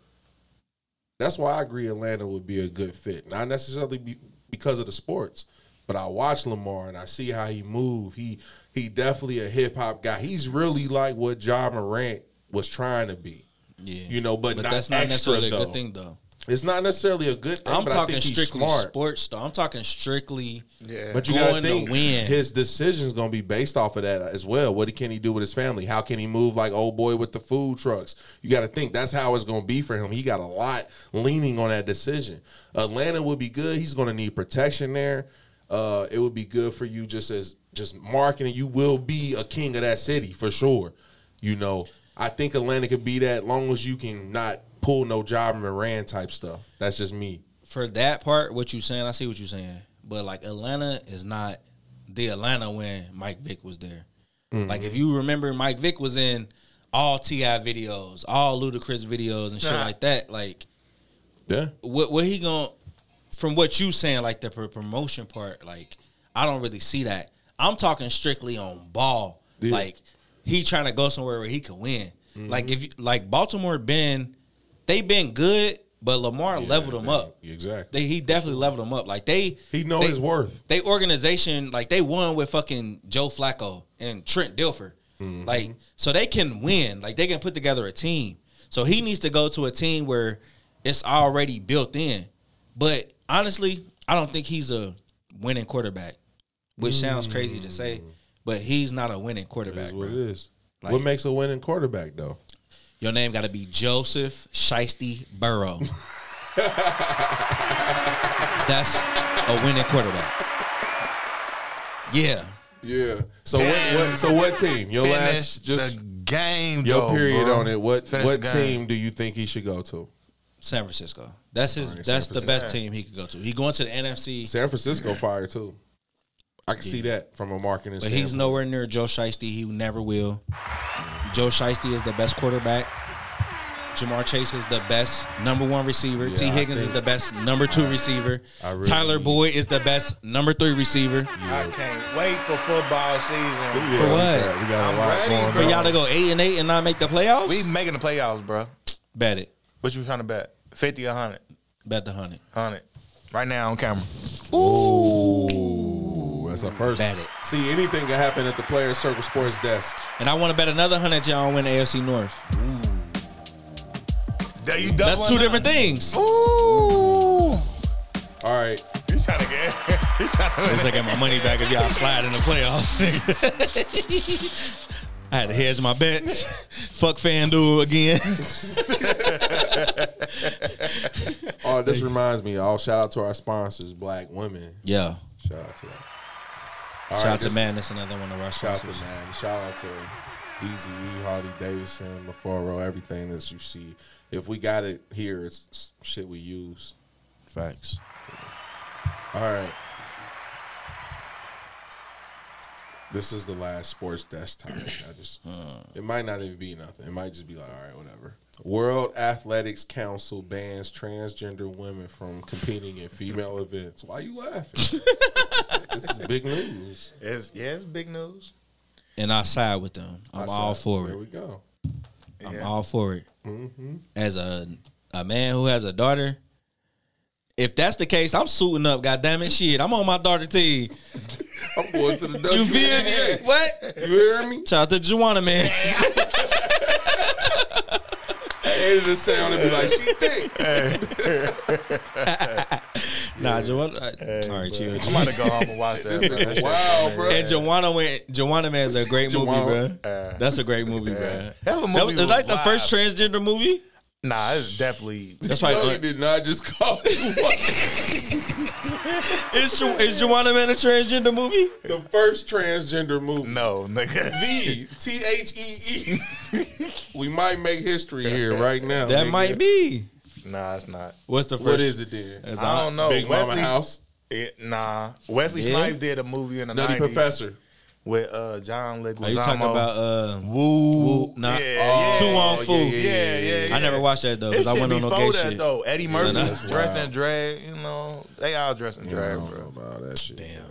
S2: That's why I agree Atlanta would be a good fit. Not necessarily be, because of the sports, but I watch Lamar and I see how he move. He he definitely a hip hop guy. He's really like what John Morant was trying to be.
S1: Yeah.
S2: You know, but,
S1: But
S2: not
S1: that's not
S2: extra,
S1: necessarily a good
S2: though.
S1: thing, though.
S2: It's not necessarily a good thing.
S1: I'm
S2: but I
S1: talking
S2: think he's
S1: strictly
S2: smart.
S1: sports, though. I'm talking strictly
S2: But you
S1: going
S2: gotta think
S1: to win.
S2: his decision's gonna be based off of that as well. What can he do with his family? How can he move like old boy with the food trucks? You gotta think that's how it's gonna be for him. He got a lot leaning on that decision. Atlanta would be good. He's gonna need protection there. Uh, it would be good for you just as just marketing. You will be a king of that city for sure. You know, I think Atlanta could be that long as you can not pull no job Moran type stuff. That's just me.
S1: for that part, what you saying, I see what you saying. But like Atlanta is not the Atlanta when Mike Vick was there.
S2: Mhm.
S1: Like if you remember, Mike Vick was in all Ti videos, all Ludacris videos, and shit
S2: Nah.
S1: like that. Like,
S2: Yeah.
S1: what what he going from what you saying, like the pr- promotion part? Like, I don't really see that. I'm talking strictly on ball.
S2: Yeah.
S1: Like, he trying to go somewhere where he can win.
S2: Mhm.
S1: Like if you, like Baltimore been, they been good, but Lamar leveled them up.
S2: Exactly.
S1: They he definitely leveled them up. Like they
S2: He know
S1: they-
S2: his worth.
S1: They organization like they won with fucking Joe Flacco and Trent Dilfer. Like so they can win. Like they can put together a team. So he needs to go to a team where it's already built in. But honestly, I don't think he's a winning quarterback, which sounds crazy to say, but he's not a winning quarterback.
S2: what
S1: bro.
S2: it is.
S1: Like-
S2: what makes a winning quarterback though?
S1: Your name got to be Joseph Shiesty Burrow. That's a winning quarterback. Yeah.
S2: Yeah. So what, what? So what team? Your
S4: Finish
S2: last just
S4: the game.
S2: your
S4: though,
S2: period
S4: bro.
S2: on it. What
S4: Finish
S2: what
S4: the game.
S2: team do you think he should go to?
S1: San Francisco. That's his.
S2: All right, San
S1: that's the best
S2: Francisco.
S1: team he could go to. He going to the NFC,
S2: San Francisco fire too. I can see that from a marketing.
S1: but he's
S2: standpoint.
S1: nowhere near Joe Shiesty. He never will. Joe Shiesty is the best quarterback. Jamar Chase is the best number one receiver. T.
S2: Yeah, I
S1: Higgins is
S2: think-
S1: the best number two receiver.
S2: I really-
S1: Tyler Boyd is the best number three receiver.
S4: I can't wait for football season.
S2: Yeah,
S1: For
S2: we
S1: what?
S2: got- We got a
S4: I'm
S2: lot
S4: ready,
S2: going
S1: For
S2: on.
S1: y'all to go eight and eight and not make the playoffs,
S4: We making the playoffs, bro.
S1: bet it.
S4: What you trying to bet? 50 or 100?
S1: Bet the hundred.
S4: 100. Right now on camera.
S2: Ooh, that's a first.
S1: Bet it.
S2: See anything can happen at the Players Circle Sports Desk.
S1: And I want to bet another hundred y'all win the AFC North.
S4: There you
S1: That's
S4: doubling
S1: two
S4: up.
S1: different things.
S4: Ooh.
S2: All right.
S4: You trying to get you trying to
S1: It's like I got my money back if y'all slide in the playoffs. nigga. I had to hedge my bets. Fuck FanDuel again.
S2: Oh, this reminds me. All shout out to our sponsors, Black Women.
S1: Yeah.
S2: Shout out to that. All
S1: Shout
S2: right,
S1: out to
S2: this-
S1: Man. That's another one of our
S2: Shout out to
S1: sponsors.
S2: man. Shout out to Easy E, Harley Davidson, LaFaro, everything that you see. If we got it here, it's s- shit we use.
S1: Facts.
S2: All right. This is the last sports desk time. I just it might not even be nothing. It might just be like, all right, whatever. World Athletics Council bans transgender women from competing in female events. Why you laughing? this is big news.
S4: It's, yeah, it's big news.
S1: And I side with them. I'm
S2: I
S1: all
S2: said,
S1: for
S2: There we
S1: it.
S2: go.
S1: I'm
S4: Yeah.
S1: all for it.
S2: hmm
S1: As a a man who has a daughter, if that's the case, I'm suiting up. Goddamn it, shit. I'm on my daughter team.
S2: I'm going to the WNBA.
S1: You feel me? What?
S2: You hear me?
S1: Shout out to Juana, man.
S2: I edited the sound and be like, she thick.
S1: Nah, Juana. all right, chill.
S4: I'm about to go home and watch that. bro. That shit-
S2: wow, bro.
S1: And Joanna went. Joanna Man's a great movie,
S2: Joanna-
S1: bro. That's a great movie, bro.
S4: That movie
S1: That was,
S4: was
S1: like the
S4: live.
S1: first transgender movie.
S4: Nah, it's definitely.
S1: That's
S2: No,
S1: probably
S2: you did not just call you what?
S1: is, Jo- is Joanna Man a transgender movie?
S2: the first transgender movie.
S4: No, nigga.
S2: The T H E E. We might make history here right now.
S1: That
S2: nigga.
S1: might be.
S4: Nah, it's not.
S1: What's the first?
S2: What is it then?
S1: It's
S4: I don't know.
S2: Big Mama
S4: Wesley-
S2: House.
S4: It- nah, Wesley
S1: Yeah.
S4: Snipes did a movie in the
S2: Nutty
S4: 90s
S2: Professor.
S4: with uh, John Leguizamo.
S1: Are you talking about? Uh,
S4: Woo?
S1: Woo, nah.
S4: Yeah,
S1: Oh,
S4: yeah,
S1: Too Long
S4: yeah,
S1: Fool.
S4: Yeah, yeah, yeah, yeah.
S1: I never watched that though
S4: It
S1: because I
S4: should
S1: went
S4: be
S1: on no
S4: before
S1: gay
S4: that
S1: shit.
S4: though. Eddie Murphy
S1: nah.
S4: was dressed in drag. You know, they all dressed in
S2: Yeah, I
S4: drag, bro.
S2: don't know about that shit.
S1: Damn.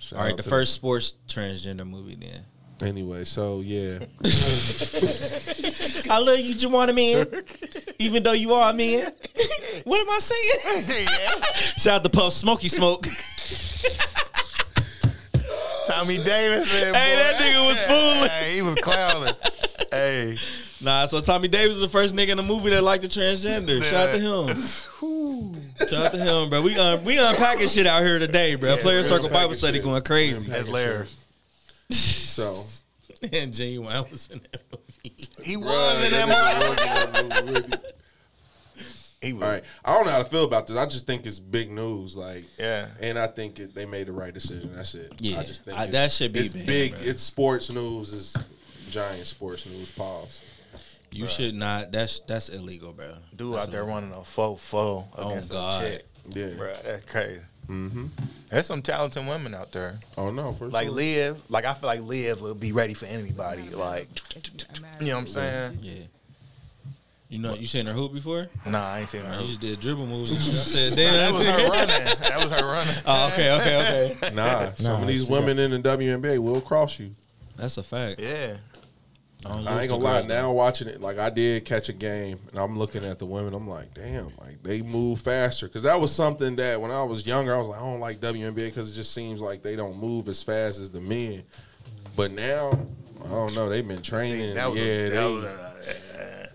S2: Shout
S1: All right,
S2: out
S1: the
S2: to
S1: first sports transgender movie. Then
S2: Anyway, so yeah.
S1: I love you, Joanna Man. Even though you are a man, what am I saying? Shout out to Puff Smokey Smoke.
S4: Tommy Davidson.
S1: Hey, that nigga was fooling.
S4: Hey, he was clowning. hey,
S1: Nah, so Tommy Davis was the first nigga in the movie that liked the transgender. Shout out to him. Shout out to him, bro. We un- we unpacking shit out here today, bro.
S2: Yeah,
S1: Player
S2: we're
S1: Circle Bible
S2: unpacking
S1: Study
S2: shit.
S1: going crazy.
S2: We're unpacking Hilarious. So
S1: and genuine was in that movie.
S4: He
S2: was in that movie. All right, I don't know how to feel about this. I just think it's big news, like yeah, and I think it, they made the right decision. That's it.
S1: Yeah.
S2: I just think
S1: I-
S2: it's-
S1: that should be
S2: it's
S1: banned,
S2: big.
S1: bro.
S2: It's sports news. It's giant sports news. Pause.
S1: You should not. That's that's illegal, bro.
S4: Dude
S1: That's
S4: out there
S1: illegal.
S4: running a faux faux
S1: Oh,
S4: against
S1: God.
S4: a chick.
S2: Yeah,
S4: bro, that's crazy. Mm-hmm. There's some talented women out there.
S2: Oh no, for
S4: like
S2: sure.
S4: Liv. Like I feel like Liv would be ready for anybody. Like you know what I'm saying?
S1: Yeah. You know, you seen her hoop before?
S4: Nah, I ain't seen her.
S1: You just did dribble moves. and shit. I said,
S4: Nah,
S1: damn,
S4: that was her
S1: nigga-
S4: running. That was her running.
S1: Oh, okay, okay, okay.
S2: Nah, some of these women in the WNBA will cross you.
S1: That's a fact.
S4: Yeah.
S2: I ain't gonna lie. Now watching it, like I did catch a game, and I'm looking at the women. I'm like, damn, like they move faster because that was something that when I was younger, I was like, I don't like WNBA because it just seems like they don't move as fast as the men. But now, I don't know. They've been training.
S4: that was a-
S2: yeah,
S4: that
S2: they,
S4: was a-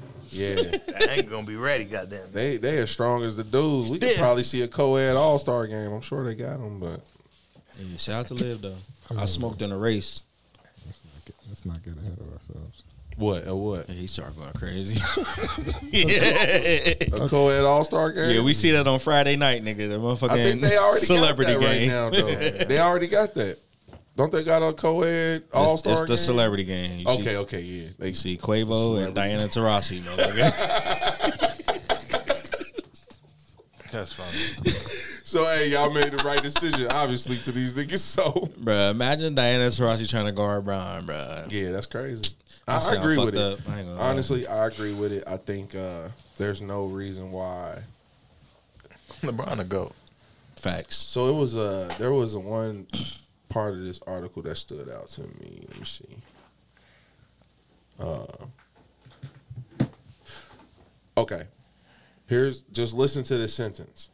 S2: yeah.
S4: I ain't gonna be ready, goddamn.
S2: They they as strong as the dudes. We could
S4: Yeah.
S2: probably see a co-ed all star game. I'm sure they got them, but
S1: Yeah, shout out to Liv though.
S4: Mm.
S1: I smoked in a race.
S5: Let's not get ahead of ourselves.
S2: what? A what?
S1: He started going crazy.
S2: A co-ed all star game.
S1: Yeah, we see that on Friday night, nigga. The motherfucking
S2: I think they already
S1: celebrity
S2: got that
S1: game.
S2: right now. Though they already got that. Don't they got a co-ed all
S1: It's,
S2: star?
S1: it's the celebrity game. You
S2: Okay,
S1: see,
S2: okay, yeah. They
S1: You see Quavo and Diana Taurasi, motherfucker.
S4: That's funny.
S2: So hey, y'all made the right decision, obviously, to these niggas. So
S1: bruh, imagine Diana Taurasi trying to guard Brian, bruh.
S2: yeah, that's crazy.
S1: I
S2: I,
S1: see, I
S2: agree
S1: fucked
S2: with it.
S1: up. I ain't gonna lie.
S2: Honestly, I agree with it. I think uh, there's no reason why
S4: LeBron a goat.
S1: Facts.
S2: So it was uh there was one part of this article that stood out to me. Let me see. Uh, okay. Here's just listen to this sentence.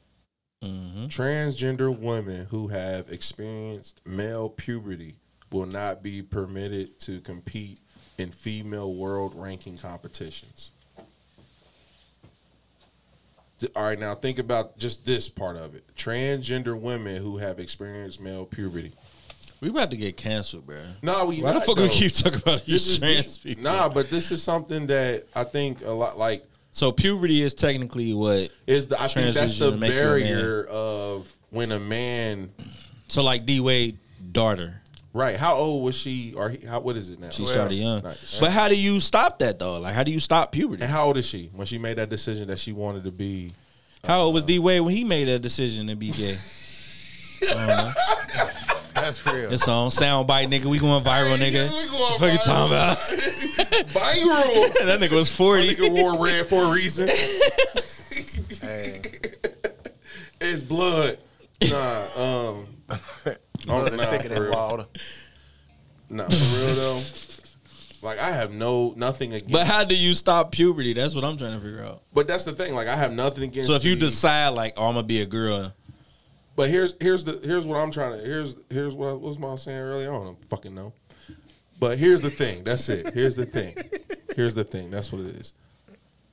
S2: Transgender women who have experienced male puberty will not be permitted to compete in female world ranking competitions. Th- All right, now think about just this part of it. Transgender women who have experienced male puberty.
S1: We about to get canceled, bruh.
S2: No, we
S1: Why the
S2: not,
S1: fuck we
S2: though.
S1: keep talking about
S2: This
S1: these
S2: is
S1: trans
S2: the-
S1: people?
S2: Nah, but this is something that I think a lot like
S1: So puberty is technically what
S2: is the I think that's
S1: transition
S2: the
S1: to make you a man.
S2: barrier of when a man
S1: So like D Wade daughter,
S2: right. How old was she or he, how what is it now?
S1: she started young.
S2: Like,
S1: But how do you stop that though? Like how do you stop puberty?
S2: and how old is she when she made that decision that she wanted to be?
S1: How old was D Wade when he made that decision to be gay?
S4: That's real.
S1: It's on soundbite, nigga. We going viral, nigga. Fuck you talking about?
S2: Viral.
S1: that nigga was forty.
S2: Nigga wore red for a reason.
S4: Hey,
S2: It's blood. Nah, um,
S4: blood
S2: Oh, nah,
S4: is thicker
S2: for
S4: than
S2: real.
S4: water.
S2: Nah, for real though. Like I have no nothing against.
S1: But how do you stop puberty? That's what I'm trying to figure out.
S2: But that's the thing. Like I have nothing against.
S1: So if you
S2: the-
S1: decide like, oh, I'm gonna be a girl,
S2: But here's here's the here's what I'm trying to here's here's what I, what was my saying earlier. I don't fucking know. But here's the thing. That's it. Here's the thing. Here's the thing. That's what it is.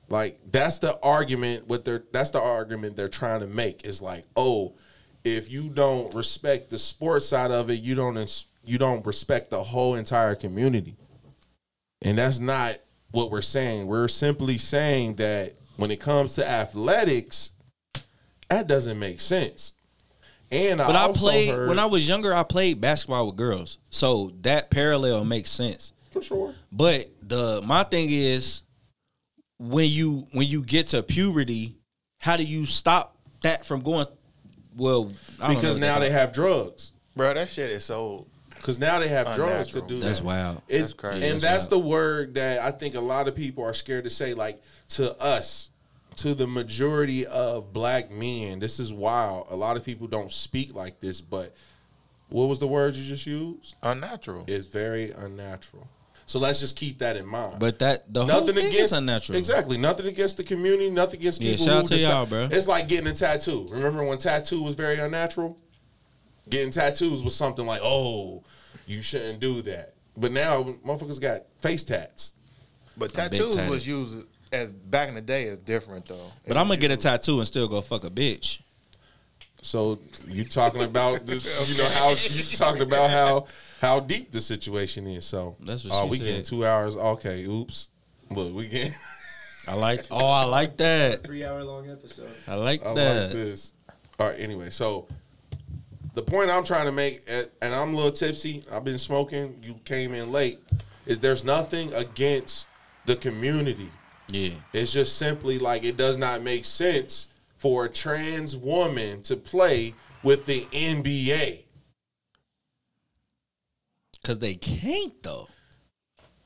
S2: Like that's the argument. What they're that's the argument they're trying to make is like, oh, if you don't respect the sports side of it, you don't ins- you don't respect the whole entire community. And that's not what we're saying. We're simply saying that when it comes to athletics, that doesn't make sense. And I
S1: But I
S2: also
S1: played
S2: heard,
S1: when I was younger. I played basketball with girls, so that parallel makes sense.
S2: for sure.
S1: But the my thing is when you when you get to puberty, how do you stop that from going? Well, I don't know
S2: because
S1: what
S2: now they have drugs.
S4: bro, that shit is so.
S2: Because now they have drugs to
S4: Unnatural.
S2: do
S1: That's
S2: that.
S1: wild.
S2: It's,
S4: That's crazy.
S2: And
S4: That's
S2: that's the word that I think a lot of people are scared to say. Like to us, to the majority of black men, this is wild. A lot of people don't speak like this. But what was the word you just used?
S4: Unnatural.
S2: It's very unnatural. So let's just keep that in mind.
S1: But that the whole
S2: nothing
S1: thing
S2: against
S1: is unnatural.
S2: Exactly, nothing against the community, nothing against
S1: Yeah,
S2: people.
S1: shout
S2: who
S1: out to
S2: decide-
S1: y'all, bro.
S2: It's like getting a tattoo. Remember when tattoo was very unnatural? Getting tattoos was something like, oh, you shouldn't do that. But now motherfuckers got face tats.
S4: But
S1: I'm big
S4: tattoos
S1: tatted.
S4: was used as back in the day is different though.
S1: But I'm gonna get a tattoo and still go fuck a bitch.
S2: So you talking about this, you know how you talking about how how deep the situation is. So
S1: That's what
S2: oh,
S1: she
S2: we
S1: said.
S2: getting two hours. Okay, oops. Look, we getting.
S1: I like. Oh, I like that.
S10: Three hour long episode.
S1: I like
S2: I
S1: that.
S2: like this. All right. Anyway, so the point I'm trying to make, eh, and I'm a little tipsy. I've been smoking. You came in late. Is there's nothing against the community.
S1: Yeah.
S2: It's just simply like it does not make sense for a trans woman to play with the NBA.
S1: Cause they can't though.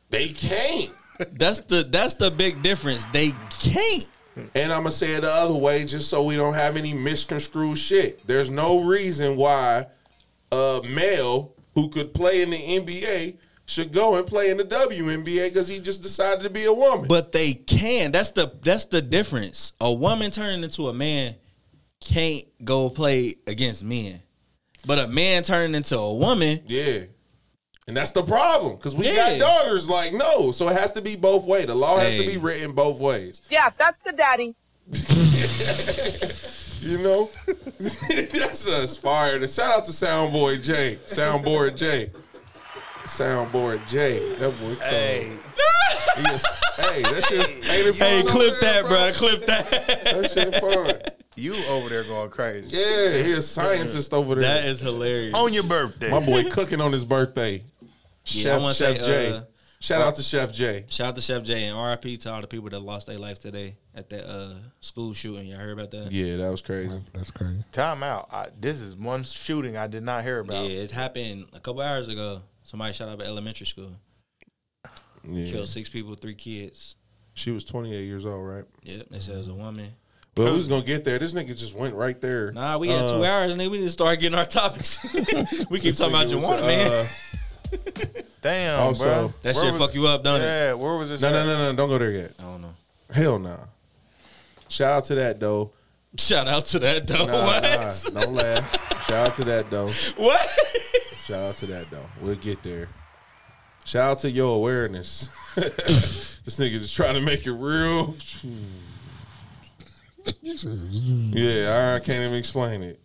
S2: They can't.
S1: That's the that's the big difference. They can't.
S2: And I'm gonna say it the other way, just so we don't have any misconstrued shit. There's no reason why a male who could play in the NBA should go and play in the WNBA because he just decided to be a woman.
S1: But they can. That's the that's the difference. A woman turning into a man can't go play against men. But a man turning into a woman,
S2: yeah. And that's the problem because we
S1: Yeah.
S2: got daughters. Like no, so it has to be both way. The law has to
S1: Hey.
S2: be written both ways.
S12: Yeah, that's the daddy.
S2: You know, that's us fired. And Shout out to Soundboy J, Soundboard J, Soundboard J. That boy. Hey. He is- hey, that shit. Ain't it fun
S1: Hey,
S2: over
S1: clip
S2: there,
S1: that, bro. Clip that.
S2: That shit fun.
S4: You over there going crazy.
S2: Yeah, he a scientist over there.
S1: That is hilarious.
S4: On your birthday.
S2: My boy cooking on his birthday.
S1: Yeah, I
S2: Chef
S1: wanna
S2: Chef
S1: say,
S2: J.
S1: uh,
S2: Shout out to Chef J.
S1: Shout out to Chef J and RIP to all the people that lost their life today at that uh, school shooting. Y'all heard about that?
S2: Yeah, that was crazy.
S5: That's crazy.
S4: Time out. I, this is one shooting I did not hear about.
S1: Yeah, it happened a couple hours ago. Somebody shot up at elementary school.
S2: Yeah.
S1: Killed six people, three kids.
S2: She was 28 years old, right?
S1: Yep, they said it was
S2: Mm-hmm.
S1: a woman.
S2: But who's gonna get there? This nigga just went right there.
S1: Nah, we had two
S2: Uh,
S1: hours, and then we need to start getting our topics. we keep
S2: this
S1: talking about
S2: nigga was,
S1: Jawan, man.
S2: uh,
S4: Damn,
S2: Also-
S4: bro.
S1: That
S4: Where
S1: shit
S4: was-
S1: fuck you up, don't it?
S4: Yeah, where was this?
S2: No, no,
S4: at?
S2: no, no! Don't go there yet.
S1: I don't know.
S2: Hell nah. Shout out to that though.
S1: Shout out to that though.
S2: Nah,
S1: what?
S2: nah, don't laugh. Shout out to that though.
S1: What?
S2: Shout out to that though. We'll get there. Shout out to your awareness. this nigga just trying to make it real.
S5: You said,
S2: Yeah, I can't even explain it.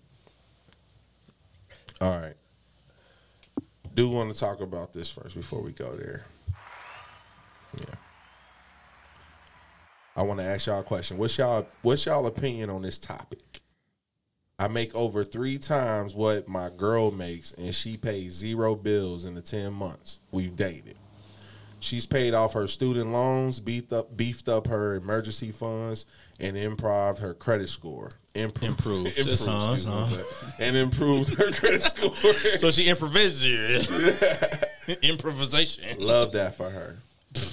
S2: All right. Do want to talk about this first before we go there. Yeah. I want to ask y'all a question. What's y'all what's y'all opinion on this topic? I make over 3 times what my girl makes and she pays zero bills in the 10 months we've dated. She's paid off her student loans, beefed up, beefed up her emergency funds, and improved her credit score. Improved,
S1: Improved.
S2: improved,
S1: Just, huh,
S2: excuse me,
S1: huh.
S2: but- and improved her credit score.
S1: so she improvises. Improvisation.
S2: Love that for her. The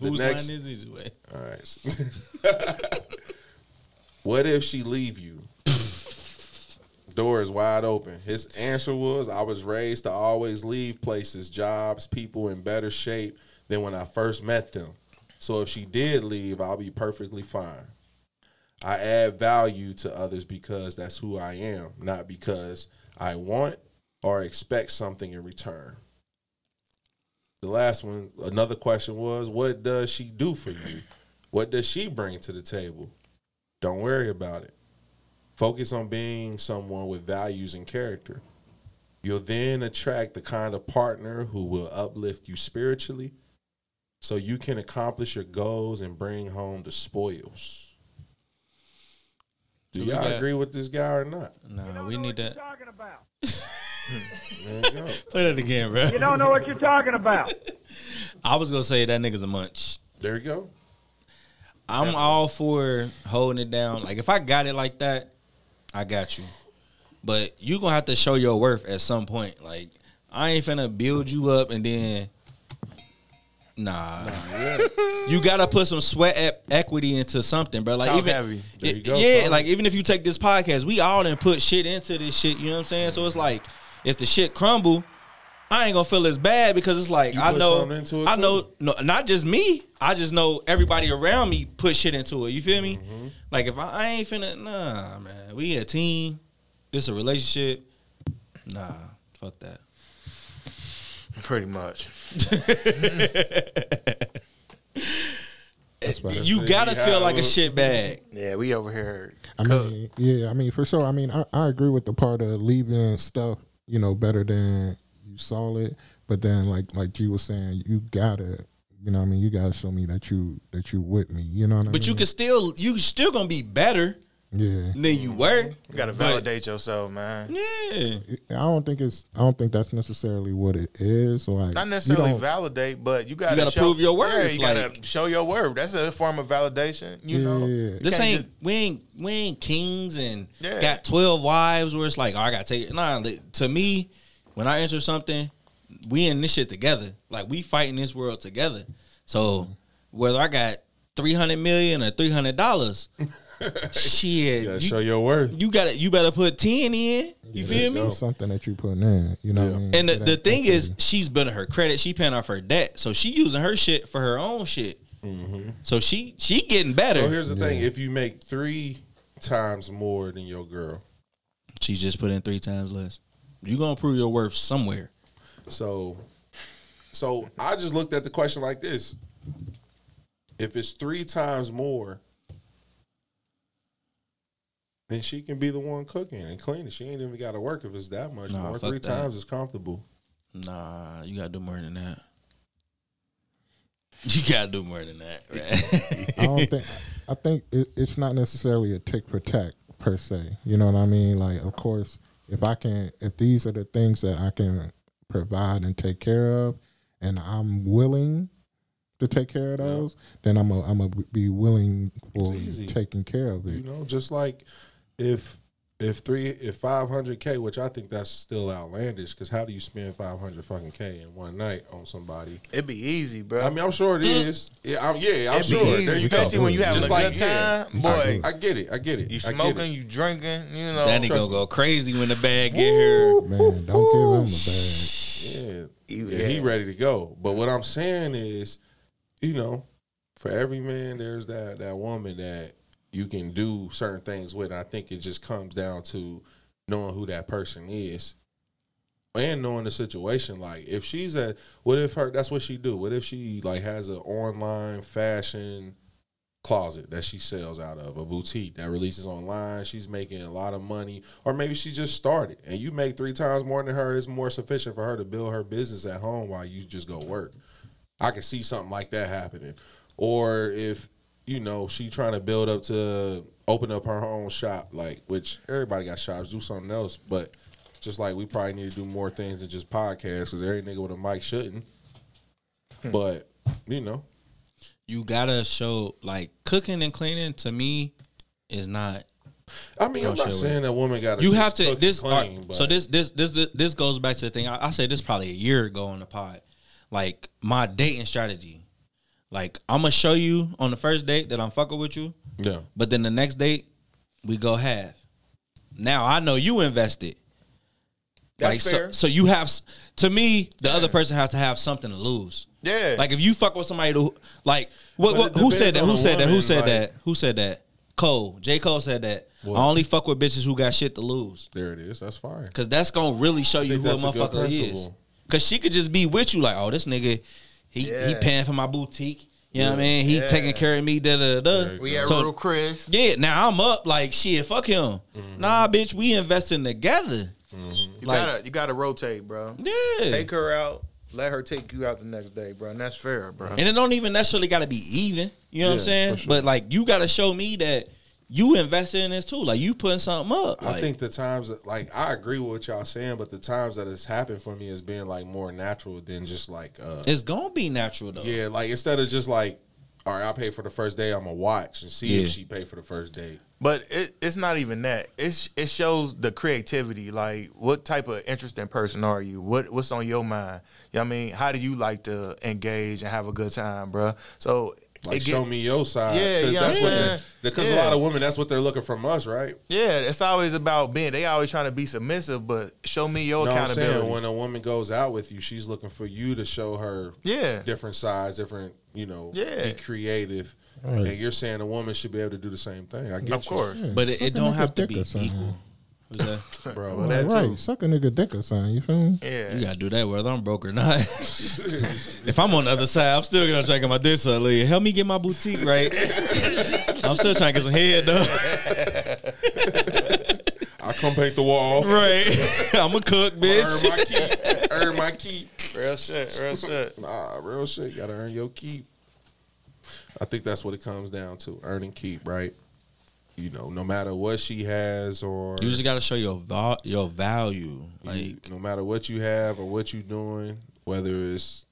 S1: Whose
S2: next,
S1: line is it anyway?
S2: all right. what if she leave you? Door is wide open. His answer was, "I was raised to always leave places, jobs, people in better shape than when I first met them. So if she did leave, I'll be perfectly fine. I add value to others because that's who I am, not because I want or expect something in return." The last one, another question was, what does she do for you? What does she bring to the table? Don't worry about it. Focus on being someone with values and character. You'll then attract the kind of partner who will uplift you spiritually so you can accomplish your goals and bring home the spoils. Do
S1: Do we
S2: y'all
S1: got-
S2: agree with this guy or not?
S1: Nah, we need that.
S13: talking about.
S2: There you go.
S1: Play that again, bro.
S13: You don't know what you're talking about.
S1: I was gonna say that nigga's a munch.
S2: There you go.
S1: I'm all for holding it down. Like if I got it like that, I got you. But you gonna have to show your worth at some point. Like I ain't finna build you up and then nah. you gotta put some sweat ep- equity into something, bro. Like
S4: Talk
S1: even
S4: heavy.
S2: There you
S1: it-
S2: go,
S1: yeah,
S2: talk.
S1: like even if you take this podcast, we all done put shit into this shit. You know what I'm saying? So it's like if the shit crumble. I ain't gonna feel as bad because it's like
S2: You
S1: I
S2: put
S1: know
S2: something into it
S1: I
S2: too.
S1: know no, not just me. I just know everybody around me put shit into it. You feel me?
S2: Mm-hmm.
S1: Like if I, I ain't finna, nah, man. We a team. This a relationship. Nah, fuck that.
S4: Pretty much.
S5: that's better.
S1: You gotta feel like a shit bag.
S4: Yeah, we over here.
S5: I mean, yeah, I mean, for sure. I mean, I, I agree with the part of leaving stuff, you know, better than you saw it. But then, like like G was saying, you gotta, you know, what I mean, you gotta show me that you that you with me. You know what I
S1: But you
S2: Mm-hmm.
S5: mean?
S1: can still you still gonna be better
S5: yeah.
S1: than you were.
S4: You gotta validate yourself, man.
S1: Yeah.
S5: I don't think it's. I don't think that's necessarily what it is. Like
S4: Not
S5: you
S4: necessarily
S5: don't-
S4: validate, but you gotta,
S1: gotta
S4: show,
S1: prove your
S4: Yeah,
S1: worth,
S4: you gotta show your worth. That's a form of validation. You know, You
S1: This
S4: can't
S1: ain't
S4: just-
S1: we ain't we ain't kings and
S4: Yeah.
S1: got twelve wives where it's like oh, I gotta take it. Nah, li- to me, when I enter something, we in this shit together. Like we fighting this world together. So whether I got three hundred million or three hundred dollars, shit,
S2: gotta
S1: you-
S2: show your worth.
S1: You got to You better put ten in. You
S5: Yeah,
S1: feel
S5: it's-
S1: me?
S5: it's something that you putting in. You know. What I mean?
S1: And the,
S5: It
S1: the
S5: ain't-
S1: thing is, she's building her credit. She paying off her debt, so she using her shit for her own shit.
S4: Mm-hmm.
S1: So she she getting better.
S2: So Oh, here's the thing: if you make three times more than your girl,
S1: She just put in three times less. You gonna prove your worth somewhere.
S2: So, so I just looked at the question like this: If it's three times more, then she can be the one cooking and cleaning. She ain't even got to work if it's that much
S1: Nah,
S2: more.
S1: fuck
S2: Three
S1: that.
S2: times is comfortable.
S1: Nah, you gotta do more than that. You gotta do more than that. Right?
S5: I don't think. I think it, it's not necessarily a tick for tack per se. You know what I mean? Like, of course, if I can, if these are the things that I can provide and take care of, and I'm willing to take care of those, then I'm a, I'm gonna be willing for
S2: easy.
S5: taking care of
S2: You
S5: it.
S2: know, just like if if three if five hundred k, which I think that's still outlandish, because how do you spend five hundred fucking k in one night on somebody?
S4: It'd be easy, bro.
S2: I mean, I'm sure it is. Yeah, I'm, yeah, I'm
S4: It'd be
S2: sure.
S4: easy,
S2: There you go.
S4: especially when you having
S2: Just
S4: a
S2: like,
S4: good
S2: yeah.
S4: time, boy.
S2: I, I get it. I get it.
S4: You
S2: I get
S4: smoking,
S2: it.
S4: you drinking, you know.
S1: Danny
S4: Oh, Trust
S1: gonna
S4: me.
S1: go crazy when the bag get here.
S5: Man, don't give him a bag.
S2: Yeah.
S4: You-
S2: yeah, he
S4: yeah.
S2: ready to go. But what I'm saying is, you know, for every man, there's that that woman that you can do certain things with. I think it just comes down to knowing who that person is and knowing the situation. Like, if she's a, what if her? That's what she do. What if she like has an online fashion closet that she sells out of a boutique that releases online she's making a lot of money or maybe she just started and you make three times more than her it's more sufficient for her to build her business at home while you just go work i could see something like that happening or if you know she trying to build up to open up her own shop like which everybody got shops do something else but just like we probably need to do more things than just podcasts because every nigga with a mic shouldn't but you know
S1: You gotta show like cooking and cleaning to me is not
S2: I mean, I'm
S1: Don't
S2: not
S1: show
S2: saying that woman got.
S1: you have to
S2: cook
S1: this
S2: and clean,
S1: all right,
S2: but
S1: so this this this this- this goes back to the thing I, I said this probably a year ago on the pod like my dating strategy like i'm gonna show you on the first date that i'm fucking with you
S2: Yeah.
S1: but then the next date we go half now i know you invested
S4: That's
S1: like
S4: fair.
S1: so so you have s- to me the other person has to have something to lose
S4: Yeah.
S1: like if you fuck with somebody who like what,
S2: But
S1: what
S2: it
S1: who said
S2: depends
S1: that?
S2: on
S1: Who
S2: the
S1: said that? Who
S2: woman,
S1: said
S2: like-
S1: that? Who said that? Cole. J. Cole said that.
S2: What?
S1: I only fuck with bitches who got shit to lose.
S2: there it is. That's fine.
S1: Cause that's gonna really show you
S2: think
S1: who a
S2: that's a good
S1: motherfucker is.
S2: principle.
S1: Cause she could just be with you like, oh, this nigga, he he
S4: Yeah.
S1: paying for my boutique. You know what I mean? He
S4: Yeah.
S1: taking care of me, da da da, da.
S4: we at
S1: So-
S4: Real Chris.
S1: Yeah, now I'm up like shit, fuck him.
S2: Mm-hmm.
S1: Nah, bitch, we investing together.
S4: You
S1: Like-
S4: gotta, you gotta rotate, bro.
S1: Yeah.
S4: Take her out. Let her take you out the next day, bro. And that's fair, bro.
S1: And it don't even necessarily got to be even. You know what I'm
S2: Yeah,
S1: saying?
S2: for sure.
S1: But like, you got to show me that you invested in this too. Like, you putting something up.
S2: I
S1: Like,
S2: think the times that, like, I agree with what y'all saying, but the times that it's happened for me has been like more natural than just like, uh,
S1: it's gonna be natural though.
S2: yeah, like instead of just like, all right, I pay for the first day, I'm gonna watch and see
S1: Yeah.
S2: if she pay for the first date.
S4: But it, it's not even that. It's it shows the creativity. Like what type of interesting person are you? What what's on your mind? You know what I mean, how do you like to engage and have a good time, bro? So
S2: Like,
S4: it get-
S2: show me your side,
S4: Yeah,
S2: because
S4: yeah,
S2: that's what
S4: yeah.
S2: the- because a
S4: Yeah.
S2: lot of women that's what they're looking from us, right?
S4: Yeah, it's always about being. They always trying to be submissive, but show me your
S2: No, I'm
S4: accountability.
S2: saying when a woman goes out with you, she's looking for you to show her
S4: Yeah.
S2: different sides, different you know,
S4: Yeah.
S2: be creative.
S5: Right.
S2: And you're saying a woman should be able to do the same thing. I get
S4: of
S2: you.
S4: course,
S1: But it, it
S5: Suck a
S1: don't
S5: nigga
S1: have to
S5: dick
S1: be
S5: or something.
S1: equal. What's that?
S2: Bro,
S5: Well, right, suck a nigga dick or something. You feel me?
S1: You gotta do that whether I'm broke or not. if I'm on the other side, I'm still gonna try to get my dick sucked. Like, help me get my boutique right. I'm still trying to get some head though.
S2: I come paint the wall.
S1: Right. I'm a cook, bitch.
S2: Earn my keep. Earn my keep. Real shit. Real shit. Nah, real shit. You gotta earn your keep. I think that's what it comes down to. Earn and keep, right? You know, no matter what she has or
S1: You just gotta show your val- your value. Like
S2: you- no matter what you have or what you're doing, whether it's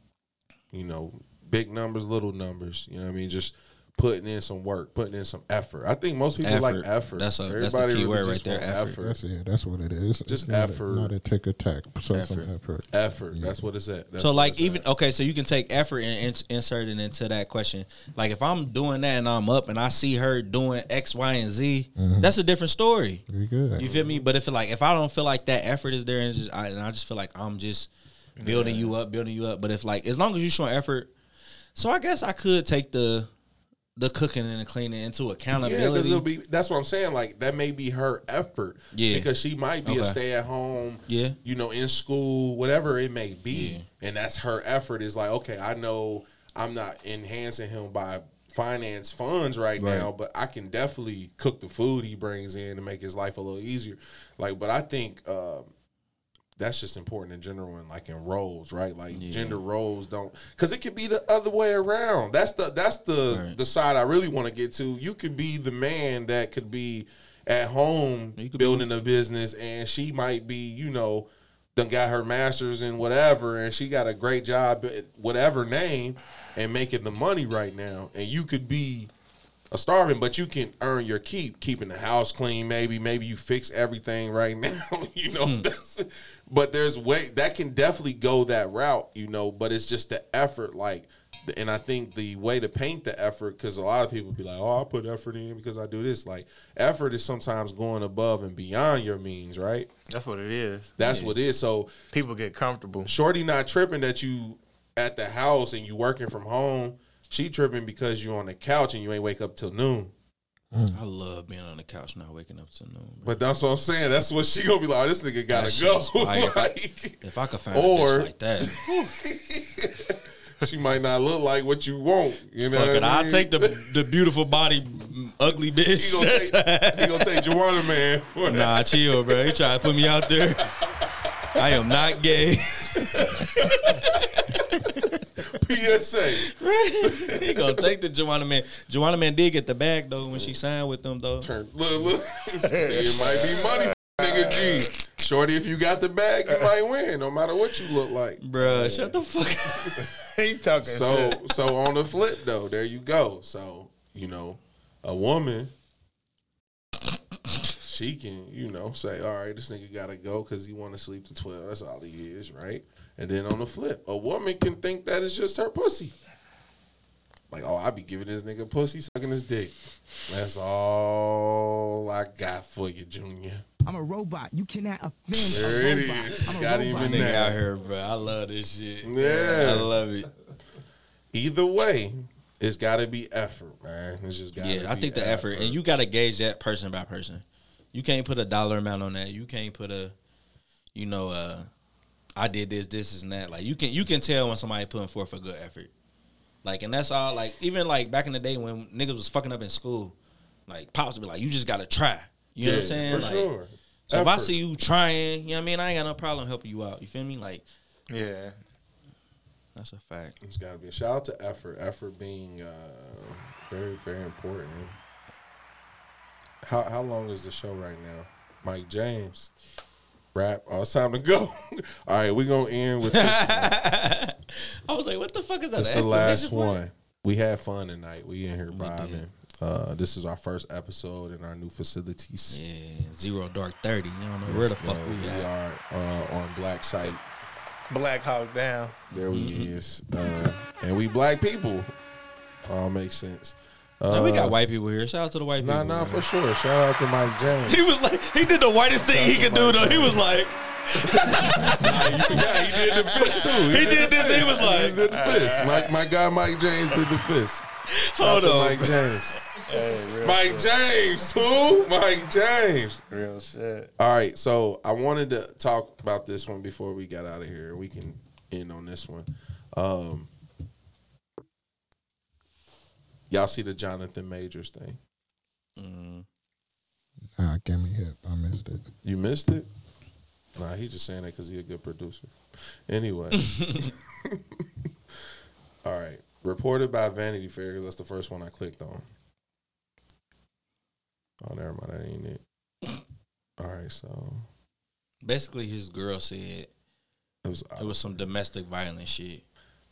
S2: you know big numbers, little numbers, you know what I mean, just putting in some work, putting in some effort. I think most people like effort.
S1: That's a- that's the key
S2: really
S1: word
S2: just
S1: right there,
S2: want
S1: effort.
S5: That's it. That's what it is. It's
S2: Just
S5: not a-
S2: effort.
S5: not a tick attack. So some effort.
S2: Effort. That's what it's at. That's
S1: so
S2: what
S1: like
S2: it's
S1: even okay, so you can take effort and ins- insert it into that question. Like if I'm doing that and I'm up and I see her doing X, Y, and Z,
S2: Mm-hmm.
S5: Mhm.
S1: that's a different story.
S5: You good.
S1: You feel me? But if like if I don't feel like that effort is there and just I, and I just feel like I'm just building you up, building you up. But if like as long as you showing effort, so I guess I could take the the cooking and the cleaning into
S2: Yeah, because
S1: accountability.
S2: it'll be. That's what I'm saying. Like that may be her effort.
S1: Yeah.
S2: because she might be a
S1: Okay.
S2: stay at home.
S1: Yeah.
S2: you know, in school, whatever it may be, and that's her effort. Is like, okay, I know I'm not enhancing him by finance funds right,
S1: Right.
S2: now, but I can definitely cook the food he brings in to make his life a little easier. Like, but I think. Um, that's just important in general and like in roles, right? Like gender roles don't because it could be the other way around. That's the that's the the side I really want to get to. You could be the man that could be at home building a business, and she might be, you know, done got her masters and whatever, and she got a great job at whatever name and making the money right now, and you could be a starving, but you can earn your keep, keeping the house clean. Maybe, maybe you fix everything right now. you know, that's- but there's way that can definitely go that route. You know, but it's just the effort, like. And I think the way to paint the effort, because a lot of people be like, "Oh, I put effort in because I do this." Like, effort is sometimes going above and beyond your means, right?
S4: That's what it is.
S2: That's
S4: Yeah.
S2: what it is. So
S4: people get comfortable.
S2: Shorty not tripping that you at the house and you working from home. She tripping because you on the couch and you ain't wake up till noon.
S1: I love being on the couch not waking up till noon.
S2: But that's what I'm saying. That's what she gonna be like. "Oh, this nigga
S1: That
S2: gotta
S1: shit
S2: go.
S1: is fire. If I-
S2: Like,
S1: if I could find a bitch like that.
S2: she might not look like what you want. You know,
S1: Fuck
S2: what
S1: it,
S2: I
S1: I'll
S2: mean?
S1: take the the beautiful body, mm, ugly bitch.
S2: He gonna take, he gonna take Joanna man. For
S1: Nah, chill, bro. You try to put me out there. I am not gay.
S2: PSA.
S1: Right. He gonna take the Joanna man. Joanna man did get the bag though when she signed with them though.
S2: look, look. it might be money, nigga. G. Shorty, if you got the bag, you might win. No matter what you look like,
S1: Bruh, Shut the fuck up.
S4: he talking
S2: so
S4: shit.
S2: so on the flip though, there you go. So you know, a woman, she can you know say, all right, this nigga gotta go because he want to sleep to twelve. That's all he is, right? And then on the flip, a woman can think that it's just her pussy. Like, oh, I be giving this nigga pussy, sucking his dick. That's all I got for you, Junior.
S7: I'm a robot. You cannot offend
S2: There
S7: a
S2: it is.
S7: robot. I'm a
S2: Got
S7: robot.
S2: even
S1: Nigga
S2: now.
S1: out here, bro. I love this shit.
S2: Yeah.
S1: I love it.
S2: Either way, it's got to be effort, man. It's just got.
S1: Yeah, I think the effort, and you gotta gauge that person by person. You can't put a dollar amount on that. You can't put a, you know, uh, I did this, this, and that. Like you can you can tell when somebody putting forth a good effort. Like, and that's all. Like even like back in the day when niggas was fucking up in school, like pops would be like, you just gotta try. You know what I'm
S2: Yeah,
S1: saying?
S2: for
S1: like,
S2: sure.
S1: So if I
S2: Effort.
S1: see you trying, you know what I mean. I ain't got no problem helping you out. You feel me? Like,
S4: yeah,
S1: that's a fact.
S2: It's got to be. Shout out to effort. Effort being uh, very, very important. How how long is the show right now? Mike James, rap. Oh, it's time to go. All right, we're gonna end with this.
S1: I was like, what the fuck is that?
S2: This is
S1: An
S2: the last
S1: exclamation point?
S2: one. We had fun tonight. We in here vibing. Uh, this is our first episode in our new facilities.
S1: Yeah, zero dark thirty. You don't know where the fuck we at.
S2: are uh, on Black Site.
S4: Black Hawk down.
S2: There we
S1: Mm-hmm.
S2: is. Uh, and we black people. All makes sense.
S1: Now we got
S2: Uh,
S1: white people here. Shout out to the white
S2: Nah,
S1: people.
S2: nah, for sure. Shout out to Mike James.
S1: He was like, he did the whitest thing he could do though. He was like,
S2: yeah, he did the fist too. He,
S1: did
S2: the
S1: this, he
S2: fist.
S1: was like-
S2: did the fist. My, my guy Mike James did the fist. Shout
S1: Hold
S2: out to
S1: on,
S2: Mike
S1: bro.
S2: James. Mike James, who? Mike James.
S4: Real shit.
S2: All right, so I wanted to talk about this one before we got out of here. We can end on this one. Um, y'all see the Jonathan Majors thing?
S5: Nah, Ah, give me hip. I missed it.
S2: You missed it? Nah, he just saying that because he a good producer. Anyway. All right. Reported by Vanity Fair 'cause that's the first one I clicked on. Oh, never mind. That ain't it. All right, so
S1: Basically, his girl said
S2: it was. uh,
S1: It was some domestic violence shit.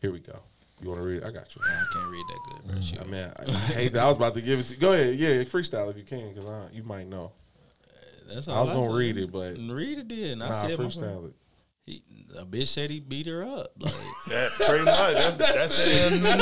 S2: here we go. You want to read? it? I got you.
S1: I can't read that good. Bro. Shit.
S2: Mm, I mean, I, I hate that. I was about to give it to you. Go ahead. Yeah, freestyle if you can because you might know.
S1: That's
S2: I was
S1: all
S2: going to
S1: said.
S2: read it, but
S1: read it then. I
S2: nah,
S1: said my-
S2: freestyle it.
S1: He, a bitch said he beat her up. Like,
S12: That pretty much. That's, that's, it in a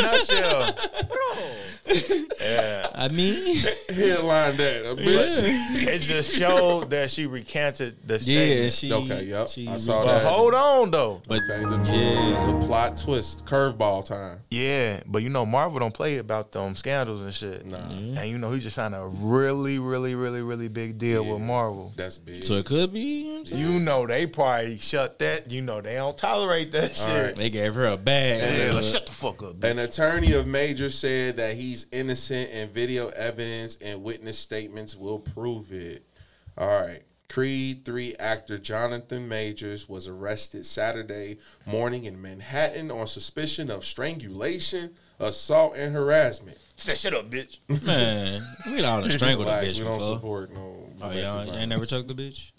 S12: nutshell. Yeah.
S1: I mean,
S2: Headline that. A bitch.
S12: it just showed that she recanted the statement.
S1: yeah, she.
S2: okay, yep.
S1: she
S2: I saw
S12: But
S2: that.
S12: hold on though.
S1: But
S2: Okay, the, tw-
S1: Yeah.
S2: the plot twist, curveball time.
S12: Yeah, but you know Marvel don't play about them scandals and shit.
S2: Nah,
S12: And you know he just signed a really, really, really, really big deal with Marvel.
S2: that's big.
S1: so it could be. You know what I'm saying?
S12: You know they probably shut that. You know they don't tolerate that shit.
S1: They gave her a bag.
S12: Yeah, like, shut the fuck up. bitch.
S2: An attorney of Major said that he's innocent, and video evidence and witness statements will prove it. All right. Creed 3 actor Jonathan Majors was arrested Saturday morning in Manhattan on suspicion of strangulation, assault, and harassment.
S12: Shut shut up, bitch.
S1: Man, we all done strangled a
S2: Relax,
S1: bitch
S2: we don't
S1: before.
S2: support
S1: Oh,
S2: no. domestic
S1: y'all ain't
S2: violence.
S1: never took the bitch?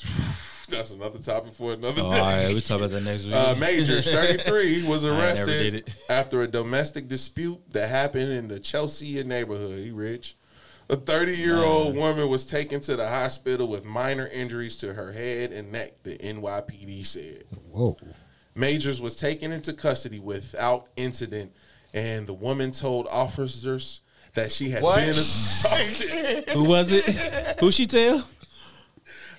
S2: That's another topic for another
S1: Oh, all
S2: day.
S1: right, we talk about that next week.
S2: Uh, Majors, 33, was
S1: never did
S2: arrested
S1: it.
S2: after a domestic dispute that happened in the Chelsea neighborhood. He rich. A 30 year
S1: Uh.
S2: old woman was taken to the hospital with minor injuries to her head and neck, the NYPD said.
S5: Whoa.
S2: Majors was taken into custody without incident, and the woman told officers that she had
S12: What?
S2: been assaulted.
S1: Who was it? Who she tell?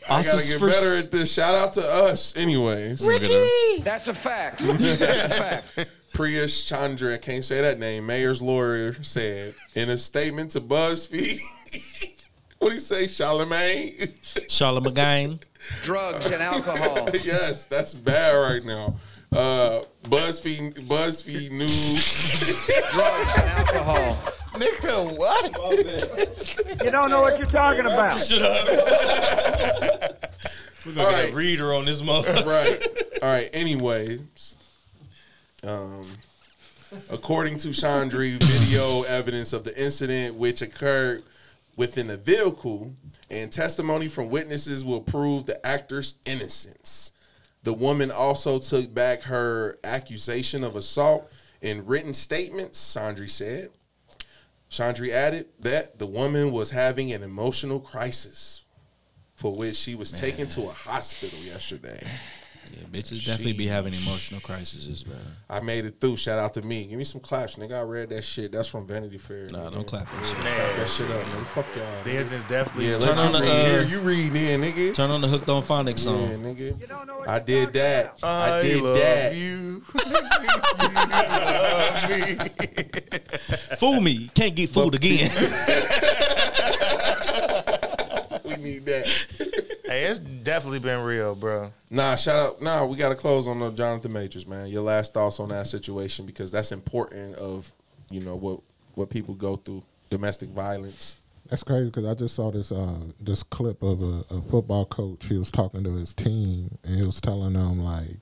S2: I gotta get
S1: for-
S2: better at this. Shout out to us, anyways.
S11: That's a fact. That's a fact.
S2: Priya Chandra, can't say that name, mayor's lawyer said in a statement to BuzzFeed. what do you say, Charlemagne?
S1: Charlotte McGain.
S11: Drugs and alcohol.
S2: yes, that's bad right now. Uh, BuzzFeed, BuzzFeed News.
S11: Drugs and alcohol.
S12: Nigga, what?
S6: You don't know what you're talking about.
S1: Shut up. We're gonna
S2: All
S1: get
S2: right.
S1: a reader on this motherfucker.
S2: right. All right. Anyways, um, according to Chandri, video evidence of the incident, which occurred within a vehicle, and testimony from witnesses will prove the actor's innocence. The woman also took back her accusation of assault in written statements, Chandri said. Chandri added that the woman was having an emotional crisis for which she was taken to a hospital yesterday.
S1: Yeah, bitches definitely be having emotional crises, bro.
S2: I made it through. Shout out to me. Give me some claps, nigga. I read that shit. That's from Vanity Fair.
S1: Nah,
S2: nigga.
S1: don't clap that shit.
S2: Clap that shit up, nigga. Fuck y'all. nigga.
S12: Business definitely.
S2: Yeah,
S1: Turn on
S2: let you
S1: the,
S2: read
S1: uh,
S2: here. You read then, nigga.
S1: Turn on the Hooked on Phonics
S2: Yeah,
S1: song.
S2: nigga. I did that. I, did
S12: love
S2: that.
S12: you.
S1: Fool me. Can't get fooled again.
S2: We need that.
S12: Hey, it's definitely been real, bro.
S2: Nah, shout out. Nah, we got to close on the Jonathan Majors, man. Your last thoughts on that situation because that's important of, you know, what what people go through, domestic violence.
S5: That's crazy because I just saw this uh, this clip of a, a football coach. He was talking to his team and he was telling them like,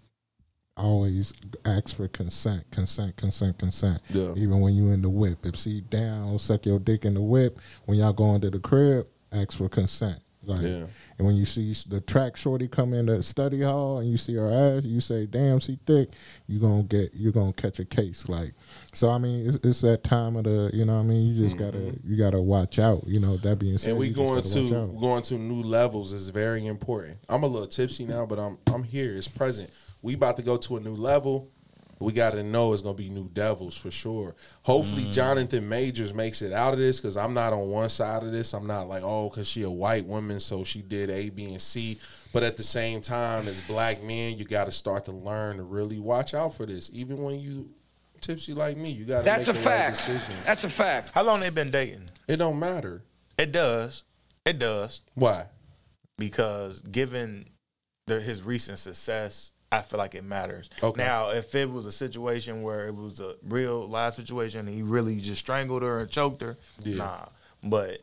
S5: always ask for consent, consent, consent, consent.
S2: Yeah.
S5: Even when you in the whip, if she down, suck your dick in the whip. When y'all going to the crib, ask for consent. Like,
S2: Yeah.
S5: and when you see the track shorty come in the study hall and you see her ass, you say, "Damn, she thick." You gonna get, you gonna catch a case. Like, so I mean, it's, it's that time of the, you know, what I mean, you just gotta, you gotta watch out. You know, that being said,
S2: Mm-hmm. and we
S5: you just
S2: going
S5: gotta watch
S2: to
S5: out.
S2: going to new levels is very important. I'm a little tipsy now, but I'm I'm here. It's present. We about to go to a new level. We got to know it's gonna be new devils for sure. Hopefully,
S5: Mm-hmm.
S2: Jonathan Majors makes it out of this because I'm not on one side of this. I'm not like oh, because she a white woman, so she did A, B, and C. But at the same time, as black men, you got to start to learn to really watch out for this. Even when you tipsy like me, you got to
S11: That's
S2: make
S11: a
S2: the right
S11: fact.
S2: decisions.
S11: That's a fact.
S12: How long they been dating?
S2: it don't matter.
S4: It does. It does.
S2: Why?
S4: Because given the, his recent success, I feel like it matters. Okay. Now, if it was a situation where it was a real live situation and he really just strangled her and choked her,
S2: Yeah.
S4: nah. But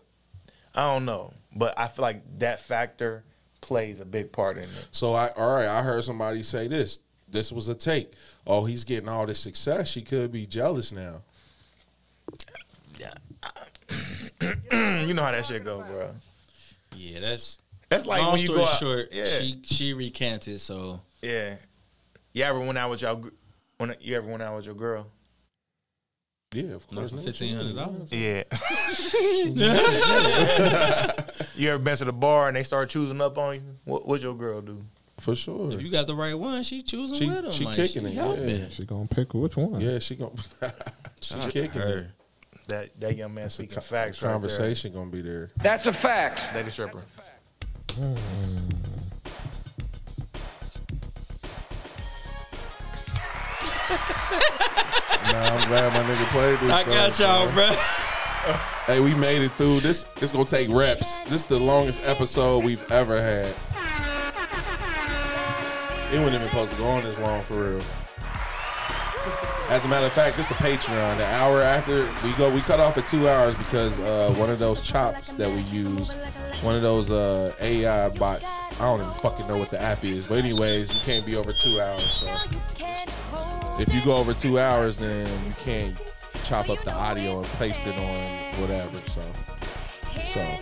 S4: I don't know. But I feel like that factor plays a big part in it.
S2: So I all right, I heard somebody say this. This was a take. Oh, he's getting all this success. She could be jealous now.
S4: Mm, you know how that shit go, bro.
S13: Yeah, that's
S4: That's like
S13: long
S4: when you
S13: story
S4: go out-
S13: short.
S4: Yeah.
S13: She she recanted, so
S4: Yeah. You ever went out with y'all? gr- When you ever went out with your girl?
S2: Yeah, of
S13: No, course. for $1,500?
S4: Yeah. you ever been to the bar and they start choosing up on you? What would your girl do?
S2: For sure.
S13: if you got the right one, she choosing
S4: She-
S13: with him.
S4: she
S13: like,
S4: kicking
S13: she
S4: it,
S13: helping.
S4: yeah.
S5: She gonna pick which one?
S2: Yeah, she gonna she
S4: Shout out to
S2: kicking
S4: her.
S2: it.
S4: That that young man speaking facts. right there.
S2: Conversation gonna be there.
S11: That's a fact.
S4: Lady stripper.
S2: Nah, I'm glad my nigga played this.
S1: I got y'all, bro.
S2: Hey, we made it through. This it's gonna take reps. This is the longest episode we've ever had. It wasn't even supposed to go on this long for real. As a matter of fact, this the Patreon. The hour after we go, we cut off at two hours because uh, one of those chops that we use, one of those uh, AI bots. I don't even fucking know what the app is, but anyways, you can't be over two hours. So if you go over two hours, then you can't chop up the audio and paste it on whatever. So, so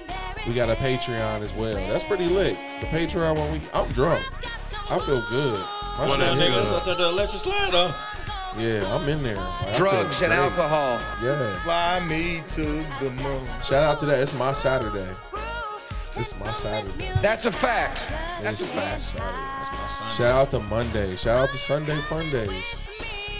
S2: we got a Patreon as well. That's pretty lit. The Patreon when we, I'm drunk. I feel good. My
S1: Well,
S2: shit
S1: that
S2: hit
S1: nigga,
S2: good.
S1: that's what I turned the electric slide on.
S2: Yeah, I'm in there. Like, I feel
S11: Drugs and
S2: great.
S11: alcohol.
S2: Yeah.
S4: Fly me to the moon.
S2: Shout out to that. It's my Saturday. It's my Saturday.
S11: That's a fact. That's
S2: It's
S11: a
S2: my
S11: fact.
S2: Shout out to Monday. Shout out to Sunday fun days.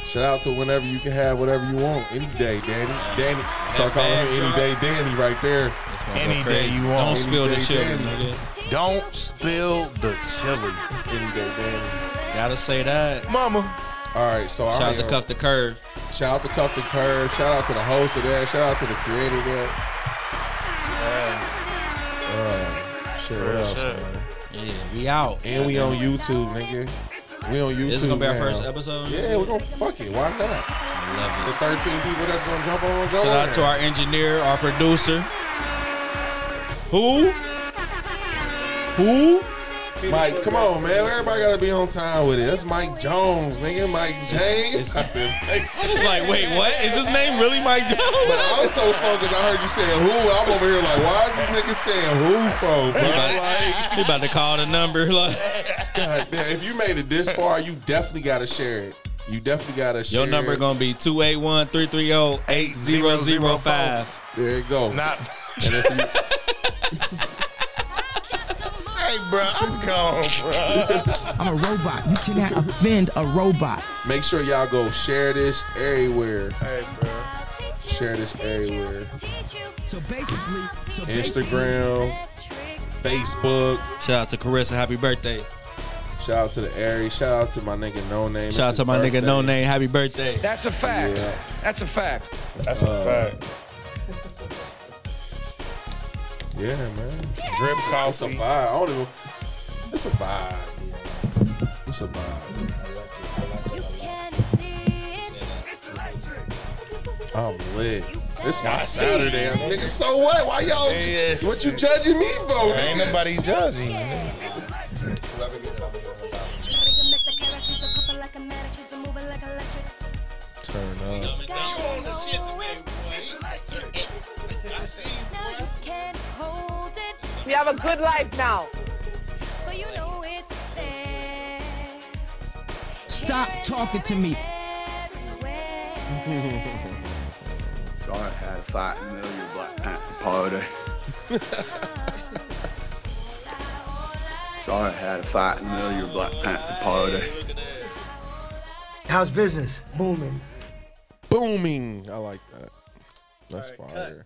S2: Shout out to whenever you can have whatever you want. Any day, Danny. Danny. Start calling him
S1: bag,
S2: any
S1: y'all.
S2: day Danny right there.
S4: Any day you want.
S2: Any day, Danny.
S4: Don't spill the chili.
S2: It's any day Danny.
S13: Gotta say that.
S4: Mama.
S2: All right, so
S13: Shout
S2: I
S13: out to
S2: am-
S13: Cuff the Curve.
S2: Shout out to Cuff the Curve. Shout out to the host of that. Shout out to the creator of that. Uh, shit, what
S13: Real
S2: else,
S13: shit.
S2: man?
S13: Yeah, we out.
S2: And we on YouTube, nigga. We on YouTube.
S13: This is gonna be our
S2: now.
S13: first episode?
S2: Yeah, we're gonna fuck it. Why not?
S13: Love
S2: The 13 people that's gonna jump on
S13: it.
S2: jump
S13: Shout
S2: on
S13: out to
S2: there.
S13: our engineer, our producer. Who? Who?
S2: Mike, come on, man. Everybody gotta be on time with it. That's Mike Jones, nigga. Mike James. I said, Mike James.
S1: Like, wait, what? Is his name really Mike Jones?
S2: But I was so slow because I heard you saying who. and I'm over here like, why is this nigga saying who for, bro?
S1: He about,
S2: Like,
S1: he about to call the number. Like,
S2: God damn, if you made it this far, you definitely gotta share it. You definitely gotta share
S13: Your number
S2: it.
S13: gonna be oh, 281-330-8005.
S2: There you go.
S4: Not.
S2: And if you-
S4: Hey, bro, I'm gone, bro.
S7: I'm a robot. You cannot offend a robot.
S2: Make sure y'all go share this everywhere.
S4: hey, bro.
S2: Share this everywhere.
S7: So basically, so
S2: Instagram, Facebook.
S13: Shout out to Carissa, happy birthday.
S2: Shout out to the Aries. Shout out to my nigga No Name. It's
S13: Shout out
S2: his
S13: to my
S2: birthday.
S13: nigga No Name, happy birthday.
S11: That's a fact.
S2: Yeah.
S11: That's a fact.
S4: That's a fact.
S2: Yeah, man.
S4: Drip
S2: It's a
S4: coffee.
S2: vibe. I don't even. It's a vibe. It's a vibe. I'm lit. It's my Saturday, nigga. So what? Why y'all?
S4: Yes.
S2: What you judging me for,
S4: Ain't
S2: nigga?
S4: nobody judging. you, nigga.
S2: Turn up.
S14: You have a good life now.
S7: Stop talking to me.
S15: So I had five million Black Panther Party. so I had five million Black Panther Party.
S2: How's business? Booming. Booming. I like that. That's fire.